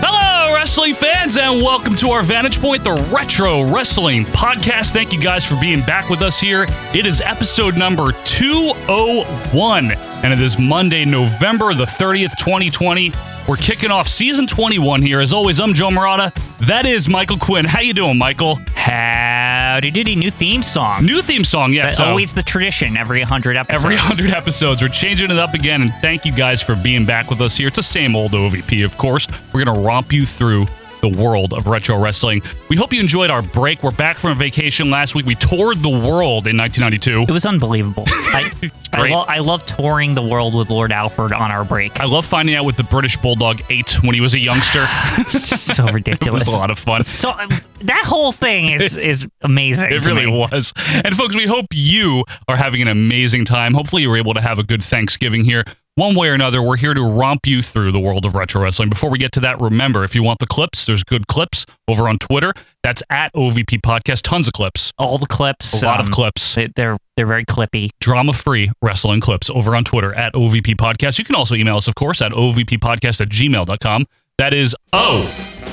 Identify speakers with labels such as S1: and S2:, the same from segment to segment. S1: Hello, wrestling fans, and welcome to our Vantage Point, the Retro Wrestling Podcast. Thank you guys for being back with us here. It is episode number 201, and it is Monday, November the 30th, 2020. We're kicking off season 21 here. As always, I'm Joe Morata. That is Michael Quinn. How you doing, Michael?
S2: Howdy doody, new theme song.
S1: New theme song, yes.
S2: That's
S1: so-
S2: always the tradition every 100 episodes.
S1: Every 100 episodes, we're changing it up again. And thank you guys for being back with us here. It's the same old OVP, of course. We're going to romp you through the world of retro wrestling. We hope you enjoyed our break. We're back from vacation last week. We toured the world in 1992.
S2: It was unbelievable. I, I,
S1: great.
S2: lo- I love touring the world with Lord Alfred on our break.
S1: I love finding out what the British Bulldog ate when he was a youngster.
S2: It's just so
S1: it
S2: ridiculous.
S1: was a lot of fun.
S2: so uh, that whole thing is is amazing.
S1: It
S2: to
S1: really
S2: me.
S1: was. And folks, we hope you are having an amazing time. Hopefully, you were able to have a good Thanksgiving here. One way or another, we're here to romp you through the world of retro wrestling. Before we get to that, remember if you want the clips, there's good clips over on Twitter. That's at OVP Podcast. Tons of clips,
S2: all the clips.
S1: a lot of
S2: um,
S1: clips
S2: they- They're they're very clippy.
S1: drama free wrestling clips over on Twitter at OVP Podcast. You can also email us, of course, at OVP Podcast at gmail.com. That is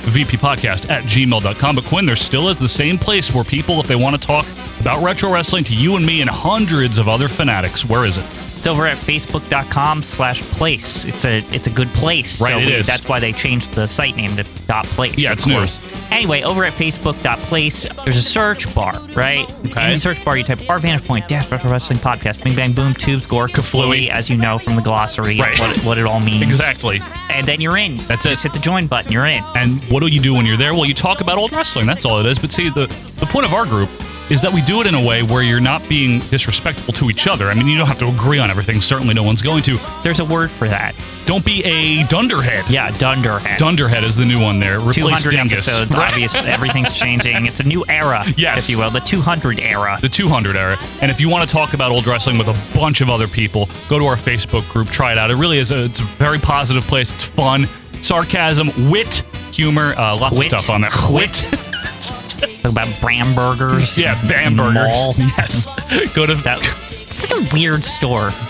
S1: OVP Podcast at gmail.com. But Quinn, there still is the same place where people, if they want to talk about retro wrestling to you and me and hundreds of other fanatics, where is it?
S2: It's over at facebook.com slash place. It's a it's a good place.
S1: Right,
S2: so
S1: it
S2: we-
S1: is.
S2: That's why they changed the site name to dot place.
S1: Yeah,
S2: of
S1: it's new.
S2: course. Anyway, over at facebook.place, there's a search bar, right?
S1: Okay.
S2: In the search bar, you type our vantage point, Dash Retro Wrestling Podcast, Bing Bang Boom, Tubes, Gore,
S1: Kaflooey.
S2: Kaflooey, as you know from the glossary,
S1: Right.
S2: what, it- what it all means.
S1: Exactly.
S2: And then you're in.
S1: That's it.
S2: Just hit the join button, you're in.
S1: And what do you do when you're there? Well, you talk about old wrestling. That's all it is. But see, the, the point of our group is that we do it in a way where you're not being disrespectful to each other. I mean, you don't have to agree on everything. Certainly no one's going to.
S2: There's a word for that.
S1: Don't be a dunderhead.
S2: Yeah, Dunderhead.
S1: Dunderhead is the new one there. Replace
S2: 200
S1: Dingus.
S2: episodes,
S1: Right.
S2: obviously. Everything's changing. It's a new era,
S1: Yes.
S2: if you will, the 200 era.
S1: The 200 era. And if you want to talk about old wrestling with a bunch of other people, go to our Facebook group. Try it out. It really is. A, it's a very positive place. It's fun, sarcasm, wit, humor, uh, lots
S2: Quit.
S1: of stuff on there.
S2: Quit. Talk about Bramburgers.
S1: yeah, Bambergers.
S2: Mall.
S1: Yes. go to
S2: That, such a weird store.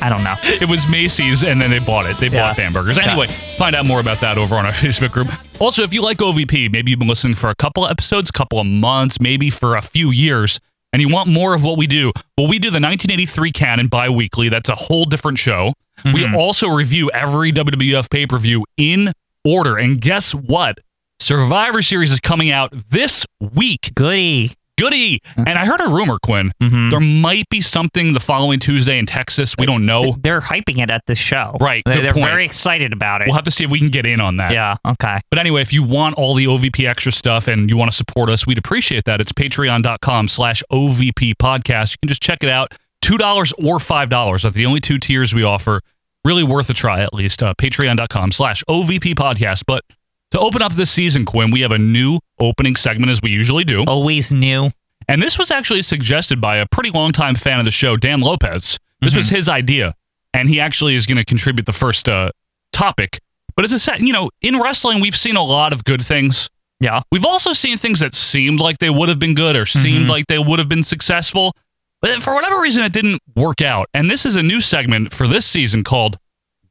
S2: I don't know.
S1: It was Macy's, and then they bought it. They bought
S2: Yeah.
S1: hamburgers.
S2: Yeah.
S1: Anyway, find out more about that over on our Facebook group. Also, if you like OVP, maybe you've been listening for a couple of episodes, couple of months, maybe for a few years, and you want more of what we do. Well, we do the 1983 canon bi-weekly. That's a whole different show.
S2: Mm-hmm.
S1: We also review every WWF pay-per-view in order. And guess what? Survivor Series is coming out this week
S2: Goody.
S1: goody. And I heard a rumor, Quinn.
S2: Mhm.
S1: There might be something the following Tuesday in Texas. We don't know.
S2: They're hyping it at this show.
S1: Right,
S2: They-
S1: good
S2: They're
S1: point.
S2: very excited about it.
S1: We'll have to see if we can get in on that.
S2: yeah. Okay.
S1: But anyway, if you want all the OVP extra stuff and you want to support us, we'd appreciate that. It's patreon.com slash OVP podcast. You can just check it out. $2 or $5. Are the only two tiers we offer. Really worth a try, at least. Uh, patreon.com slash OVP podcast. But to open up this season, Quinn, we have a new opening segment as we usually do.
S2: Always new.
S1: And this was actually suggested by a pretty longtime fan of the show, Dan Lopez. This was his idea, and he actually is going to contribute the first uh, topic. But it's a set, you know, in wrestling, we've seen a lot of good things.
S2: Yeah.
S1: We've also seen things that seemed like they would have been good or seemed like they would have been successful. But for whatever reason, it didn't work out. And this is a new segment for this season called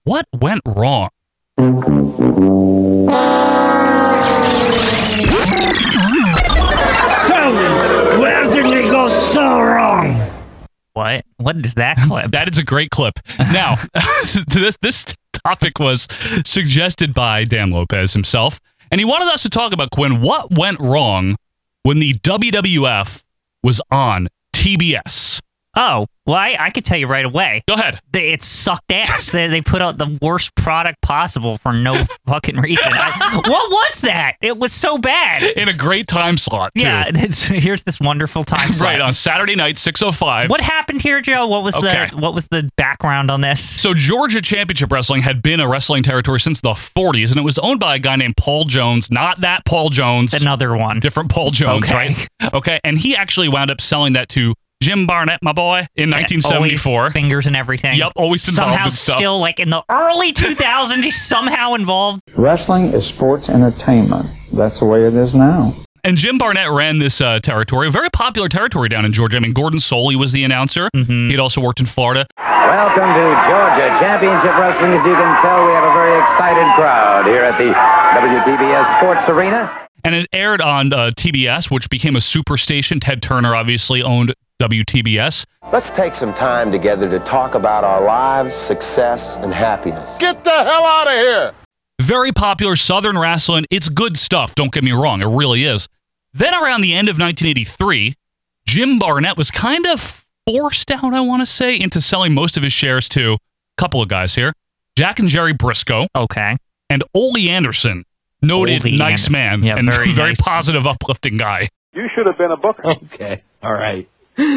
S1: What Went Wrong?
S3: Tell me, where did we go so wrong?
S2: What? What is that clip?
S1: That is a great clip. Now, this this topic was suggested by Dan Lopez himself, and he wanted us to talk about Quinn what went wrong when the WWF was on TBS.
S2: Oh, well, I, I could tell you right away.
S1: Go ahead.
S2: They, it sucked ass. they, they put out the worst product possible for no fucking reason. I- what was that? It was so bad.
S1: In a great time slot, too.
S2: Yeah, it's- here's this wonderful time slot.
S1: Right, on Saturday night, 6.05.
S2: What happened here, Joe? What was
S1: Okay.
S2: the what was the background on this?
S1: So Georgia Championship Wrestling had been a wrestling territory since the 40s, and it was owned by a guy named Paul Jones. Not that Paul Jones.
S2: Another one.
S1: different Paul Jones,
S2: Okay.
S1: right? Okay, and he actually wound up selling that to Jim Barnett, my boy, in
S2: Yeah,
S1: 1974.
S2: always fingers and everything.
S1: Yep, always involved
S2: somehow
S1: in stuff.
S2: still like in the early 2000s. he's somehow involved.
S4: Wrestling is sports entertainment. That's the way it is now.
S1: And Jim Barnett ran this uh, territory, a very popular territory down in Georgia. I mean, Gordon Soley was the announcer. He'd also worked in Florida.
S5: Welcome to Georgia Championship Wrestling. As you can tell, we have a very excited crowd here at the WTBS Sports Arena.
S1: And it aired on uh, TBS, which became a superstation. Ted Turner obviously owned WTBS.
S6: Let's take some time together to talk about our lives, success, and happiness.
S7: Get the hell out of here!
S1: Very popular Southern wrestling. It's good stuff, don't get me wrong. It really is. Then around the end of 1983, Jim Barnett was kind of forced out, I want to say, into selling most of his shares to a couple of guys here Jack and Jerry Briscoe.
S2: Okay.
S1: and Ole Anderson, noted
S2: Ole
S1: nice
S2: Anderson.
S1: man
S2: Yeah,
S1: and very,
S2: very
S1: very
S2: nice.
S1: positive, uplifting guy.
S8: You should have been a booker.
S9: Okay. All right.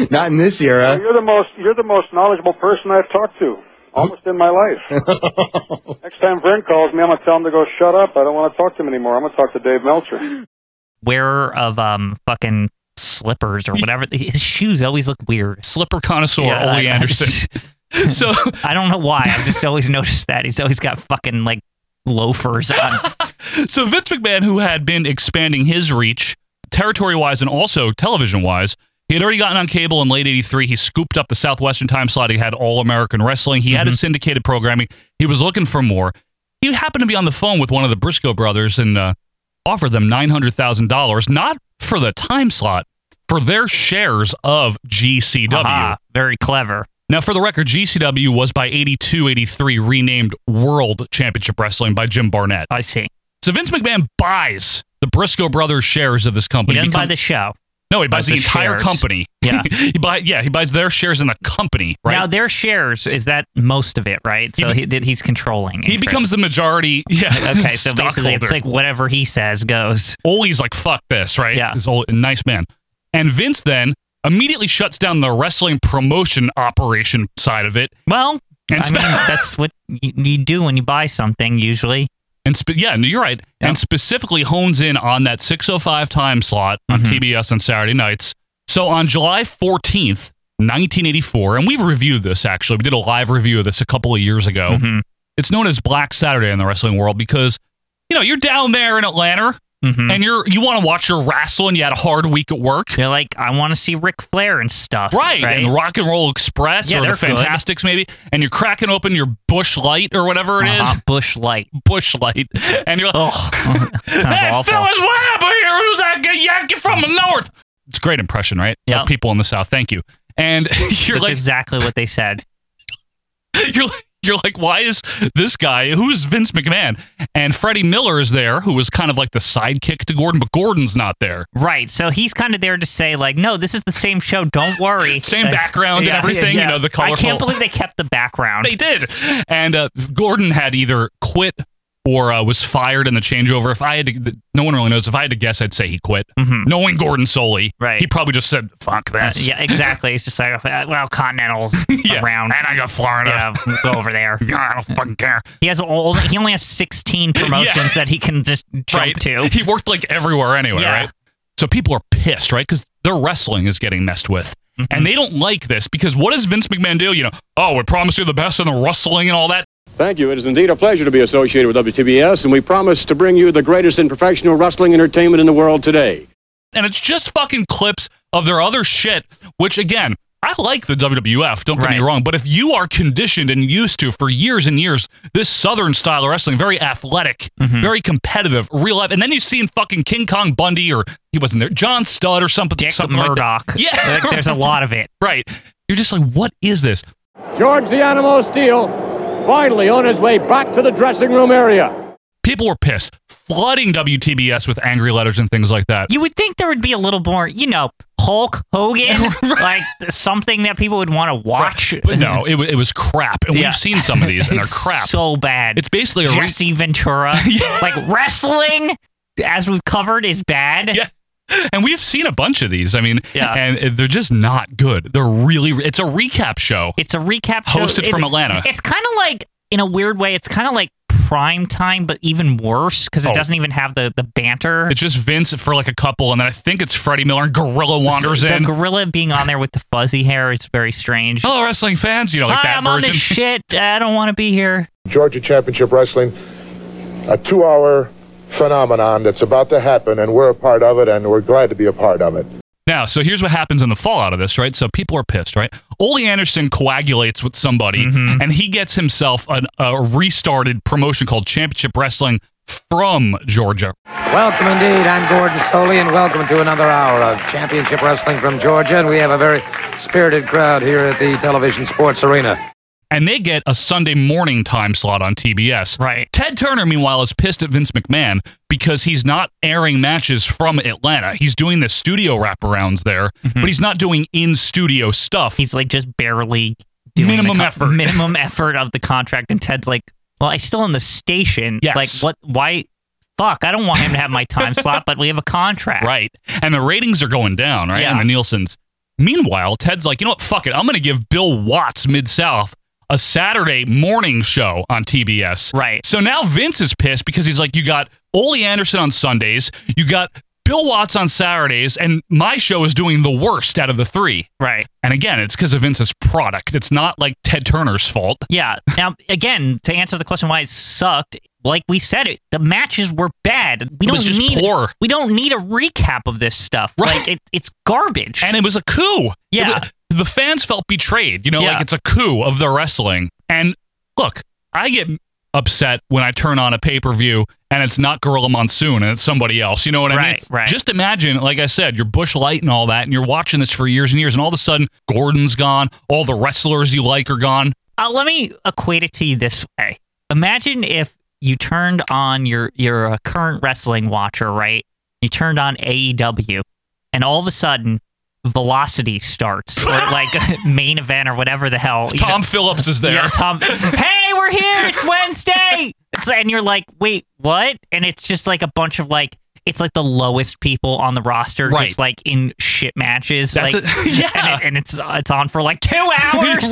S9: Not in this era.
S8: You're the most you're the most knowledgeable person I've talked to almost in my life. Next time Vern calls me, I'm gonna tell him to go shut up. I don't want to talk to him anymore. I'm gonna talk to Dave Meltzer.
S2: Wearer of um fucking slippers or whatever. His shoes always look weird.
S1: Slipper connoisseur,
S2: Yeah,
S1: Ole
S2: I- I
S1: Anderson. so
S2: I don't know why. I've just always noticed that he's always got fucking like loafers on.
S1: so Vince McMahon, who had been expanding his reach territory wise and also television wise, he had already gotten on cable in late 83. He scooped up the Southwestern time slot. He had All American Wrestling. He had his syndicated programming. He was looking for more. He happened to be on the phone with one of the Briscoe brothers and uh, offered them $900,000, not for the time slot, for their shares of GCW.
S2: Aha, very clever.
S1: Now, for the record, GCW was by 82 83 renamed World Championship Wrestling by Jim Barnett.
S2: I see.
S1: So Vince McMahon buys the Briscoe brothers' shares of this
S2: He
S1: company.
S2: didn't buy
S1: Become-
S2: the show.
S1: no, he buys
S2: buys
S1: the,
S2: the
S1: entire
S2: shares.
S1: company.
S2: Yeah.
S1: he buy, yeah, he buys their shares in the company, right?
S2: Now their shares is that most of it, right? So
S1: be-
S2: he, that he's controlling.
S1: he
S2: interest.
S1: becomes the majority. Yeah.
S2: okay. So
S1: stockholder.
S2: basically, it's like whatever he says goes.
S1: Ole's like, fuck this, right?
S2: Yeah.
S1: He's Ole, nice man. And Vince then immediately shuts down the wrestling promotion operation side of it.
S2: Well,
S1: And
S2: I
S1: spe-
S2: mean, that's what you, you do when you buy something. Usually,
S1: And spe- yeah, no, you're right.
S2: Yeah.
S1: And specifically hones in on that 6:05 time slot on
S2: Mm-hmm.
S1: TBS on Saturday nights. So on July 14th, 1984, and we've reviewed this actually. We did a live review of this a couple of years ago.
S2: Mm-hmm.
S1: It's known as Black Saturday in the wrestling world because you know you're down there in Atlanta
S2: Mm-hmm.
S1: and you're you want to watch your wrestling. You had a hard week at work,
S2: you're like, I want to see Ric Flair and stuff.
S1: right? And the Rock and Roll Express
S2: Yeah,
S1: or the
S2: they're good.
S1: Fantastics maybe, and you're cracking open your Bush Light or whatever it is.
S2: Uh-huh, Bush Light.
S1: Bush Light, and you're like,
S2: Ugh, sounds
S1: hey,
S2: awful.
S1: fellas, what happened here? Who's that good Yankee from the north? It's a great impression, right?
S2: Yeah.
S1: Of people in the South. Thank you. And you're
S2: That's
S1: like,
S2: exactly what they said.
S1: you're like, you're like, why is this guy? Who's Vince McMahon? And Freddie Miller is there, who was kind of like the sidekick to Gordon, but Gordon's not there.
S2: Right. So he's kind of there to say, like, no, this is the same show. Don't worry.
S1: Same
S2: Uh,
S1: background and everything, you know, the
S2: I
S1: colorful-
S2: can't believe they kept the background.
S1: They did. And uh, Gordon had either quit or uh, was fired in the changeover. If I had to, no one really knows. If I had to guess, I'd say he quit. Knowing Gordon Soley,
S2: Right.
S1: He probably just said, "Fuck
S2: Uh,
S1: this."
S2: yeah, exactly. It's just like, uh, well, Continental's
S1: Yeah.
S2: around.
S1: And I got Florida.
S2: Yeah, we'll go over there.
S1: I don't fucking care.
S2: He has all. He only has sixteen promotions
S1: Yeah.
S2: that he can just jump
S1: right?
S2: to.
S1: He worked like everywhere anyway,
S2: Yeah.
S1: right? So people are pissed, right? Because their wrestling is getting messed with.
S2: Mm-hmm.
S1: And they don't like this because what does Vince McMahon do? You know, oh, we promise you the best in the wrestling and all that.
S9: Thank you. It is indeed a pleasure to be associated with WTBS, and we promise to bring you the greatest in professional wrestling entertainment in the world today.
S1: And it's just fucking clips of their other shit, which again, I like the WWF, don't get me
S2: Right.
S1: wrong, but if you are conditioned and used to for years and years this Southern style of wrestling, very athletic,
S2: Mm-hmm.
S1: very competitive, real life, and then you see in fucking King Kong Bundy or he wasn't there, John Studd or something,
S2: Dick
S1: something like that.
S2: Murdoch.
S1: Yeah,
S2: Like, there's a lot of it.
S1: Right. You're just like, what is this?
S9: George the Animal Steel, finally on his way back to the dressing room area.
S1: People were pissed, flooding WTBS with angry letters and things like that.
S2: You would think there would be a little more, you know, Hulk Hogan, like something that people would want to watch.
S1: But no, it, wa- it was crap. And
S2: Yeah.
S1: we've seen some of these, and they're
S2: It's
S1: crap.
S2: So bad.
S1: It's basically a re-
S2: Jesse Ventura. Like wrestling, as we've covered, is bad.
S1: Yeah. and we've seen a bunch of these. I mean,
S2: Yeah.
S1: and they're just not good. They're really. It's a recap show.
S2: It's a recap show.
S1: Hosted
S2: It-
S1: from Atlanta.
S2: It's kind of like, in a weird way, it's kind of like prime time, but even worse because it
S1: Oh.
S2: doesn't even have the the banter.
S1: It's just Vince for like a couple, and then I think it's Freddie Miller and Gorilla wanders
S2: the
S1: in.
S2: gorilla being on there with the fuzzy hair is very strange.
S1: Hello, wrestling fans. You know, like
S2: Hi,
S1: that
S2: I'm on
S1: version.
S2: this shit. I don't want to be here.
S10: Georgia Championship Wrestling, a two hour phenomenon that's about to happen, and we're a part of it, and we're glad to be a part of it.
S1: Now, so here's what happens in the fallout of this, right? So people are pissed, right? Ole Anderson coagulates with somebody, and he gets himself an, a restarted promotion called Championship Wrestling from Georgia.
S5: Welcome indeed. I'm Gordon Stoley, and welcome to another hour of Championship Wrestling from Georgia. And we have a very spirited crowd here at the Television Sports Arena.
S1: And they get a Sunday morning time slot on TBS. Right. Ted Turner, meanwhile, is pissed at Vince McMahon because he's not airing matches from Atlanta. He's doing the studio wraparounds there, but he's not doing in studio stuff.
S2: He's like just barely doing the
S1: minimum
S2: con-
S1: effort.
S2: minimum effort of the contract. And Ted's like, well, I'm still in the station.
S1: Yes.
S2: Like, what? Why? Fuck, I don't want him to have my time slot, but we have a contract.
S1: Right. And the ratings are going down, right?
S2: Yeah.
S1: On the Nielsen's. Meanwhile, Ted's like, you know what? Fuck it. I'm going to give Bill Watts Mid South a Saturday morning show on TBS.
S2: Right.
S1: So now Vince is pissed because he's like, you got Ole Anderson on Sundays, you got Bill Watts on Saturdays, and my show is doing the worst out of the three.
S2: Right.
S1: And again, it's because of Vince's product. It's not like Ted Turner's fault.
S2: Yeah. Now, again, to answer the question why it sucked, like we said, it the matches were bad. We
S1: It
S2: don't
S1: was just
S2: need
S1: poor.
S2: we don't need a recap of this stuff.
S1: Right.
S2: Like it, it's garbage.
S1: and it was a coup.
S2: Yeah.
S1: It wa- the fans felt betrayed. You know,
S2: Yeah.
S1: like it's a coup of the wrestling. And look, I get upset when I turn on a pay per view and it's not Gorilla Monsoon and it's somebody else. You know what I
S2: Right,
S1: mean?
S2: right.
S1: Just imagine, like I said, your Bush Light and all that, and you're watching this for years and years, and all of a sudden Gordon's gone, all the wrestlers you like are gone.
S2: uh, let me equate it to you this way. Imagine if you turned on your your uh, current wrestling watcher, right? You turned on AEW, and all of a sudden, Velocity starts, or like main event, or whatever the hell. you
S1: Tom
S2: know?
S1: Phillips is there.
S2: Yeah, Tom. hey, we're here. It's Wednesday. It's, and you're like, wait, what? And it's just like a bunch of like, it's like the lowest people on the roster,
S1: Right.
S2: just like in shit matches.
S1: That's
S2: like,
S1: it. Yeah.
S2: And, it- and it's it's on for like two hours.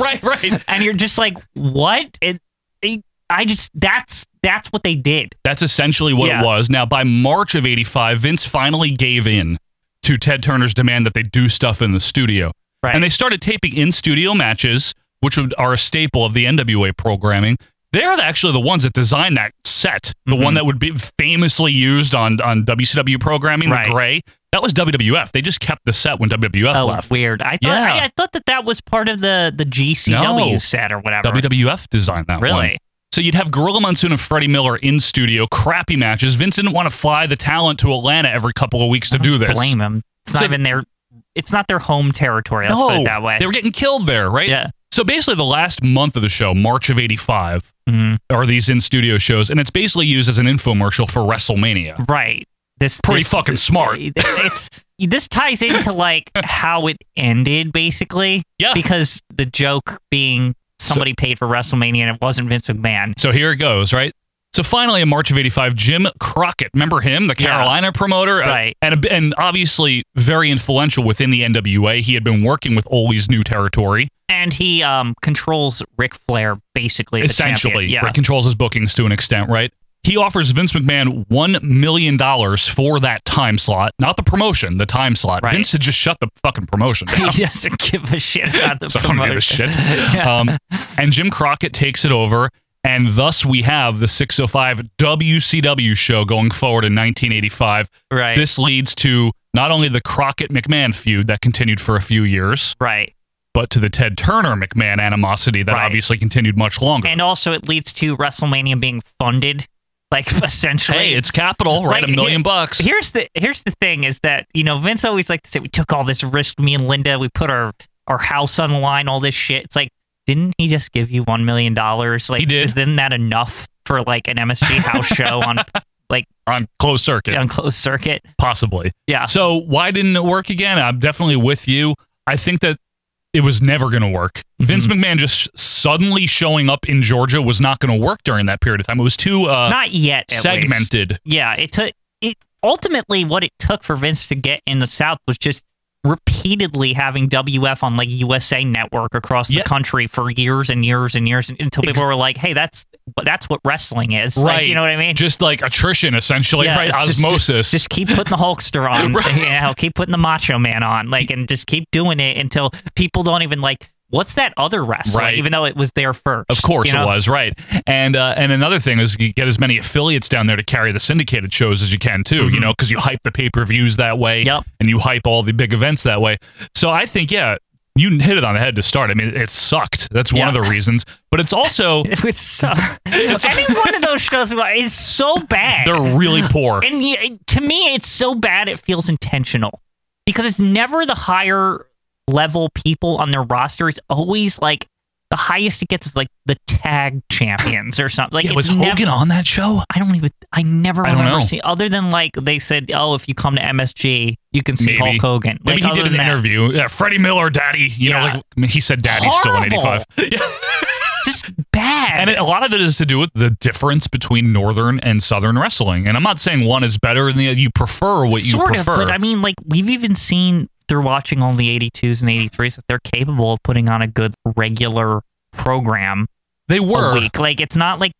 S1: Right, right.
S2: And you're just like, what? It, it- I just that's that's what they did.
S1: That's essentially what
S2: Yeah.
S1: it was. Now, by March of 85, Vince finally gave in to Ted Turner's demand that they do stuff in the studio.
S2: Right.
S1: And they started taping in studio matches, which would- are a staple of the NWA programming. They're the- actually the ones that designed that set, the
S2: Mm-hmm.
S1: one that would be famously used on, on WCW programming,
S2: Right.
S1: the gray. That was WWF. They just kept the set when WWF
S2: Oh,
S1: left.
S2: weird. I thought
S1: Yeah.
S2: I, I thought that that was part of the the GCW
S1: No.
S2: set or whatever.
S1: WWF designed that
S2: Really?
S1: one. So you'd have Gorilla Monsoon and Freddie Miller in studio, crappy matches. Vince didn't want to fly the talent to Atlanta every couple of weeks to do this.
S2: Blame them. It's not
S1: So-
S2: even their. It's not their home territory. Let's
S1: no,
S2: put it that way.
S1: they were getting killed there, right?
S2: Yeah.
S1: So basically, the last month of the show, March of '85,
S2: Mm-hmm.
S1: are these in studio shows, and it's basically used as an infomercial for WrestleMania.
S2: Right. This
S1: Pretty
S2: this-
S1: fucking smart.
S2: It's this ties into like how it ended basically.
S1: Yeah.
S2: Because the joke being somebody paid for WrestleMania and it wasn't Vince McMahon.
S1: So here it goes, right? So finally, in March of '85, Jim Crockett, remember him, the
S2: Yeah.
S1: Carolina promoter, Uh,
S2: Right.
S1: and and obviously very influential within the NWA. He had been working with Ole's new territory,
S2: And he um controls Ric Flair basically. the
S1: essentially.
S2: champion. Yeah.
S1: right, controls his bookings to an extent, right? He offers Vince McMahon one million dollars for that time slot, not the promotion, the time slot.
S2: Right.
S1: Vince had just shut the fucking promotion down.
S2: He doesn't give a shit about the
S1: so I don't give a
S2: promotion.
S1: shit. um, and Jim Crockett takes it over, and thus we have the 605 WCW show going forward in 1985.
S2: Right.
S1: This leads to not only the Crockett McMahon feud that continued for a few years,
S2: Right.
S1: but to the Ted Turner McMahon animosity that
S2: Right.
S1: obviously continued much longer.
S2: And also it leads to WrestleMania being funded. Like essentially
S1: hey, it's capital, right?
S2: Like,
S1: a million
S2: here-
S1: bucks.
S2: Here's the here's the thing is that you know Vince always like to say we took all this risk, me and Linda, we put our our house on the line, all this shit. It's like, didn't he just give you one million dollars? Like,
S1: He did.
S2: Isn't that enough for like an MSG house show on like
S1: on closed circuit.
S2: On closed circuit,
S1: possibly.
S2: Yeah.
S1: So why didn't it work again? I'm definitely with you. I think that it was never going to work.
S2: Mm-hmm.
S1: Vince McMahon just suddenly showing up in Georgia was not going to work during that period of time. It was too uh,
S2: not yet at
S1: segmented.
S2: least. Yeah, it took it ultimately what it took for Vince to get in the South was just repeatedly having WF on like USA Network across the country for years and years and years until people were like, "Hey, that's that's what wrestling is." Like, you know what I mean?
S1: Just like attrition, essentially,
S2: Yeah,
S1: right?
S2: it's just-
S1: Osmosis.
S2: Just, just keep putting the Hulkster on. You know, keep putting the Macho Man on. Like, and just keep doing it until people don't even like. What's that other wrestler?
S1: Right.
S2: Even though it was there first.
S1: Of course
S2: you know?
S1: it was, right. And uh, and another thing is you get as many affiliates down there to carry the syndicated shows as you can too,
S2: Mm-hmm.
S1: you know, because you hype the pay-per-views that way and you hype all the big events that way. So I think yeah, you hit it on the head to start. I mean, it, sucked. That's one of the reasons, but it's also
S2: it sucked. Any one of those shows is so bad.
S1: They're really poor.
S2: And y- it- to me, it's so bad it feels intentional because it's never the higher level people on their roster. It's always like the highest it gets is like the tag champions or something. Like
S1: Yeah,
S2: it's
S1: was
S2: never-
S1: Hogan on that show?
S2: I don't even. I never
S1: I don't
S2: remember
S1: know.
S2: seeing other than like they said, oh, if you come to MSG, you can see Hulk Hogan.
S1: Maybe
S2: Like,
S1: he
S2: other
S1: did an
S2: than that.
S1: interview. Yeah, Freddie Miller, Daddy. You know, like he said, Daddy's still in
S2: Horrible.
S1: '85.
S2: Just bad.
S1: And it, a lot of it is to do with the difference between northern and southern wrestling. And I'm not saying one is better than the other. You prefer what
S2: sort
S1: you prefer.
S2: Of, but I mean, like we've even seen through watching all the '82s and '83s that they're capable of putting on a good regular program.
S1: They
S2: were week. like it's not like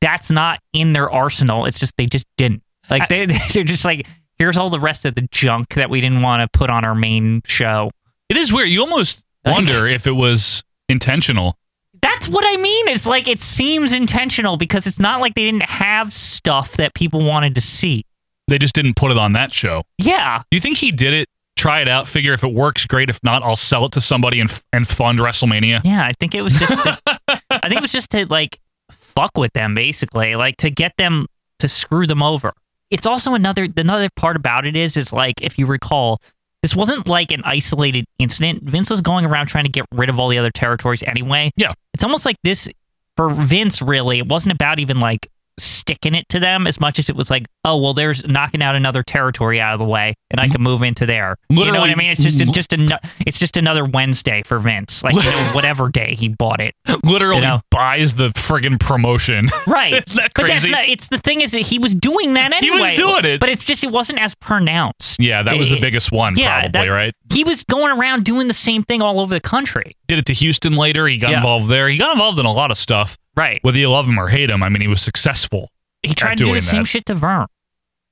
S2: that's not in their arsenal. It's just they just didn't like they they're just like here's all the rest of the junk that we didn't want to put on our main show.
S1: it is weird. You almost wonder if it was intentional.
S2: That's what I mean. It's like it seems intentional because it's not like they didn't have stuff that people wanted to see.
S1: They just didn't put it on that show.
S2: Yeah.
S1: Do you think he did it? Try it out. Figure if it works, great. If not, I'll sell it to somebody and f- and fund WrestleMania.
S2: Yeah, I think it was just. To, I think it was just to like fuck with them, basically, like to get them to screw them over. It's also another another part about it is is like if you recall, this wasn't like an isolated incident. Vince was going around trying to get rid of all the other territories anyway.
S1: Yeah,
S2: it's almost like this for Vince. Really, it wasn't about even like sticking it to them as much as it was like, oh well, there's knocking out another territory out of the way, and I can move into there. you know what
S1: Literally-
S2: I mean? It's just it's just an, it's just another Wednesday for Vince, like you know, whatever day he bought it.
S1: Literally
S2: You know?
S1: buys the friggin' promotion.
S2: Right.
S1: Isn't that
S2: But that's
S1: crazy?
S2: not, it's the thing is that he was doing that
S1: He
S2: anyway.
S1: was doing it.
S2: But it's just it wasn't as pronounced.
S1: yeah, that was the biggest one,
S2: Yeah,
S1: probably.
S2: that-
S1: right?
S2: He was going around doing the same thing all over the country.
S1: did it to Houston later. He got
S2: Yeah.
S1: involved there. He got involved in a lot of stuff.
S2: Right.
S1: Whether you love him or hate him, I mean, he was successful.
S2: He
S1: at
S2: tried to do
S1: doing
S2: the same
S1: that.
S2: shit to Vern.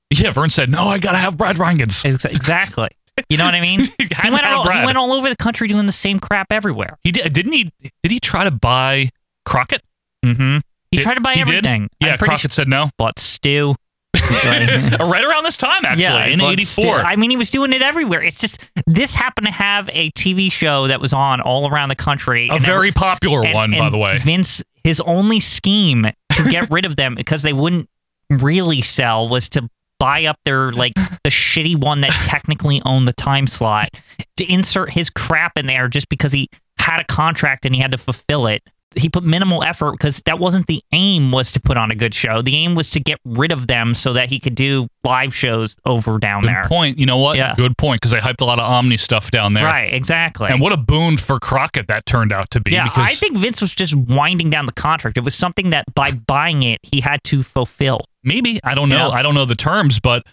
S1: Yeah, Vern said, "No, I gotta have Brad Rankins."
S2: Exactly. You know what I mean? he,
S1: had to
S2: went
S1: have
S2: all, he
S1: Brad.
S2: went all over the country doing the same crap everywhere.
S1: He did. Didn't he? Did he try to buy Crockett?
S2: Mm-hmm. He
S1: Did-
S2: tried to buy
S1: he did?
S2: everything.
S1: Yeah,
S2: I'm pretty
S1: Crockett said no.
S2: Bought stew.
S1: right around this time, actually, in
S2: but still,
S1: '84.
S2: I mean, he was doing it everywhere. It's just this happened to have a TV show that was on all around the country.
S1: A
S2: and
S1: very
S2: every-
S1: popular
S2: and-
S1: one, by
S2: and
S1: the way.
S2: Vince, his only scheme to get rid of them because they wouldn't really sell was to buy up their like the shitty one that technically owned the time slot to insert his crap in there just because he had a contract and he had to fulfill it. He put minimal effort because that wasn't the aim was to put on a good show. The aim was to get rid of them so that he could do live shows over down there.
S1: Good point. You know what?
S2: Yeah.
S1: Good point because they hyped a lot of Omni stuff down there.
S2: Right, exactly.
S1: And what a boon for Crockett that turned out to be.
S2: yeah,
S1: because
S2: I think Vince was just winding down the contract. It was something that by buying it, he had to fulfill.
S1: Maybe I don't know.
S2: Yeah.
S1: I don't know the terms, but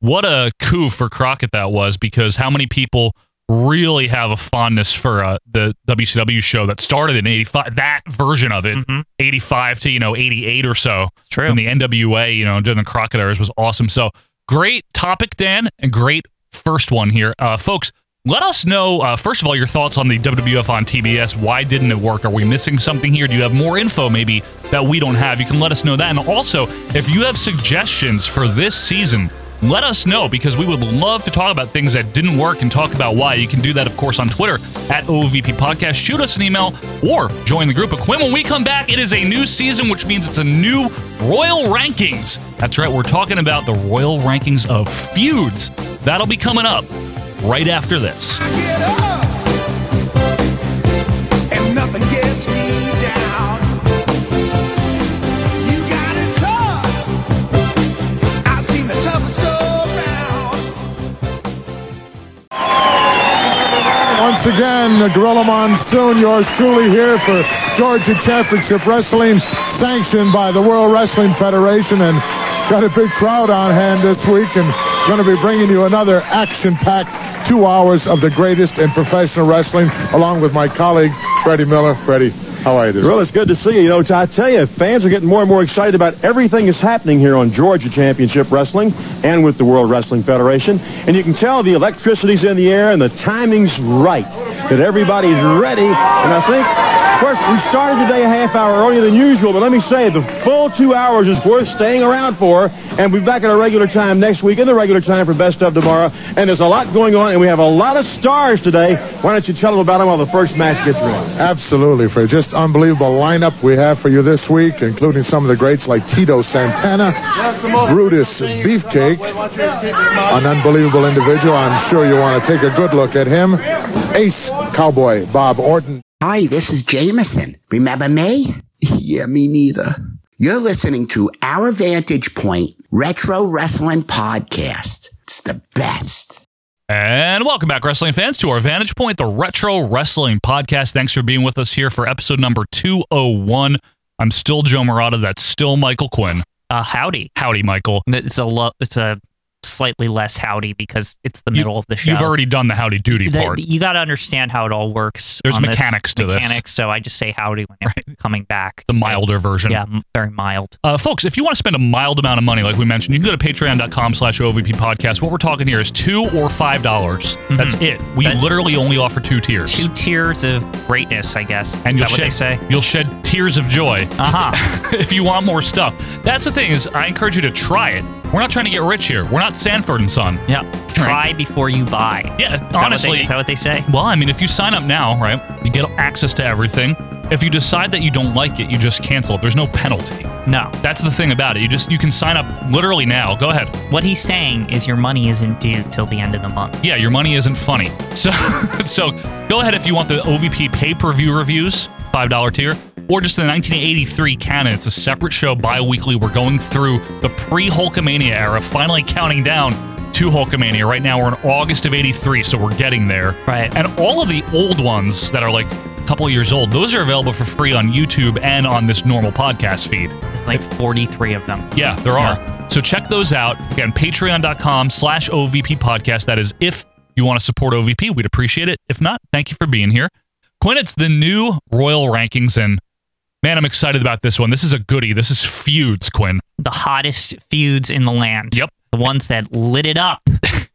S1: what a coup for Crockett that was because how many people really have a fondness for uh, the WCW show that started in 85 that version of it 85 to you know 88 or so
S2: Mm-hmm. true
S1: and the NWA you know during the Crockett eras was awesome so great topic Dan and great first one here uh, folks let us know uh, first of all your thoughts on the WWF on TBS why didn't it work are we missing something here do you have more info maybe that we don't have you can let us know that and also if you have suggestions for this season let us know because we would love to talk about things that didn't work and talk about why. You can do that, of course, on Twitter at OVP Podcast. Shoot us an email or join the group of Quinn. When we come back, it is a new season, which means it's a new Royal Rankings. That's right, we're talking about the Royal Rankings of Feuds. That'll be coming up right after this.
S11: and nothing gets me down. You got it tough. I
S10: again, Gorilla Monsoon, yours truly here for Georgia Championship Wrestling, sanctioned by the World Wrestling Federation, and got a big crowd on hand this week, and going to be bringing you another action-packed two hours of the greatest in professional wrestling, along with my colleague, Freddie Miller. Freddie, how are you today?
S12: Well, it's good to see you. You know, I tell you, fans are getting more and more excited about everything that's happening here on Georgia Championship Wrestling and with the World Wrestling Federation. And you can tell the electricity's in the air and the timing's right, that everybody's ready. And I think, of course, we started today a half hour earlier than usual, but let me say, the full two hours is worth staying around for. And we'll be back at our regular time next week and the regular time for Best of tomorrow. And there's a lot going on, and we have a lot of stars today. Why don't you tell them about them while the first match gets ready?
S10: Absolutely, Fred. Just unbelievable lineup we have for you this week, including some of the greats like Tito Santana, Brutus Beefcake, an unbelievable individual. I'm sure you want to take a good look at him. Ace Cowboy Bob Orton.
S13: Hi, this is Jameson. Remember me? yeah, me neither. You're listening to Our Vantage Point Retro Wrestling Podcast. It's the best.
S1: And welcome back, wrestling fans, to our Vantage Point, the Retro Wrestling Podcast. Thanks for being with us here for episode number 201. I'm still Joe Morata. That's still Michael Quinn.
S2: Uh, howdy.
S1: Howdy, Michael.
S2: It's a lo- it's a slightly less howdy because it's the middle of the show.
S1: You've already done the howdy doody
S2: The-
S1: part.
S2: You got to understand how it all works.
S1: There's
S2: on this-
S1: mechanics to this.
S2: Mechanics. So I just say howdy when you're coming back.
S1: the milder version.
S2: Yeah, m- very mild.
S1: Uh, folks, if you want to spend a mild amount of money, like we mentioned, you can go to patreon.com slash OVP podcast. What we're talking here is two or five dollars. That's it. We literally only offer two tiers.
S2: Mm-hmm. Two tiers of greatness, I guess.
S1: and you'll
S2: Is that what they
S1: shed,
S2: say?
S1: you'll shed tears of joy uh-huh. if you want more stuff. That's the thing is, I encourage you to try it. We're not trying to get rich here. We're not Sanford and Son.
S2: Yeah, try before you buy.
S1: Yeah,
S2: Is that what they-
S1: honestly,
S2: is that what they say?
S1: Well, I mean, if you sign up now, right, you get access to everything. If you decide that you don't like it, you just cancel it. There's no penalty.
S2: No.
S1: That's the thing about it. You just you can sign up literally now. Go ahead.
S2: What he's saying is your money isn't due till the end of the month.
S1: Yeah, your money isn't funny. So so go ahead if you want the OVP pay-per-view reviews, $5 tier, or just the 1983 canon. It's a separate show bi-weekly. We're going through the pre-Hulkamania era, finally counting down to Hulkamania. Right now we're in August of 83, so we're getting there. Right. And all of the old ones that are like a couple of years old, those are available for free on YouTube and on this normal podcast feed.
S2: There's like 43 of them.
S1: Yeah, there are. So check those out. Again, patreon.com slash OVP podcast. That is if you want to support OVP, we'd appreciate it. If not, thank you for being here. Quinn, it's the new Royal Rankings, and man, I'm excited about this one. This is a goodie. This is feuds, Quinn.
S2: The hottest feuds in the land. Yep. The ones that lit it up.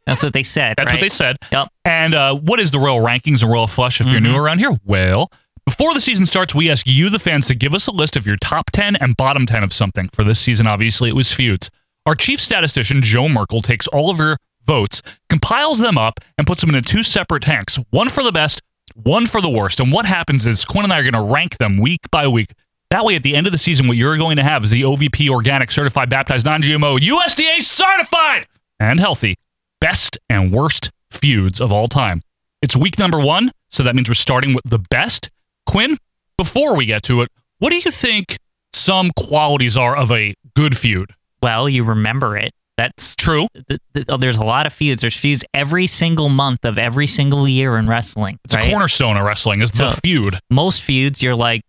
S2: That's what they said.
S1: That's what
S2: right?
S1: they said. Yep. And uh, what is the Royal Rankings and Royal Flush if you're
S2: Mm-hmm.
S1: new around here? Well, before the season starts, we ask you, the fans, to give us a list of your top 10 and bottom 10 of something. For this season, obviously, it was feuds. Our chief statistician, Joe Merkel, takes all of your votes, compiles them up, and puts them into two separate tanks one for the best, one for the worst. And what happens is Quinn and I are going to rank them week by week. That way, at the end of the season, what you're going to have is the OVP Organic Certified Baptized Non GMO USDA Certified and Healthy best and worst feuds of all time. It's week number one, so that means we're starting with the best. Quinn, before we get to it, what do you think some qualities are of a good feud?
S2: Well, you remember it. That's oh,
S1: true.
S2: there's a lot of feuds. There's feuds every single month of every single year in wrestling.
S1: It's a
S2: right?
S1: cornerstone of wrestling, is the
S2: So-
S1: feud.
S2: Most feuds, you're like,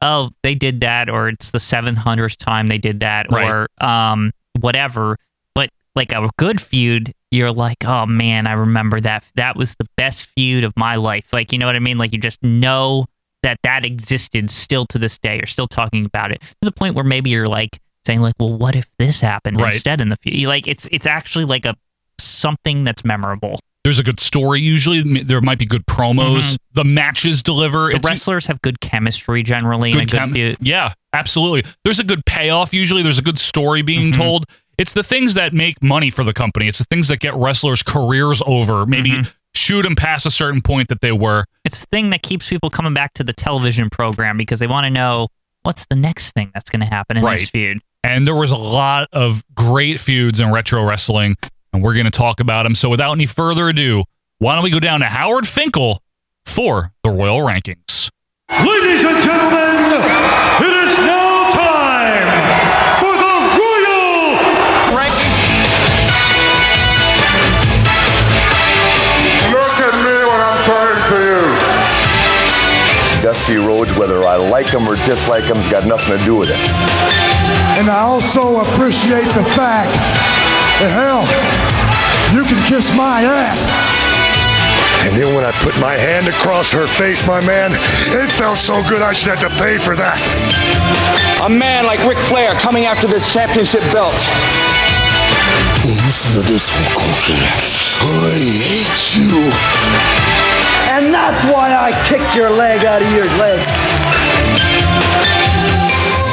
S2: oh, they did that, or it's the 700th time they did that,
S1: Right.
S2: or um, whatever. But like a good feud, you're like, oh man, I remember that. That was the best feud of my life. Like, you know what I mean? Like, you just know that that existed still to this day. You're still talking about it to the point where maybe you're like saying, like, well, what if this happened
S1: Right.
S2: instead in the feud? Like, it's it's actually like a something that's memorable.
S1: There's a good story usually. M- There might be good promos.
S2: Mhm.
S1: The matches deliver.
S2: The wrestlers have good chemistry generally. and a good
S1: chem-
S2: feud.
S1: yeah, absolutely. There's a good payoff usually. There's a good story being told. It's the things that make money for the company. It's the things that get wrestlers' careers over. Maybe shoot them past a certain point that they were.
S2: it's the thing that keeps people coming back to the television program because they want to know what's the next thing that's going to happen in this feud.
S1: And there was a lot of great feuds in retro wrestling, and we're going to talk about them. So without any further ado, why don't we go down to Howard Finkel for the Royal Rankings?
S11: Ladies and gentlemen, it is now time for the Royal Rankings.
S10: Look at me when I'm turning to you.
S14: Dusty Rhodes, whether I like him or dislike him, has got nothing to do with it.
S15: And I also appreciate the fact that, hell, you can kiss my ass.
S16: And then when I put my hand across her face, my man, it felt so good I should have to pay for that.
S17: A man like Ric Flair coming after this championship belt.
S18: Listen to this, Hulk Hogan. I hate you.
S19: And that's why I kicked your leg out of your leg.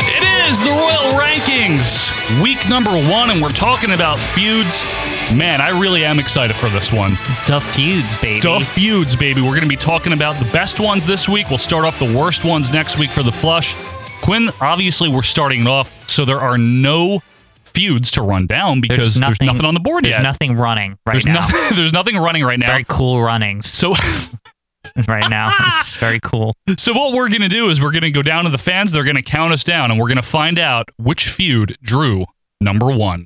S1: It is the Royal Rankings, week number one, and we're talking about feuds. Man, I really am excited for this one.
S2: The feuds, baby.
S1: The feuds, baby. We're going to be talking about the best ones this week. We'll start off the worst ones next week for the flush. Quinn, obviously, we're starting it off, so there are no feuds to run down because there's nothing, on the board
S2: there's
S1: yet.
S2: nothing running right
S1: there's
S2: now.
S1: nothing. There's nothing running right now.
S2: Very cool runnings.
S1: So
S2: right now. It's very cool.
S1: So what we're gonna do is we're gonna go down to the fans. They're gonna count us down, and we're gonna find out which feud drew number one.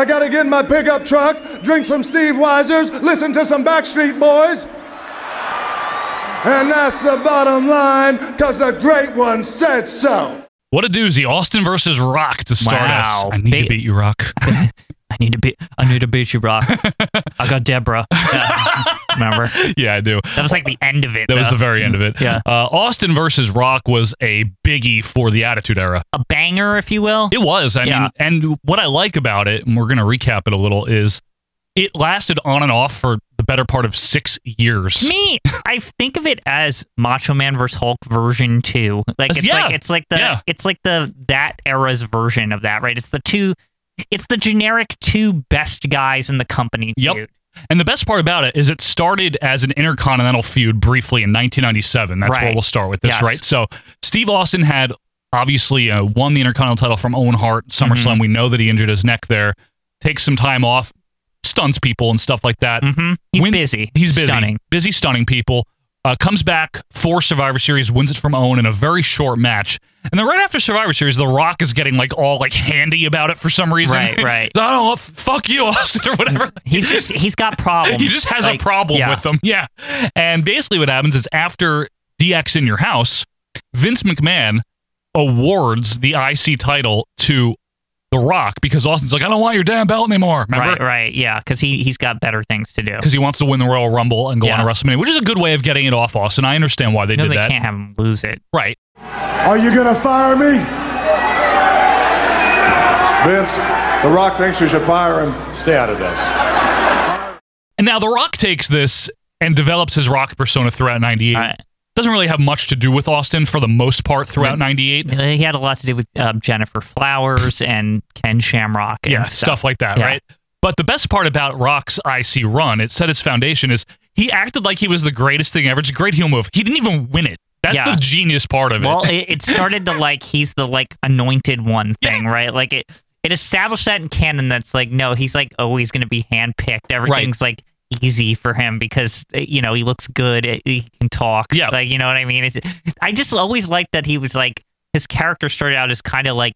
S20: I gotta get in my pickup truck, drink some Steve Weisers, listen to some Backstreet Boys. And that's the bottom line, cause the great one said so.
S1: What a doozy! Austin versus Rock to start us.
S2: Wow.
S1: I need to
S2: Ba-
S1: beat you, Rock.
S2: I need to be. I need to beat you, Brock. I got Deborah. Remember?
S1: yeah, I do.
S2: That was like the end of it.
S1: That was
S2: though.
S1: the very end of it.
S2: Yeah.
S1: Uh, Austin versus Rock was a biggie for the Attitude Era.
S2: a banger, if you will.
S1: It was. I
S2: Yeah.
S1: mean, and what I like about it, and we're going to recap it a little, is it lasted on and off for the better part of six years.
S2: To me, I think of it as Macho Man versus Hulk version two. Like it's
S1: Yeah.
S2: like it's like the
S1: Yeah.
S2: it's like the that era's version of that, right? It's the two it's the generic two best guys in the company.
S1: Yep.
S2: feud.
S1: And the best part about it is it started as an intercontinental feud briefly in 1997. That's where
S2: Right.
S1: we'll start with this,
S2: Yes.
S1: right? So Steve Austin had obviously uh, won the intercontinental title from Owen Hart
S2: Mm-hmm.
S1: SummerSlam. We know that he injured his neck there. Takes some time off, stunts people and stuff like that.
S2: Mm-hmm. He's busy.
S1: He's busy,
S2: Stunning.
S1: busy stunning people. Uh, comes back for Survivor Series, wins it from Owen in a very short match, and then right after Survivor Series, The Rock is getting like all like handy about it for some reason.
S2: Right, right.
S1: I don't know. f- Fuck you, Austin, or whatever.
S2: He's just he's got problems.
S1: He just has
S2: Like,
S1: a problem
S2: yeah.
S1: with them. Yeah. And basically, what happens is after DX in your house, Vince McMahon awards the IC title to The Rock because Austin's like, I don't want your damn belt anymore. Remember?
S2: Right, right, yeah, because he he's got better things to do.
S1: Because he wants to win the Royal Rumble and go on
S2: Yeah.
S1: a WrestleMania, which is a good way of getting it off Austin. I understand why they
S2: no,
S1: did
S2: they
S1: that.
S2: can't have him lose it.
S1: Right.
S20: Are you gonna fire me?
S10: Vince, The Rock thinks we should fire him. Stay out of this.
S1: And now The Rock takes this and develops his Rock persona throughout 98. Doesn't really have much to do with Austin for the most part throughout 98.
S2: Uh, He had a lot to do with um, Jennifer Flowers and Ken Shamrock. And
S1: yeah, stuff. like that,
S2: Yeah.
S1: right? But the best part about Rock's IC run, it set its foundation, is he acted like he was the greatest thing ever. It's a great heel move. He didn't even win it. That's
S2: Yeah.
S1: the genius part of it.
S2: Well, it, it started to like he's the like anointed one thing, right? Like it it established that in canon that's like no, he's like always going to be handpicked. Everything's like easy for him because uh, you know he looks good, uh, he can talk. Yeah, like you know what I mean. It's, I just always liked that he was like his character started out as kind of like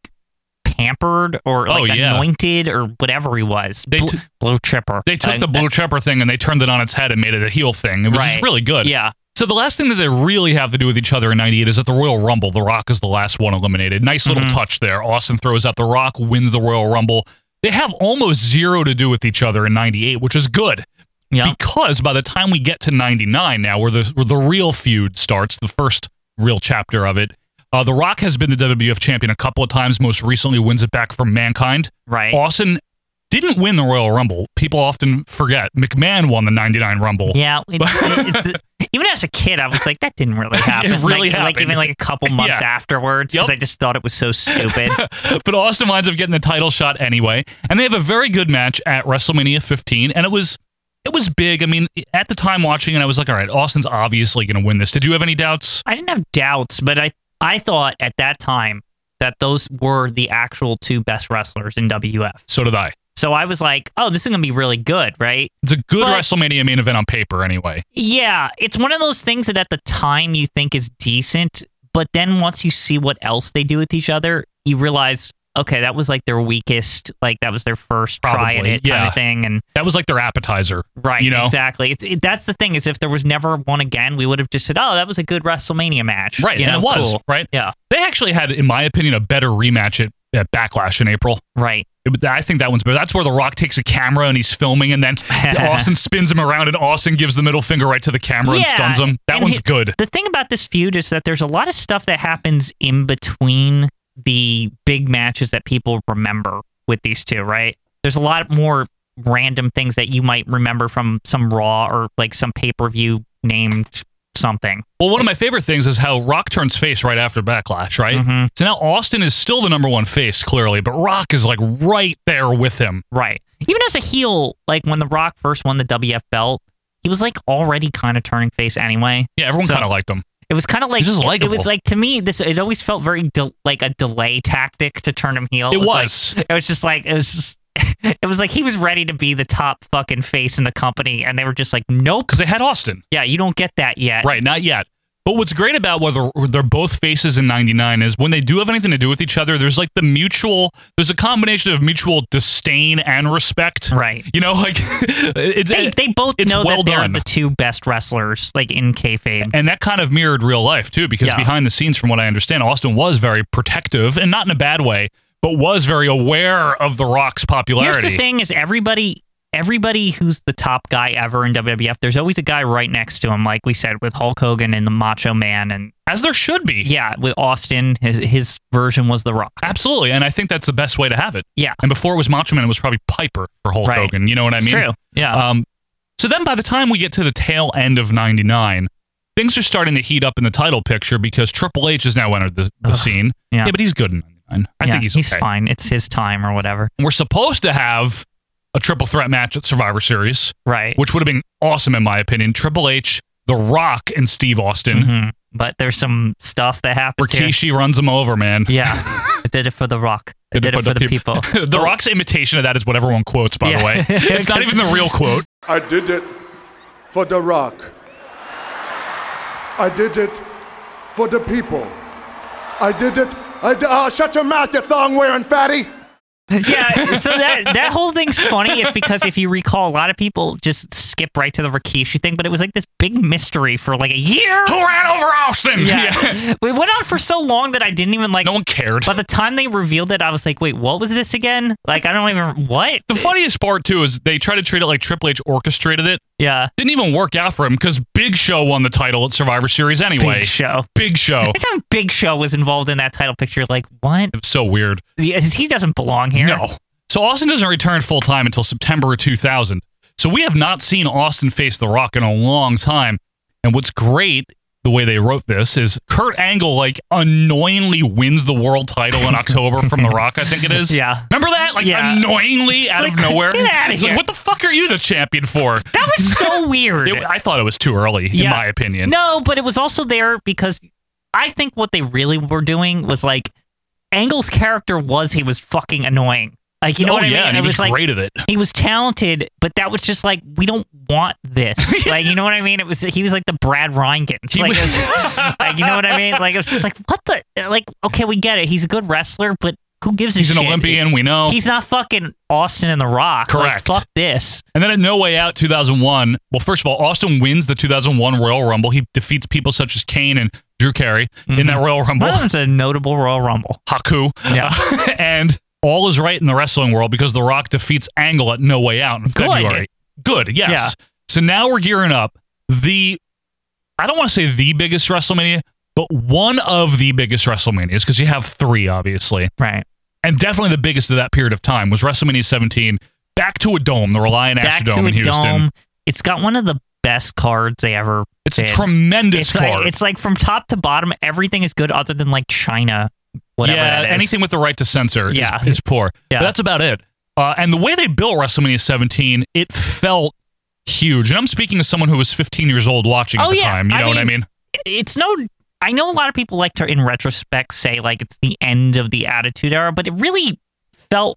S2: pampered or
S1: Oh,
S2: like
S1: yeah.
S2: anointed or whatever he was. Bl- blue tripper.
S1: they took
S2: Uh,
S1: the blue trapper thing and they turned it on its head and made it a heel thing. It was just
S2: Right.
S1: really good.
S2: Yeah.
S1: So the last thing that they really have to do with each other in 98 is at the Royal Rumble, The Rock is the last one eliminated. Nice little
S2: Mhm.
S1: touch there. Austin throws out The Rock, wins the Royal Rumble. They have almost zero to do with each other in 98, which is good.
S2: Yeah.
S1: Because by the time we get to 99 now, where the, where the real feud starts, the first real chapter of it, uh, The Rock has been the WWF champion a couple of times, most recently wins it back from Mankind.
S2: Right.
S1: Austin didn't win the Royal Rumble. People often forget. McMahon won the 99 Rumble.
S2: Yeah, it's, it's, even as a kid, I was like, that didn't really happen.
S1: really
S2: like, like
S1: happened.
S2: even like a couple months
S1: Yeah.
S2: afterwards, because I just thought it was so stupid.
S1: but Austin winds up getting the title shot anyway, and they have a very good match at WrestleMania 15, and it was it was big. I mean, at the time watching it, I was like, all right, Austin's obviously going to win this. Did you have any doubts?
S2: I didn't have doubts, but I I thought at that time that those were the actual two best wrestlers in WF.
S1: So did I.
S2: So I was like, oh, this is gonna be really good, right?
S1: It's a good
S2: But-
S1: WrestleMania main event on paper, anyway.
S2: Yeah, it's one of those things that at the time you think is decent, but then once you see what else they do with each other, you realize okay, that was like their weakest, like that was their first try at
S1: Probably,
S2: it kind
S1: yeah.
S2: of thing, and
S1: that was like their appetizer,
S2: right?
S1: you know?
S2: exactly. It's, it, that's the thing is, if there was never one again, we would have just said, oh, that was a good WrestleMania match,
S1: Right,
S2: You
S1: and
S2: know,
S1: it was,
S2: cool.
S1: right? Yeah. They actually had, in my opinion, a better rematch at, at Backlash in April.
S2: Right.
S1: I think that one's better. That's where The Rock takes a camera and he's filming, and then Austin spins him around, and Austin gives the middle finger right to the camera and
S2: Yeah,
S1: stuns him. That
S2: and
S1: one's
S2: he-
S1: good.
S2: The thing about this feud is that there's a lot of stuff that happens in between the big matches that people remember with these two, right? There's a lot more random things that you might remember from some Raw or like some pay per view named something.
S1: Well, one of my favorite things is how Rock turns face right after Backlash, right?
S2: Mm-hmm.
S1: So now Austin is still the number one face, clearly, but Rock is like right there with him.
S2: Right. Even as a heel, like when The Rock first won the WF belt, he was like already kind of turning face anyway.
S1: Yeah, everyone
S2: So-
S1: kind of liked him.
S2: It was kind of like
S1: He's just
S2: it, it
S1: likable.
S2: was like to me this it always felt very de- like a delay tactic to turn him heel.
S1: It
S2: like-
S1: was.
S2: it was just like it was. Just, it was like he was ready to be the top fucking face in the company, and they were just like, nope,
S1: because they had Austin.
S2: Yeah, you don't get that yet.
S1: Right, not yet. But what's great about whether they're both faces in 99 is when they do have anything to do with each other, there's like the mutual, there's a combination of mutual disdain and respect.
S2: Right.
S1: You know, like, it's,
S2: They, they both
S1: it's
S2: know
S1: well
S2: that they're
S1: done.
S2: the two best wrestlers, like in kayfabe.
S1: and that kind of mirrored real life too, because
S2: Yeah.
S1: behind the scenes, from what I understand, Austin was very protective and not in a bad way, but was very aware of The Rock's popularity.
S2: Here's the thing: is everybody, everybody who's the top guy ever in WWF, there's always a guy right next to him, like we said with Hulk Hogan and the Macho Man, and
S1: as there should be.
S2: Yeah, with Austin, his his version was The Rock.
S1: Absolutely, and I think that's the best way to have it.
S2: Yeah.
S1: And before it was Macho Man, it was probably Piper for Hulk
S2: Right.
S1: Hogan. You know what I
S2: It's
S1: mean?
S2: true. Yeah.
S1: Um, so then, by the time we get to the tail end of '99, things are starting to heat up in the title picture because Triple H has now entered the, the scene.
S2: yeah.
S1: but he's good in '99. I
S2: Yeah,
S1: think he's
S2: he's
S1: okay.
S2: fine. It's his time or whatever.
S1: We're supposed to have a triple threat match at Survivor Series,
S2: right?
S1: Which would have been awesome in my opinion. Triple H, The Rock, and Steve Austin.
S2: Mhm. But there's some stuff that happens. here.
S1: Rikishi runs him over, man.
S2: Yeah, I did it for The Rock. I did, it for the people. Oh.
S1: the Rock's imitation of that is what everyone quotes, by
S2: Yeah.
S1: the way. It's not even the real quote.
S20: I did it for The Rock. I did it for the people. I did it. I d- uh, shut your mouth, you thong wearing fatty.
S2: yeah, so that that whole thing's funny is because if you recall, a lot of people just skip right to the Rikishi thing, but it was like this big mystery for like a year.
S1: Who ran over Austin?
S2: Yeah,
S1: Yeah.
S2: we went on for so long that I didn't even like. No one
S1: cared.
S2: By the time they revealed it, I was like, "Wait, what was this again?" Like, I don't even what.
S1: The funniest part too is they try to treat it like Triple H orchestrated it.
S2: Yeah,
S1: didn't even work out for him because Big Show won the title at Survivor Series anyway.
S2: Big Show.
S1: Big Show.
S2: Every time Big Show was involved in that title picture, like what?
S1: It's so weird.
S2: Yeah, uh, he doesn't belong here.
S1: No. So Austin doesn't return full time until September of 2000. So we have not seen Austin face The Rock in a long time. And what's great, the way they wrote this, is Kurt Angle like annoyingly wins the world title in October from The Rock. I think it is.
S2: Yeah.
S1: Remember that? Like
S2: Yeah.
S1: annoyingly
S2: It's
S1: out of
S2: like,
S1: nowhere.
S2: get outta
S1: it's
S2: here.
S1: like what the fuck are you the champion for?
S2: That was so weird.
S1: It- I thought it was too early, in
S2: Yeah.
S1: my opinion.
S2: No, but it was also there because I think what they really were doing was like Angle's character was he was fucking annoying. Like you know
S1: Oh,
S2: what I
S1: yeah,
S2: mean?
S1: and he was
S2: like,
S1: great at it.
S2: He was talented, but that was just like we don't want this. like you know what I mean? It was he was like the Brad Reingans. Like, it was- like, you know what I mean? Like it was just like what the like okay we get it. He's a good wrestler, but who gives a
S1: He's an
S2: shit?
S1: Olympian, we know.
S2: He's not fucking Austin and The Rock.
S1: Correct.
S2: Like, fuck this.
S1: And then at No Way Out 2001, well, first of all, Austin wins the 2001 Royal Rumble. He defeats people such as Kane and Drew Carey in that Royal Rumble.
S2: That was a notable Royal Rumble.
S1: Haku.
S2: Mm-hmm. Yeah.
S1: and all is right in the wrestling world because The Rock defeats Angle at No Way Out in February. Good, yes.
S2: Yeah.
S1: So now we're gearing up. The, I don't want to say the biggest WrestleMania, but one of the biggest WrestleManias because you have three, obviously.
S2: Right.
S1: And definitely the biggest of that period of time was WrestleMania 17. Back to a dome, the Reliant
S2: back
S1: Astrodome
S2: to a
S1: in Houston.
S2: dome. It's got one of the best cards they ever.
S1: It's a
S2: did.
S1: tremendous
S2: It's like-
S1: card.
S2: it's like from top to bottom, everything is good, other than like China, whatever
S1: yeah,
S2: that is.
S1: anything with the right to censor is-
S2: Yeah.
S1: is, poor.
S2: Yeah.
S1: But that's about it. Uh, and the way they built WrestleMania 17, it felt huge. And I'm speaking as someone who was 15 years old watching at
S2: Oh
S1: the
S2: yeah,
S1: time. You know what I mean?
S2: It's no. I know a lot of people like to, in retrospect, say like it's the end of the Attitude Era, but it really felt,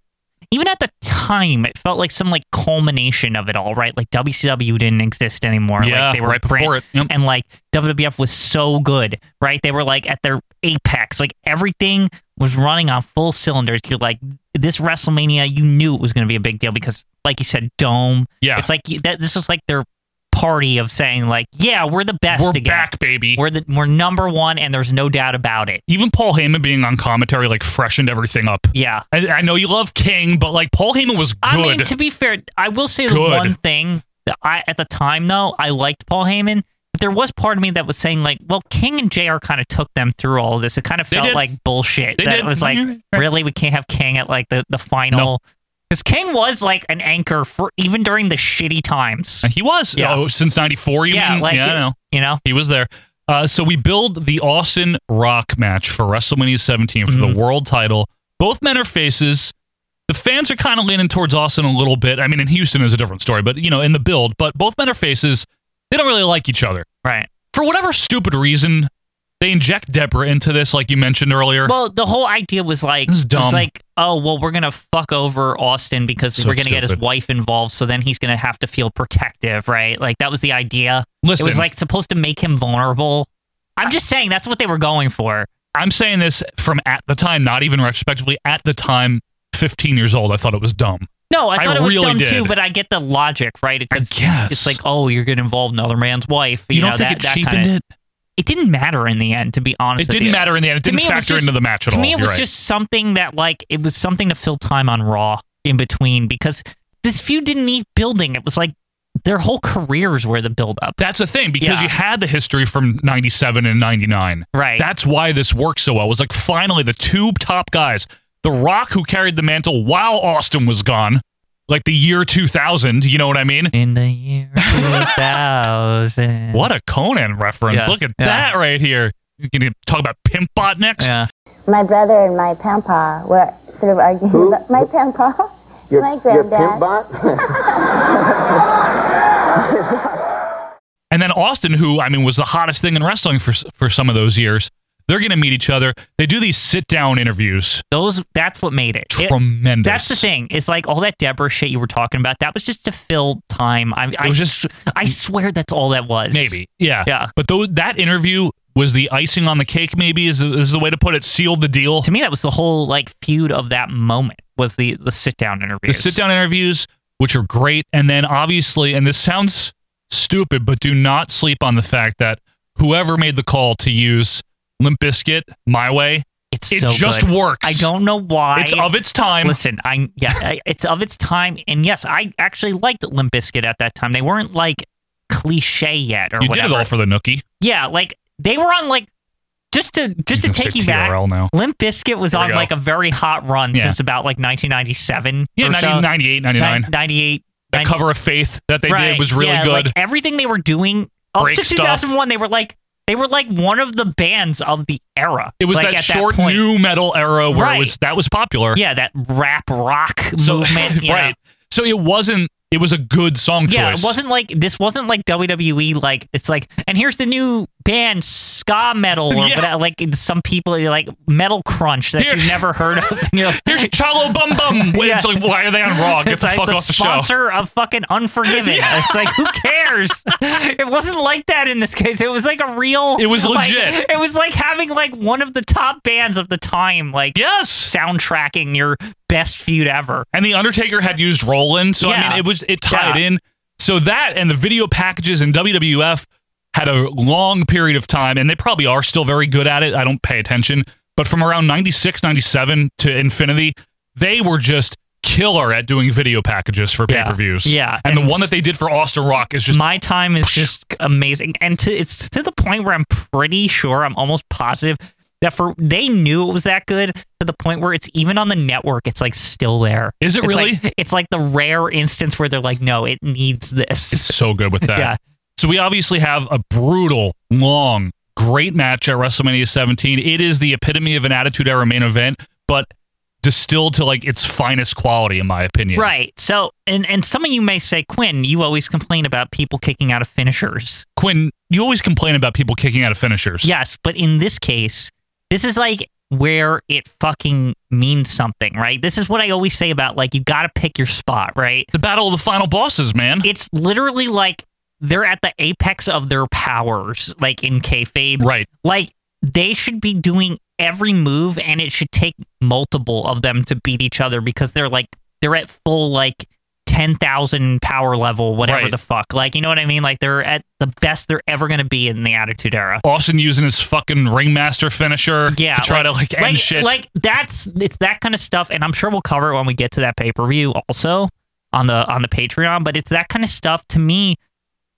S2: even at the time, it felt like some like culmination of it all, right? Like WCW didn't exist anymore.
S1: Yeah,
S2: like, they were
S1: right before
S2: brand-
S1: it. Yep.
S2: and like WWF was so good, right? They were like at their apex. Like everything was running on full cylinders. You're like, this WrestleMania, you knew it was going to be a big deal because, like you said, Dome.
S1: Yeah.
S2: It's like you- that. This was like their party of saying, like, yeah, we're the best.
S1: We're
S2: again.
S1: back, baby.
S2: We're the we're number one, and there's no doubt about it.
S1: Even Paul Heyman being on commentary like freshened everything up.
S2: Yeah.
S1: I, I know you love King, but like Paul Heyman was good.
S2: I mean, to be fair, I will say the
S1: Good.
S2: one thing that I at the time though I liked Paul Heyman, but there was part of me that was saying like, well, King and Jr. kind of took them through all of this. It kind of
S1: They
S2: felt
S1: did.
S2: like bullshit.
S1: They
S2: that
S1: did. Mm-hmm.
S2: it was like,
S1: You're
S2: really, we can't have King at like the the final. Because King was like an anchor for even during the shitty times.
S1: He was.
S2: Yeah.
S1: Oh, since 94, you
S2: Yeah,
S1: mean?
S2: like,
S1: yeah, I know.
S2: you know?
S1: He was there. Uh, so we build the Austin Rock match for WrestleMania 17 for the world title. Both men are faces. The fans are kind of leaning towards Austin a little bit. I mean, in Houston is a different story, but you know, in the build, but both men are faces. They don't really like each other.
S2: Right.
S1: For whatever stupid reason, they inject Deborah into this, like you mentioned earlier.
S2: Well, the whole idea was like,
S1: This is dumb.
S2: was like, oh well, we're gonna fuck over Austin because
S1: So
S2: we're gonna get his
S1: stupid.
S2: wife involved, so then he's gonna have to feel protective, right? Like that was the idea. it
S1: Listen.
S2: was like supposed to make him vulnerable. I'm just saying that's what they were going for.
S1: I'm saying this from at the time, not even retrospectively, at the time, 15 years old, I thought it was dumb.
S2: No, I
S1: I
S2: thought it was
S1: really
S2: dumb
S1: did.
S2: too, but I get the logic, right? Because it's like, oh, you're gonna involve another man's wife. You,
S1: You don't
S2: know,
S1: think
S2: that,
S1: it
S2: that
S1: cheapened
S2: kinda-
S1: it?
S2: It didn't matter in the end, to be honest.
S1: It
S2: with
S1: didn't
S2: you.
S1: matter in the end. It
S2: To
S1: didn't
S2: me, was
S1: factor
S2: just-
S1: into the match at
S2: to
S1: all.
S2: me, it
S1: You're
S2: was
S1: right.
S2: just something that like it was something to fill time on Raw in between because this feud didn't need building. It was like their whole careers were the build up.
S1: That's the thing because
S2: Yeah.
S1: you had the history from 97 and 99.
S2: Right.
S1: That's why this worked so well. It was like finally the two top guys, The Rock, who carried the mantle while Austin was gone, like the year 2000. You know what I mean?
S2: In the year 2000.
S1: What a Conan reference.
S2: Yeah.
S1: Look at
S2: Yeah.
S1: that right here. You can talk about Pimp Bot next. Yeah.
S21: My brother and my pampa were sort of arguing. About my pampa, my granddad.
S1: And then Austin, who I mean was the hottest thing in wrestling for for some of those years, they're going to meet each other. They do these sit down interviews.
S2: Those that's what made it It-
S1: Tremendous.
S2: that's the thing. It's like all that Deborah shit you were talking about. That was just to fill time. I, I
S1: was
S2: just I swear that's all that was.
S1: Maybe, yeah,
S2: Yeah.
S1: But though that interview was the icing on the cake. Maybe is is the way to put it. Sealed the deal.
S2: To me, that was the whole like feud of that moment was the the sit down
S1: The
S2: interview.
S1: sit down interviews, which are great, and then obviously, and this sounds stupid, but do not sleep on the fact that whoever made the call to use Limp Biscuit My Way,
S2: It's
S1: it
S2: so
S1: just
S2: good.
S1: works.
S2: I don't know why.
S1: It's of its time.
S2: Listen, I yeah, I- it's of its time, and yes, I actually liked Limp Bizkit at that time. They weren't like cliche yet, or
S1: You
S2: whatever.
S1: did it all for the nookie.
S2: yeah, like they were on like just to just to
S1: can
S2: take
S1: say
S2: you back.
S1: TRL now.
S2: Limp Bizkit was
S1: There we
S2: on
S1: go.
S2: like a very hot run
S1: Yeah.
S2: since about like 1997.
S1: Yeah,
S2: or
S1: 90,
S2: so.
S1: 98, 99.
S2: Nin- 98.
S1: That
S2: 90
S1: cover of Faith that they
S2: Right,
S1: did was really
S2: yeah,
S1: good.
S2: Like everything they were doing up
S1: Break
S2: to
S1: stuff.
S2: 2001, they were like they were like one of the bands of the era.
S1: it was
S2: like,
S1: that
S2: at
S1: short
S2: point.
S1: new metal era where
S2: Right.
S1: it was that was popular.
S2: Yeah, that rap rock
S1: so,
S2: movement. you know.
S1: right. So it wasn't. It was a good song
S2: Yeah,
S1: choice.
S2: it wasn't like this wasn't like WWE like it's like and here's the new band ska metal or
S1: Yeah.
S2: whatever, like some people like metal crunch that
S1: Here-
S2: you've never heard of. and you're like,
S1: Here's Chalo Bum Bum. Wait,
S2: Yeah.
S1: It's like why are they on Raw? Get
S2: it's
S1: the
S2: like
S1: fuck
S2: the
S1: off the show.
S2: sponsor of fucking Unforgiven. It's like who cares? it wasn't like that in this case. It was like a real.
S1: It was
S2: like,
S1: legit.
S2: It was like having like one of the top bands of the time, like
S1: Yes.
S2: soundtracking your best feud ever.
S1: And the Undertaker had used Roland, so I
S2: Yeah.
S1: mean, it was it tied
S2: Yeah.
S1: in. So that and the video packages in WWF had a long period of time, and they probably are still very good at it. I don't pay attention, but from around 96, 97 to Infinity, they were just killer at doing video packages for pay per views.
S2: Yeah.
S1: and,
S2: And
S1: the one that they did for Austin Rock is just
S2: my time is just amazing and to, it's to the point where i'm pretty sure i'm almost positive that for they knew it was that good to the point where it's even on the network it's like still there
S1: Is it
S2: It's
S1: really?
S2: like- it's like the rare instance where they're like no it needs this
S1: It's so good with that.
S2: Yeah.
S1: So we obviously have a brutal, long, great match at WrestleMania 17. It is the epitome of an Attitude Era main event, but distilled to like its finest quality, in my opinion.
S2: right so and and some of you may say quinn you always complain about people kicking out of finishers
S1: Quinn, you always complain about people kicking out of finishers.
S2: Yes, but in this case, this is like where it fucking means something, right? This is what I always say about like you got to pick your spot, right?
S1: The battle of the final bosses, man.
S2: It's literally like they're at the apex of their powers, like in kayfabe,
S1: Right.
S2: Like they should be doing every move and it should take multiple of them to beat each other because they're like they're at full like 10,000 power level whatever
S1: Right.
S2: the fuck like you know what i mean like they're at the best they're ever going to be in the attitude era
S1: Austin using his fucking ringmaster finisher
S2: yeah
S1: to try to like end
S2: like,
S1: shit.
S2: like that's it's that kind of stuff and i'm sure we'll cover it when we get to that pay-per-view also on the on the patreon but it's that kind of stuff to me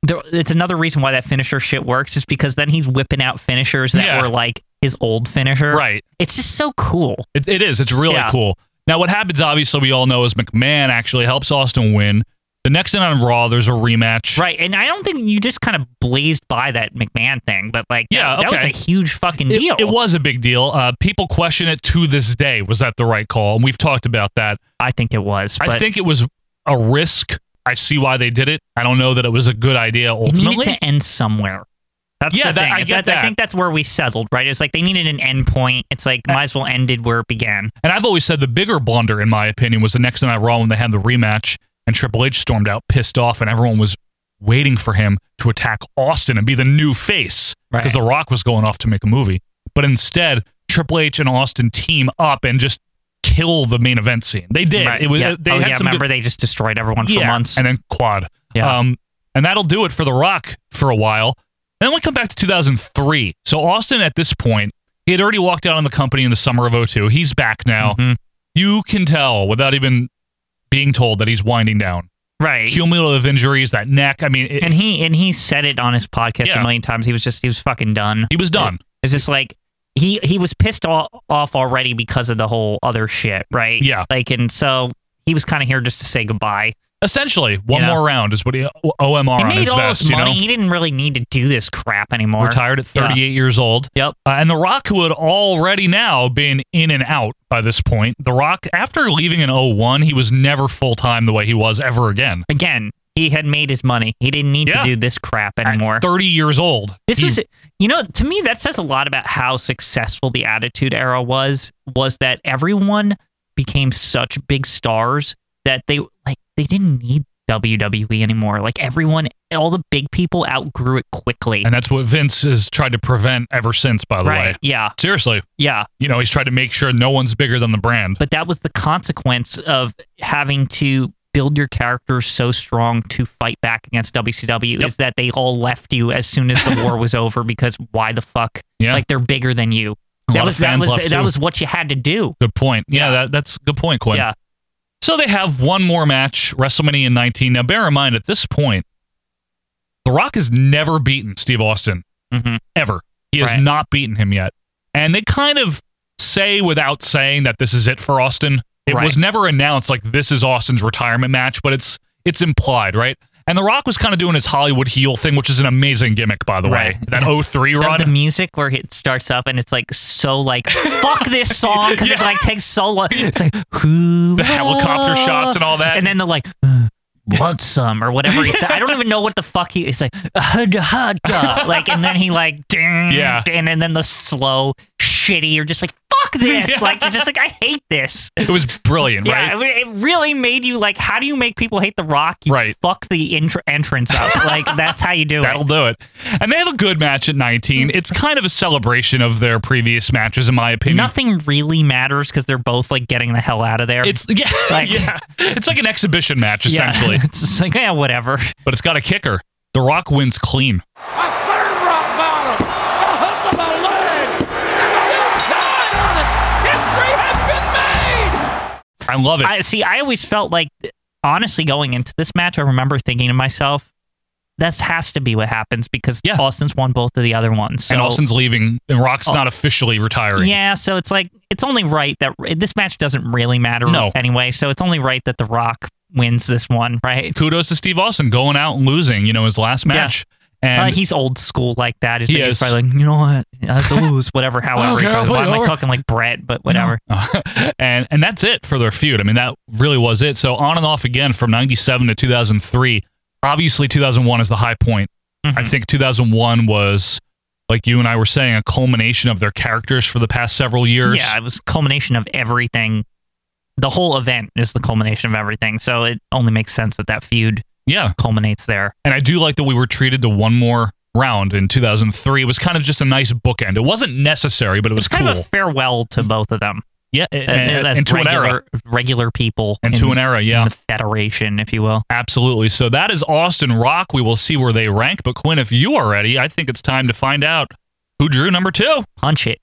S2: there, it's another reason why that finisher shit works is because then he's whipping out finishers that
S1: Yeah.
S2: were like his old finisher
S1: Right.
S2: it's just so cool
S1: It, it is. It's really
S2: Yeah.
S1: cool. Now, what happens, obviously, we all know is McMahon actually helps Austin win. The next night on Raw, there's a rematch.
S2: Right, and I don't think you just kind of blazed by that McMahon thing, but like,
S1: Yeah,
S2: that, that was
S1: okay.
S2: a huge fucking
S1: It-
S2: Mm-hmm. deal.
S1: It, was a big deal. Uh, people question it to this day. Was that the right call? And we've talked about that.
S2: I think it was.
S1: I
S2: but-
S1: think it was a risk. I see why they did it. I don't know that it was a good idea
S2: It needed
S1: ultimately.
S2: to end somewhere. That's
S1: Yeah,
S2: the
S1: that-
S2: thing.
S1: I
S2: It's
S1: get
S2: I
S1: that.
S2: think that's where we settled, right? It's like they needed an end point. It's like might as well end it where it began.
S1: and I've always said the bigger blunder, in my opinion, was the next night on Raw when they had the rematch and Triple H stormed out pissed off and everyone was waiting for him to attack Austin and be the new face because The Rock was going off to make a movie. But instead, Triple H and Austin team up and just kill the main event scene. They did.
S2: Right,
S1: It was,
S2: yeah.
S1: They
S2: oh,
S1: had
S2: yeah,
S1: some good-
S2: remember they just destroyed everyone for months.
S1: and then quad.
S2: Yeah.
S1: Um, and that'll do it for The Rock for a while. Then we come back to 2003. So Austin, at this point, he had already walked out on the company in the summer of 02. He's back now.
S2: Mm-hmm.
S1: You can tell without even being told that he's winding down.
S2: Right.
S1: Cumulative injuries, that neck. I mean, it,
S2: and he and he said it on his podcast
S1: Yeah.
S2: a million times. He was just he was fucking done.
S1: He was done.
S2: It's just like he he was pissed off, off already because of the whole other shit, right?
S1: Yeah.
S2: Like and so he was kind of here just to say goodbye.
S1: essentially one
S2: You know.
S1: more round is what he OMR
S2: he
S1: on
S2: made
S1: his
S2: all
S1: vest.
S2: his
S1: you know?
S2: money. He didn't really need to do this crap anymore.
S1: Retired at 38
S2: Yeah.
S1: years old.
S2: Yep.
S1: Uh, and The Rock, who had already now been in and out by this point, The Rock, after leaving in 01, he was never full time the way he was ever again.
S2: Again, he had made his money. He didn't need
S1: Yeah.
S2: to do this crap anymore.
S1: 30 years old.
S2: This
S1: He-
S2: was, you know, to me that says a lot about how successful the Attitude Era was. Was that everyone became such big stars that they like they didn't need WWE anymore. Like everyone, all the big people outgrew it quickly.
S1: And that's what Vince has tried to prevent ever since, by the
S2: Right,
S1: way.
S2: yeah.
S1: Seriously.
S2: Yeah.
S1: You know, he's tried to make sure no one's bigger than the brand.
S2: But that was the consequence of having to build your characters so strong to fight back against WCW is that they all left you as soon as the war was over because why the fuck?
S1: Yeah.
S2: Like they're bigger than you.
S1: A lot
S2: that
S1: of
S2: was
S1: fans
S2: that was
S1: left,
S2: that
S1: too.
S2: was what you had to do.
S1: Good point. Yeah, That, that's a good point, Quinn.
S2: Yeah.
S1: So they have one more match, WrestleMania 19. Now, bear in mind, at this point, The Rock has never beaten Steve Austin, ever. He has
S2: Mm-hmm. Right.
S1: not beaten him yet. And they kind of say without saying that this is it for Austin. It
S2: Right.
S1: was never announced like this is Austin's retirement match, but it's it's implied, right? And The Rock was kind of doing his Hollywood heel thing, which is an amazing gimmick, by the way.
S2: Right.
S1: That 03
S2: The-
S1: run.
S2: The music where it starts up and it's like so like fuck this song because it like takes so long. It's like who
S1: The helicopter shots and all that.
S2: and then they're like "Uh, want some or whatever he said. I don't even know what the fuck he. It's like hudda hudda like and then he like ding
S1: Yeah.
S2: ding, and then the slow shitty. You're just like fuck this like you're just like I hate this.
S1: it was brilliant, right?
S2: Yeah, I mean, it really made you like. How do you make people hate The Rock? You
S1: Right.
S2: fuck the intr- entrance up. Like that's how you do it.
S1: That'll do it. And they have a good match at 19.
S2: Hmm.
S1: It's kind of a celebration of their previous matches, in my opinion.
S2: nothing really matters because they're both like getting the hell out of there.
S1: It's yeah,
S2: Like-
S1: yeah. It's like an exhibition match
S2: Yeah.
S1: essentially,
S2: it's just like yeah, whatever.
S1: but it's got a kicker. The Rock wins clean. I love it.
S2: I see. I always felt like, honestly, going into this match, I remember thinking to myself, "This has to be what happens because Austin's won both of the other ones." So,
S1: and Austin's leaving, and Rock's
S2: Oh.
S1: not officially retiring.
S2: yeah, so it's like it's only right that this match doesn't really matter
S1: No.
S2: anyway. So it's only right that The Rock wins this one, right?
S1: Kudos to Steve Austin going out and losing. You know his last match,
S2: Uh,
S1: and
S2: he's old school like that. He's,
S1: He
S2: he's
S1: is.
S2: probably like, you know what? I have to lose, whatever. However, he
S1: Okay,
S2: talks.
S1: I'll
S2: why am I
S1: play-
S2: talking like Brett? But whatever.
S1: and and that's it for their feud. I mean, that really was it. So on and off again from '97 to 2003. Obviously, 2001 is the high point.
S2: Mm-hmm.
S1: I think 2001 was, like you and I were saying, a culmination of their characters for the past several years.
S2: Yeah, it was culmination of everything. The whole event is the culmination of everything. So it only makes sense that that feud
S1: yeah.
S2: culminates there.
S1: And I do like that we were treated to one more round in 2003 it was kind of just a nice bookend. It wasn't necessary, but it was,
S2: It's kind
S1: cool.
S2: of a farewell to both of them.
S1: Yeah,
S2: and,
S1: and-
S2: that's
S1: and to an
S2: regular,
S1: era.
S2: regular people,
S1: and
S2: in-
S1: to an era, yeah,
S2: the federation, if you will.
S1: Absolutely. So that is Austin Rock. We will see where they rank. But Quinn, if you are ready, I think it's time to find out who drew number two.
S2: Punch it.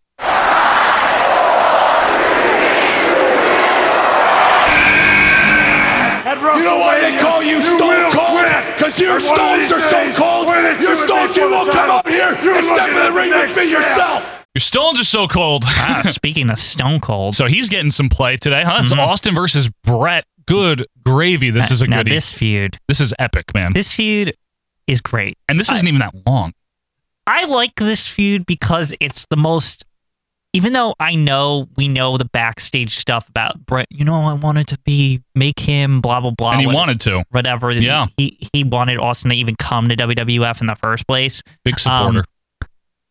S11: You know why they call you Stone Cold? Because your stones are so cold. Your stones, you won't come up here and step in the ring with me yourself.
S1: Your stones are so cold.
S2: Ah, speaking of Stone Cold,
S1: so he's getting some play today, huh? It's Austin versus Brett. Good gravy. This is a
S2: now
S1: goodie.
S2: this feud.
S1: This is epic, man.
S2: This feud is great.
S1: and this
S2: I-
S1: isn't even that long.
S2: I like this feud because it's the most. Even though I know we know the backstage stuff about Brett, you know, I wanted to be make him blah blah blah.
S1: And he
S2: what-
S1: wanted to.
S2: whatever.
S1: Yeah.
S2: he he wanted Austin to even come to WWF in the first place.
S1: Big supporter.
S2: Um,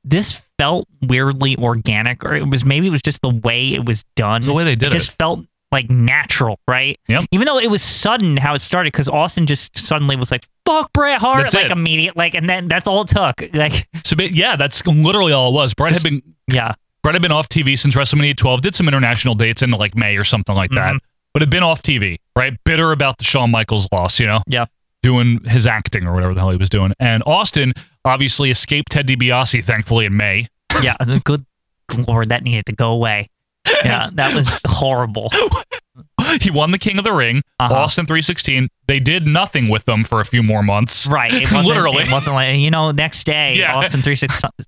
S2: this felt weirdly organic, or it was maybe it was just the way it was done. The way
S1: they did it.
S2: just felt like natural, right?
S1: Yep.
S2: Even though it was sudden how it started, because Austin just suddenly was like, "Fuck Bret Hart!"
S1: That's
S2: like
S1: it.
S2: immediate, like, and then that's all it took. Like,
S1: So ba- yeah, that's literally all it was. Brett had been
S2: yeah,
S1: Brett had been off TV since WrestleMania 12. Did some international dates into like May or something like that,
S2: Mm-hmm.
S1: but had been off TV. Right, bitter about the Shawn Michaels loss. You know,
S2: yeah,
S1: doing his acting or whatever the hell he was doing. And Austin obviously escaped Ted DiBiase, thankfully in May.
S2: yeah. Good lord, that needed to go away. Yeah, that was horrible.
S1: he won the King of the Ring,
S2: Uh-huh.
S1: Austin 316. They did nothing with them for a few more months.
S2: Right. It wasn't,
S1: Literally.
S2: It wasn't like, you know, next day,
S1: Yeah.
S2: Austin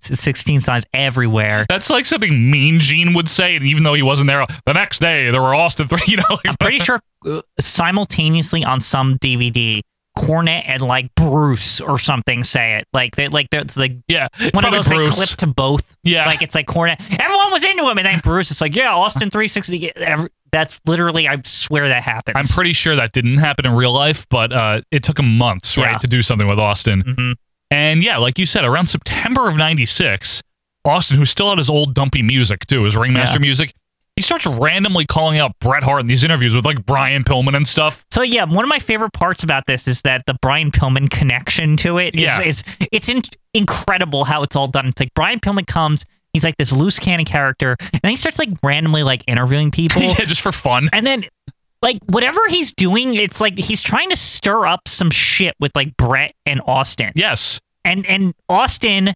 S2: 316 signs everywhere.
S1: That's like something Mean Gene would say, and even though he wasn't there, the next day there were Austin three. You know, like-
S2: I'm pretty sure uh, simultaneously on some DVD, Cornet and like Bruce or something say it. Like, they, like, there's like,
S1: yeah,
S2: one of
S1: probably
S2: those
S1: Bruce.
S2: they clip to both.
S1: Yeah.
S2: Like, it's like Cornet, everyone was into him. And then Bruce, it's like, yeah, Austin 316. every- That's literally, I swear that happens.
S1: I'm pretty sure that didn't happen in real life, but uh, it took him months,
S2: Yeah. Mm-hmm.
S1: right, to do something with Austin. And yeah, like you said, around September of '96, Austin, who still had his old dumpy music too, his ringmaster
S2: Yeah.
S1: music, he starts randomly calling out Bret Hart in these interviews with like Brian Pillman and stuff.
S2: So yeah, one of my favorite parts about this is that the Brian Pillman connection to it is
S1: Yeah.
S2: is it's in- incredible how it's all done. It's like Brian Pillman comes, he's like this loose cannon character, and then he starts like randomly like interviewing people,
S1: yeah, just for fun.
S2: and then like whatever he's doing, it's like he's trying to stir up some shit with like Brett and Austin,
S1: Yes.
S2: and and Austin,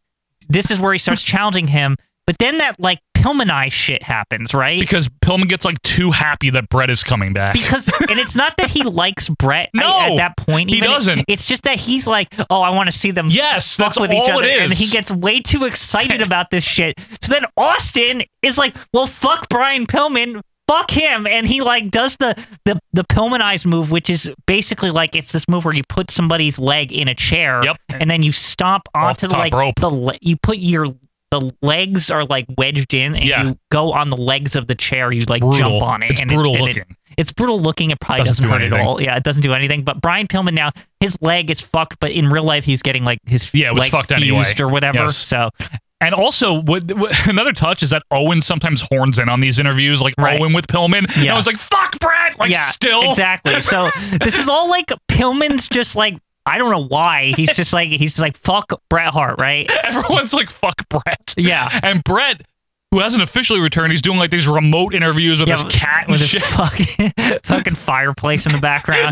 S2: this is where he starts challenging him, but then that like Pillman eye shit happens, right?
S1: Because Pillman gets like too happy that Brett is coming back.
S2: because and it's not that he likes Brett I-
S1: No,
S2: at that point.
S1: he
S2: even.
S1: doesn't.
S2: It's just that he's like, oh, I want to see them.
S1: Yes,
S2: fuck
S1: that's
S2: with each
S1: all
S2: other,
S1: it
S2: and
S1: is.
S2: he gets way too excited about this shit. So then Austin is like, well, fuck Brian Pillman. Fuck him, and he like does the the the Pillman eyes move, which is basically like it's this move where you put somebody's leg in a chair,
S1: Yep.
S2: and then you stomp
S1: Off
S2: onto
S1: the top
S2: like
S1: rope.
S2: the le- you put your the legs are like wedged in, and
S1: Yeah.
S2: you go on the legs of the chair. You like
S1: brutal.
S2: jump on it.
S1: It's
S2: and
S1: brutal
S2: and
S1: looking.
S2: it's brutal looking. It probably
S1: Doesn't
S2: doesn't,
S1: do
S2: hurt
S1: anything.
S2: at all. Yeah, it doesn't do anything. But Brian Pillman now, his leg is fucked, but in real life, he's getting like his
S1: Yeah, it was
S2: leg
S1: fucked
S2: fused
S1: anyway.
S2: or whatever.
S1: Yes.
S2: So
S1: And also, what, what, another touch is that Owen sometimes horns in on these interviews, like
S2: Right.
S1: Owen with Pillman. And I
S2: Yeah.
S1: was like, fuck Brett! Like,
S2: yeah,
S1: still.
S2: exactly. So this is all like Pillman's just like I don't know why he's just like he's just like fuck Bret Hart, right?
S1: Everyone's like, fuck Brett.
S2: Yeah.
S1: And Brett, who hasn't officially returned, he's doing like these remote interviews with
S2: Yeah,
S1: his cat and
S2: with
S1: shit.
S2: his fucking fucking fireplace in the background,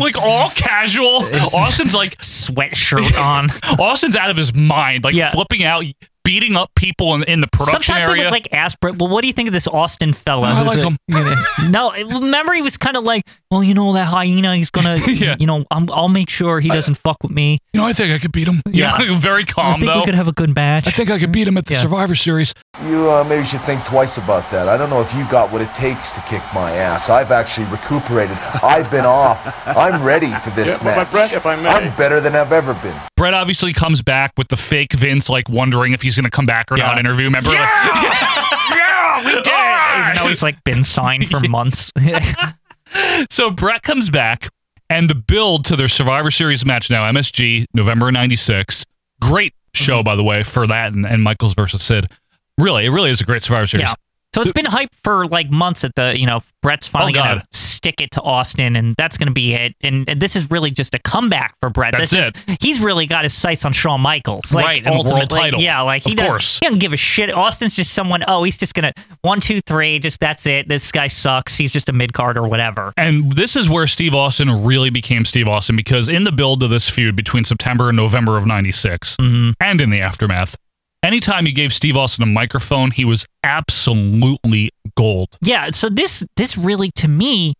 S1: like all casual. Austin's like
S2: sweatshirt on.
S1: Austin's out of his mind, like
S2: Yeah.
S1: flipping out, beating up people in, in the production
S2: Sometimes I
S1: area.
S2: would like "Oh, ask Brett, well, what do you think of this Austin fella?
S1: I
S2: who's
S1: like him.
S2: you know, no, it- remember he was kind of like, well, you know that hyena, he's gonna,
S1: Yeah. uh,
S2: you know, I'm, I'll make sure he doesn't fuck with me.
S1: you know, I think I could beat him.
S2: Yeah.
S1: very
S2: I
S1: calm
S2: think
S1: though.
S2: we could have a good match.
S1: I think I could beat him at the Survivor Series.
S3: You uh, maybe should think twice about that. I don't know if you got what it takes to kick my ass. I've actually recuperated. I've been off. I'm ready for this
S8: Yeah, but
S3: match.
S8: Brett, if I may-
S3: I'm better than I've ever been.
S1: Brett obviously comes back with the fake Vince, like wondering if he's going to come back or
S2: Yeah.
S1: not. Interview, remember? Like, Oh,
S2: yeah, we did. it! Even though he's like been signed for months.
S1: So Brett comes back, and the build to their Survivor Series match now, MSG, November 96.
S2: Mm-hmm.
S1: Great show, by the way, for that and, and Michaels versus Sid. Really, it really is a great Survivor Series.
S2: Yeah. So it's been hyped for like months that the you know Brett's finally
S1: Oh, God.
S2: gonna stick it to Austin and that's gonna be it. And, and this is really just a comeback for Brett.
S1: That's
S2: this is he's really got his sights on Shawn Michaels, like,
S1: Right, and a world
S2: ultimately.
S1: title.
S2: Yeah, like he
S1: Of
S2: doesn't,
S1: course.
S2: he doesn't give a shit. Austin's just someone. Oh, he's just gonna one two three. Just that's it. This guy sucks. He's just a mid card or whatever.
S1: And this is where Steve Austin really became Steve Austin because in the build of this feud between September and November of 96
S2: Mm-hmm.
S1: and in the aftermath, anytime you gave Steve Austin a microphone, he was absolutely gold.
S2: Yeah, so this this really to me,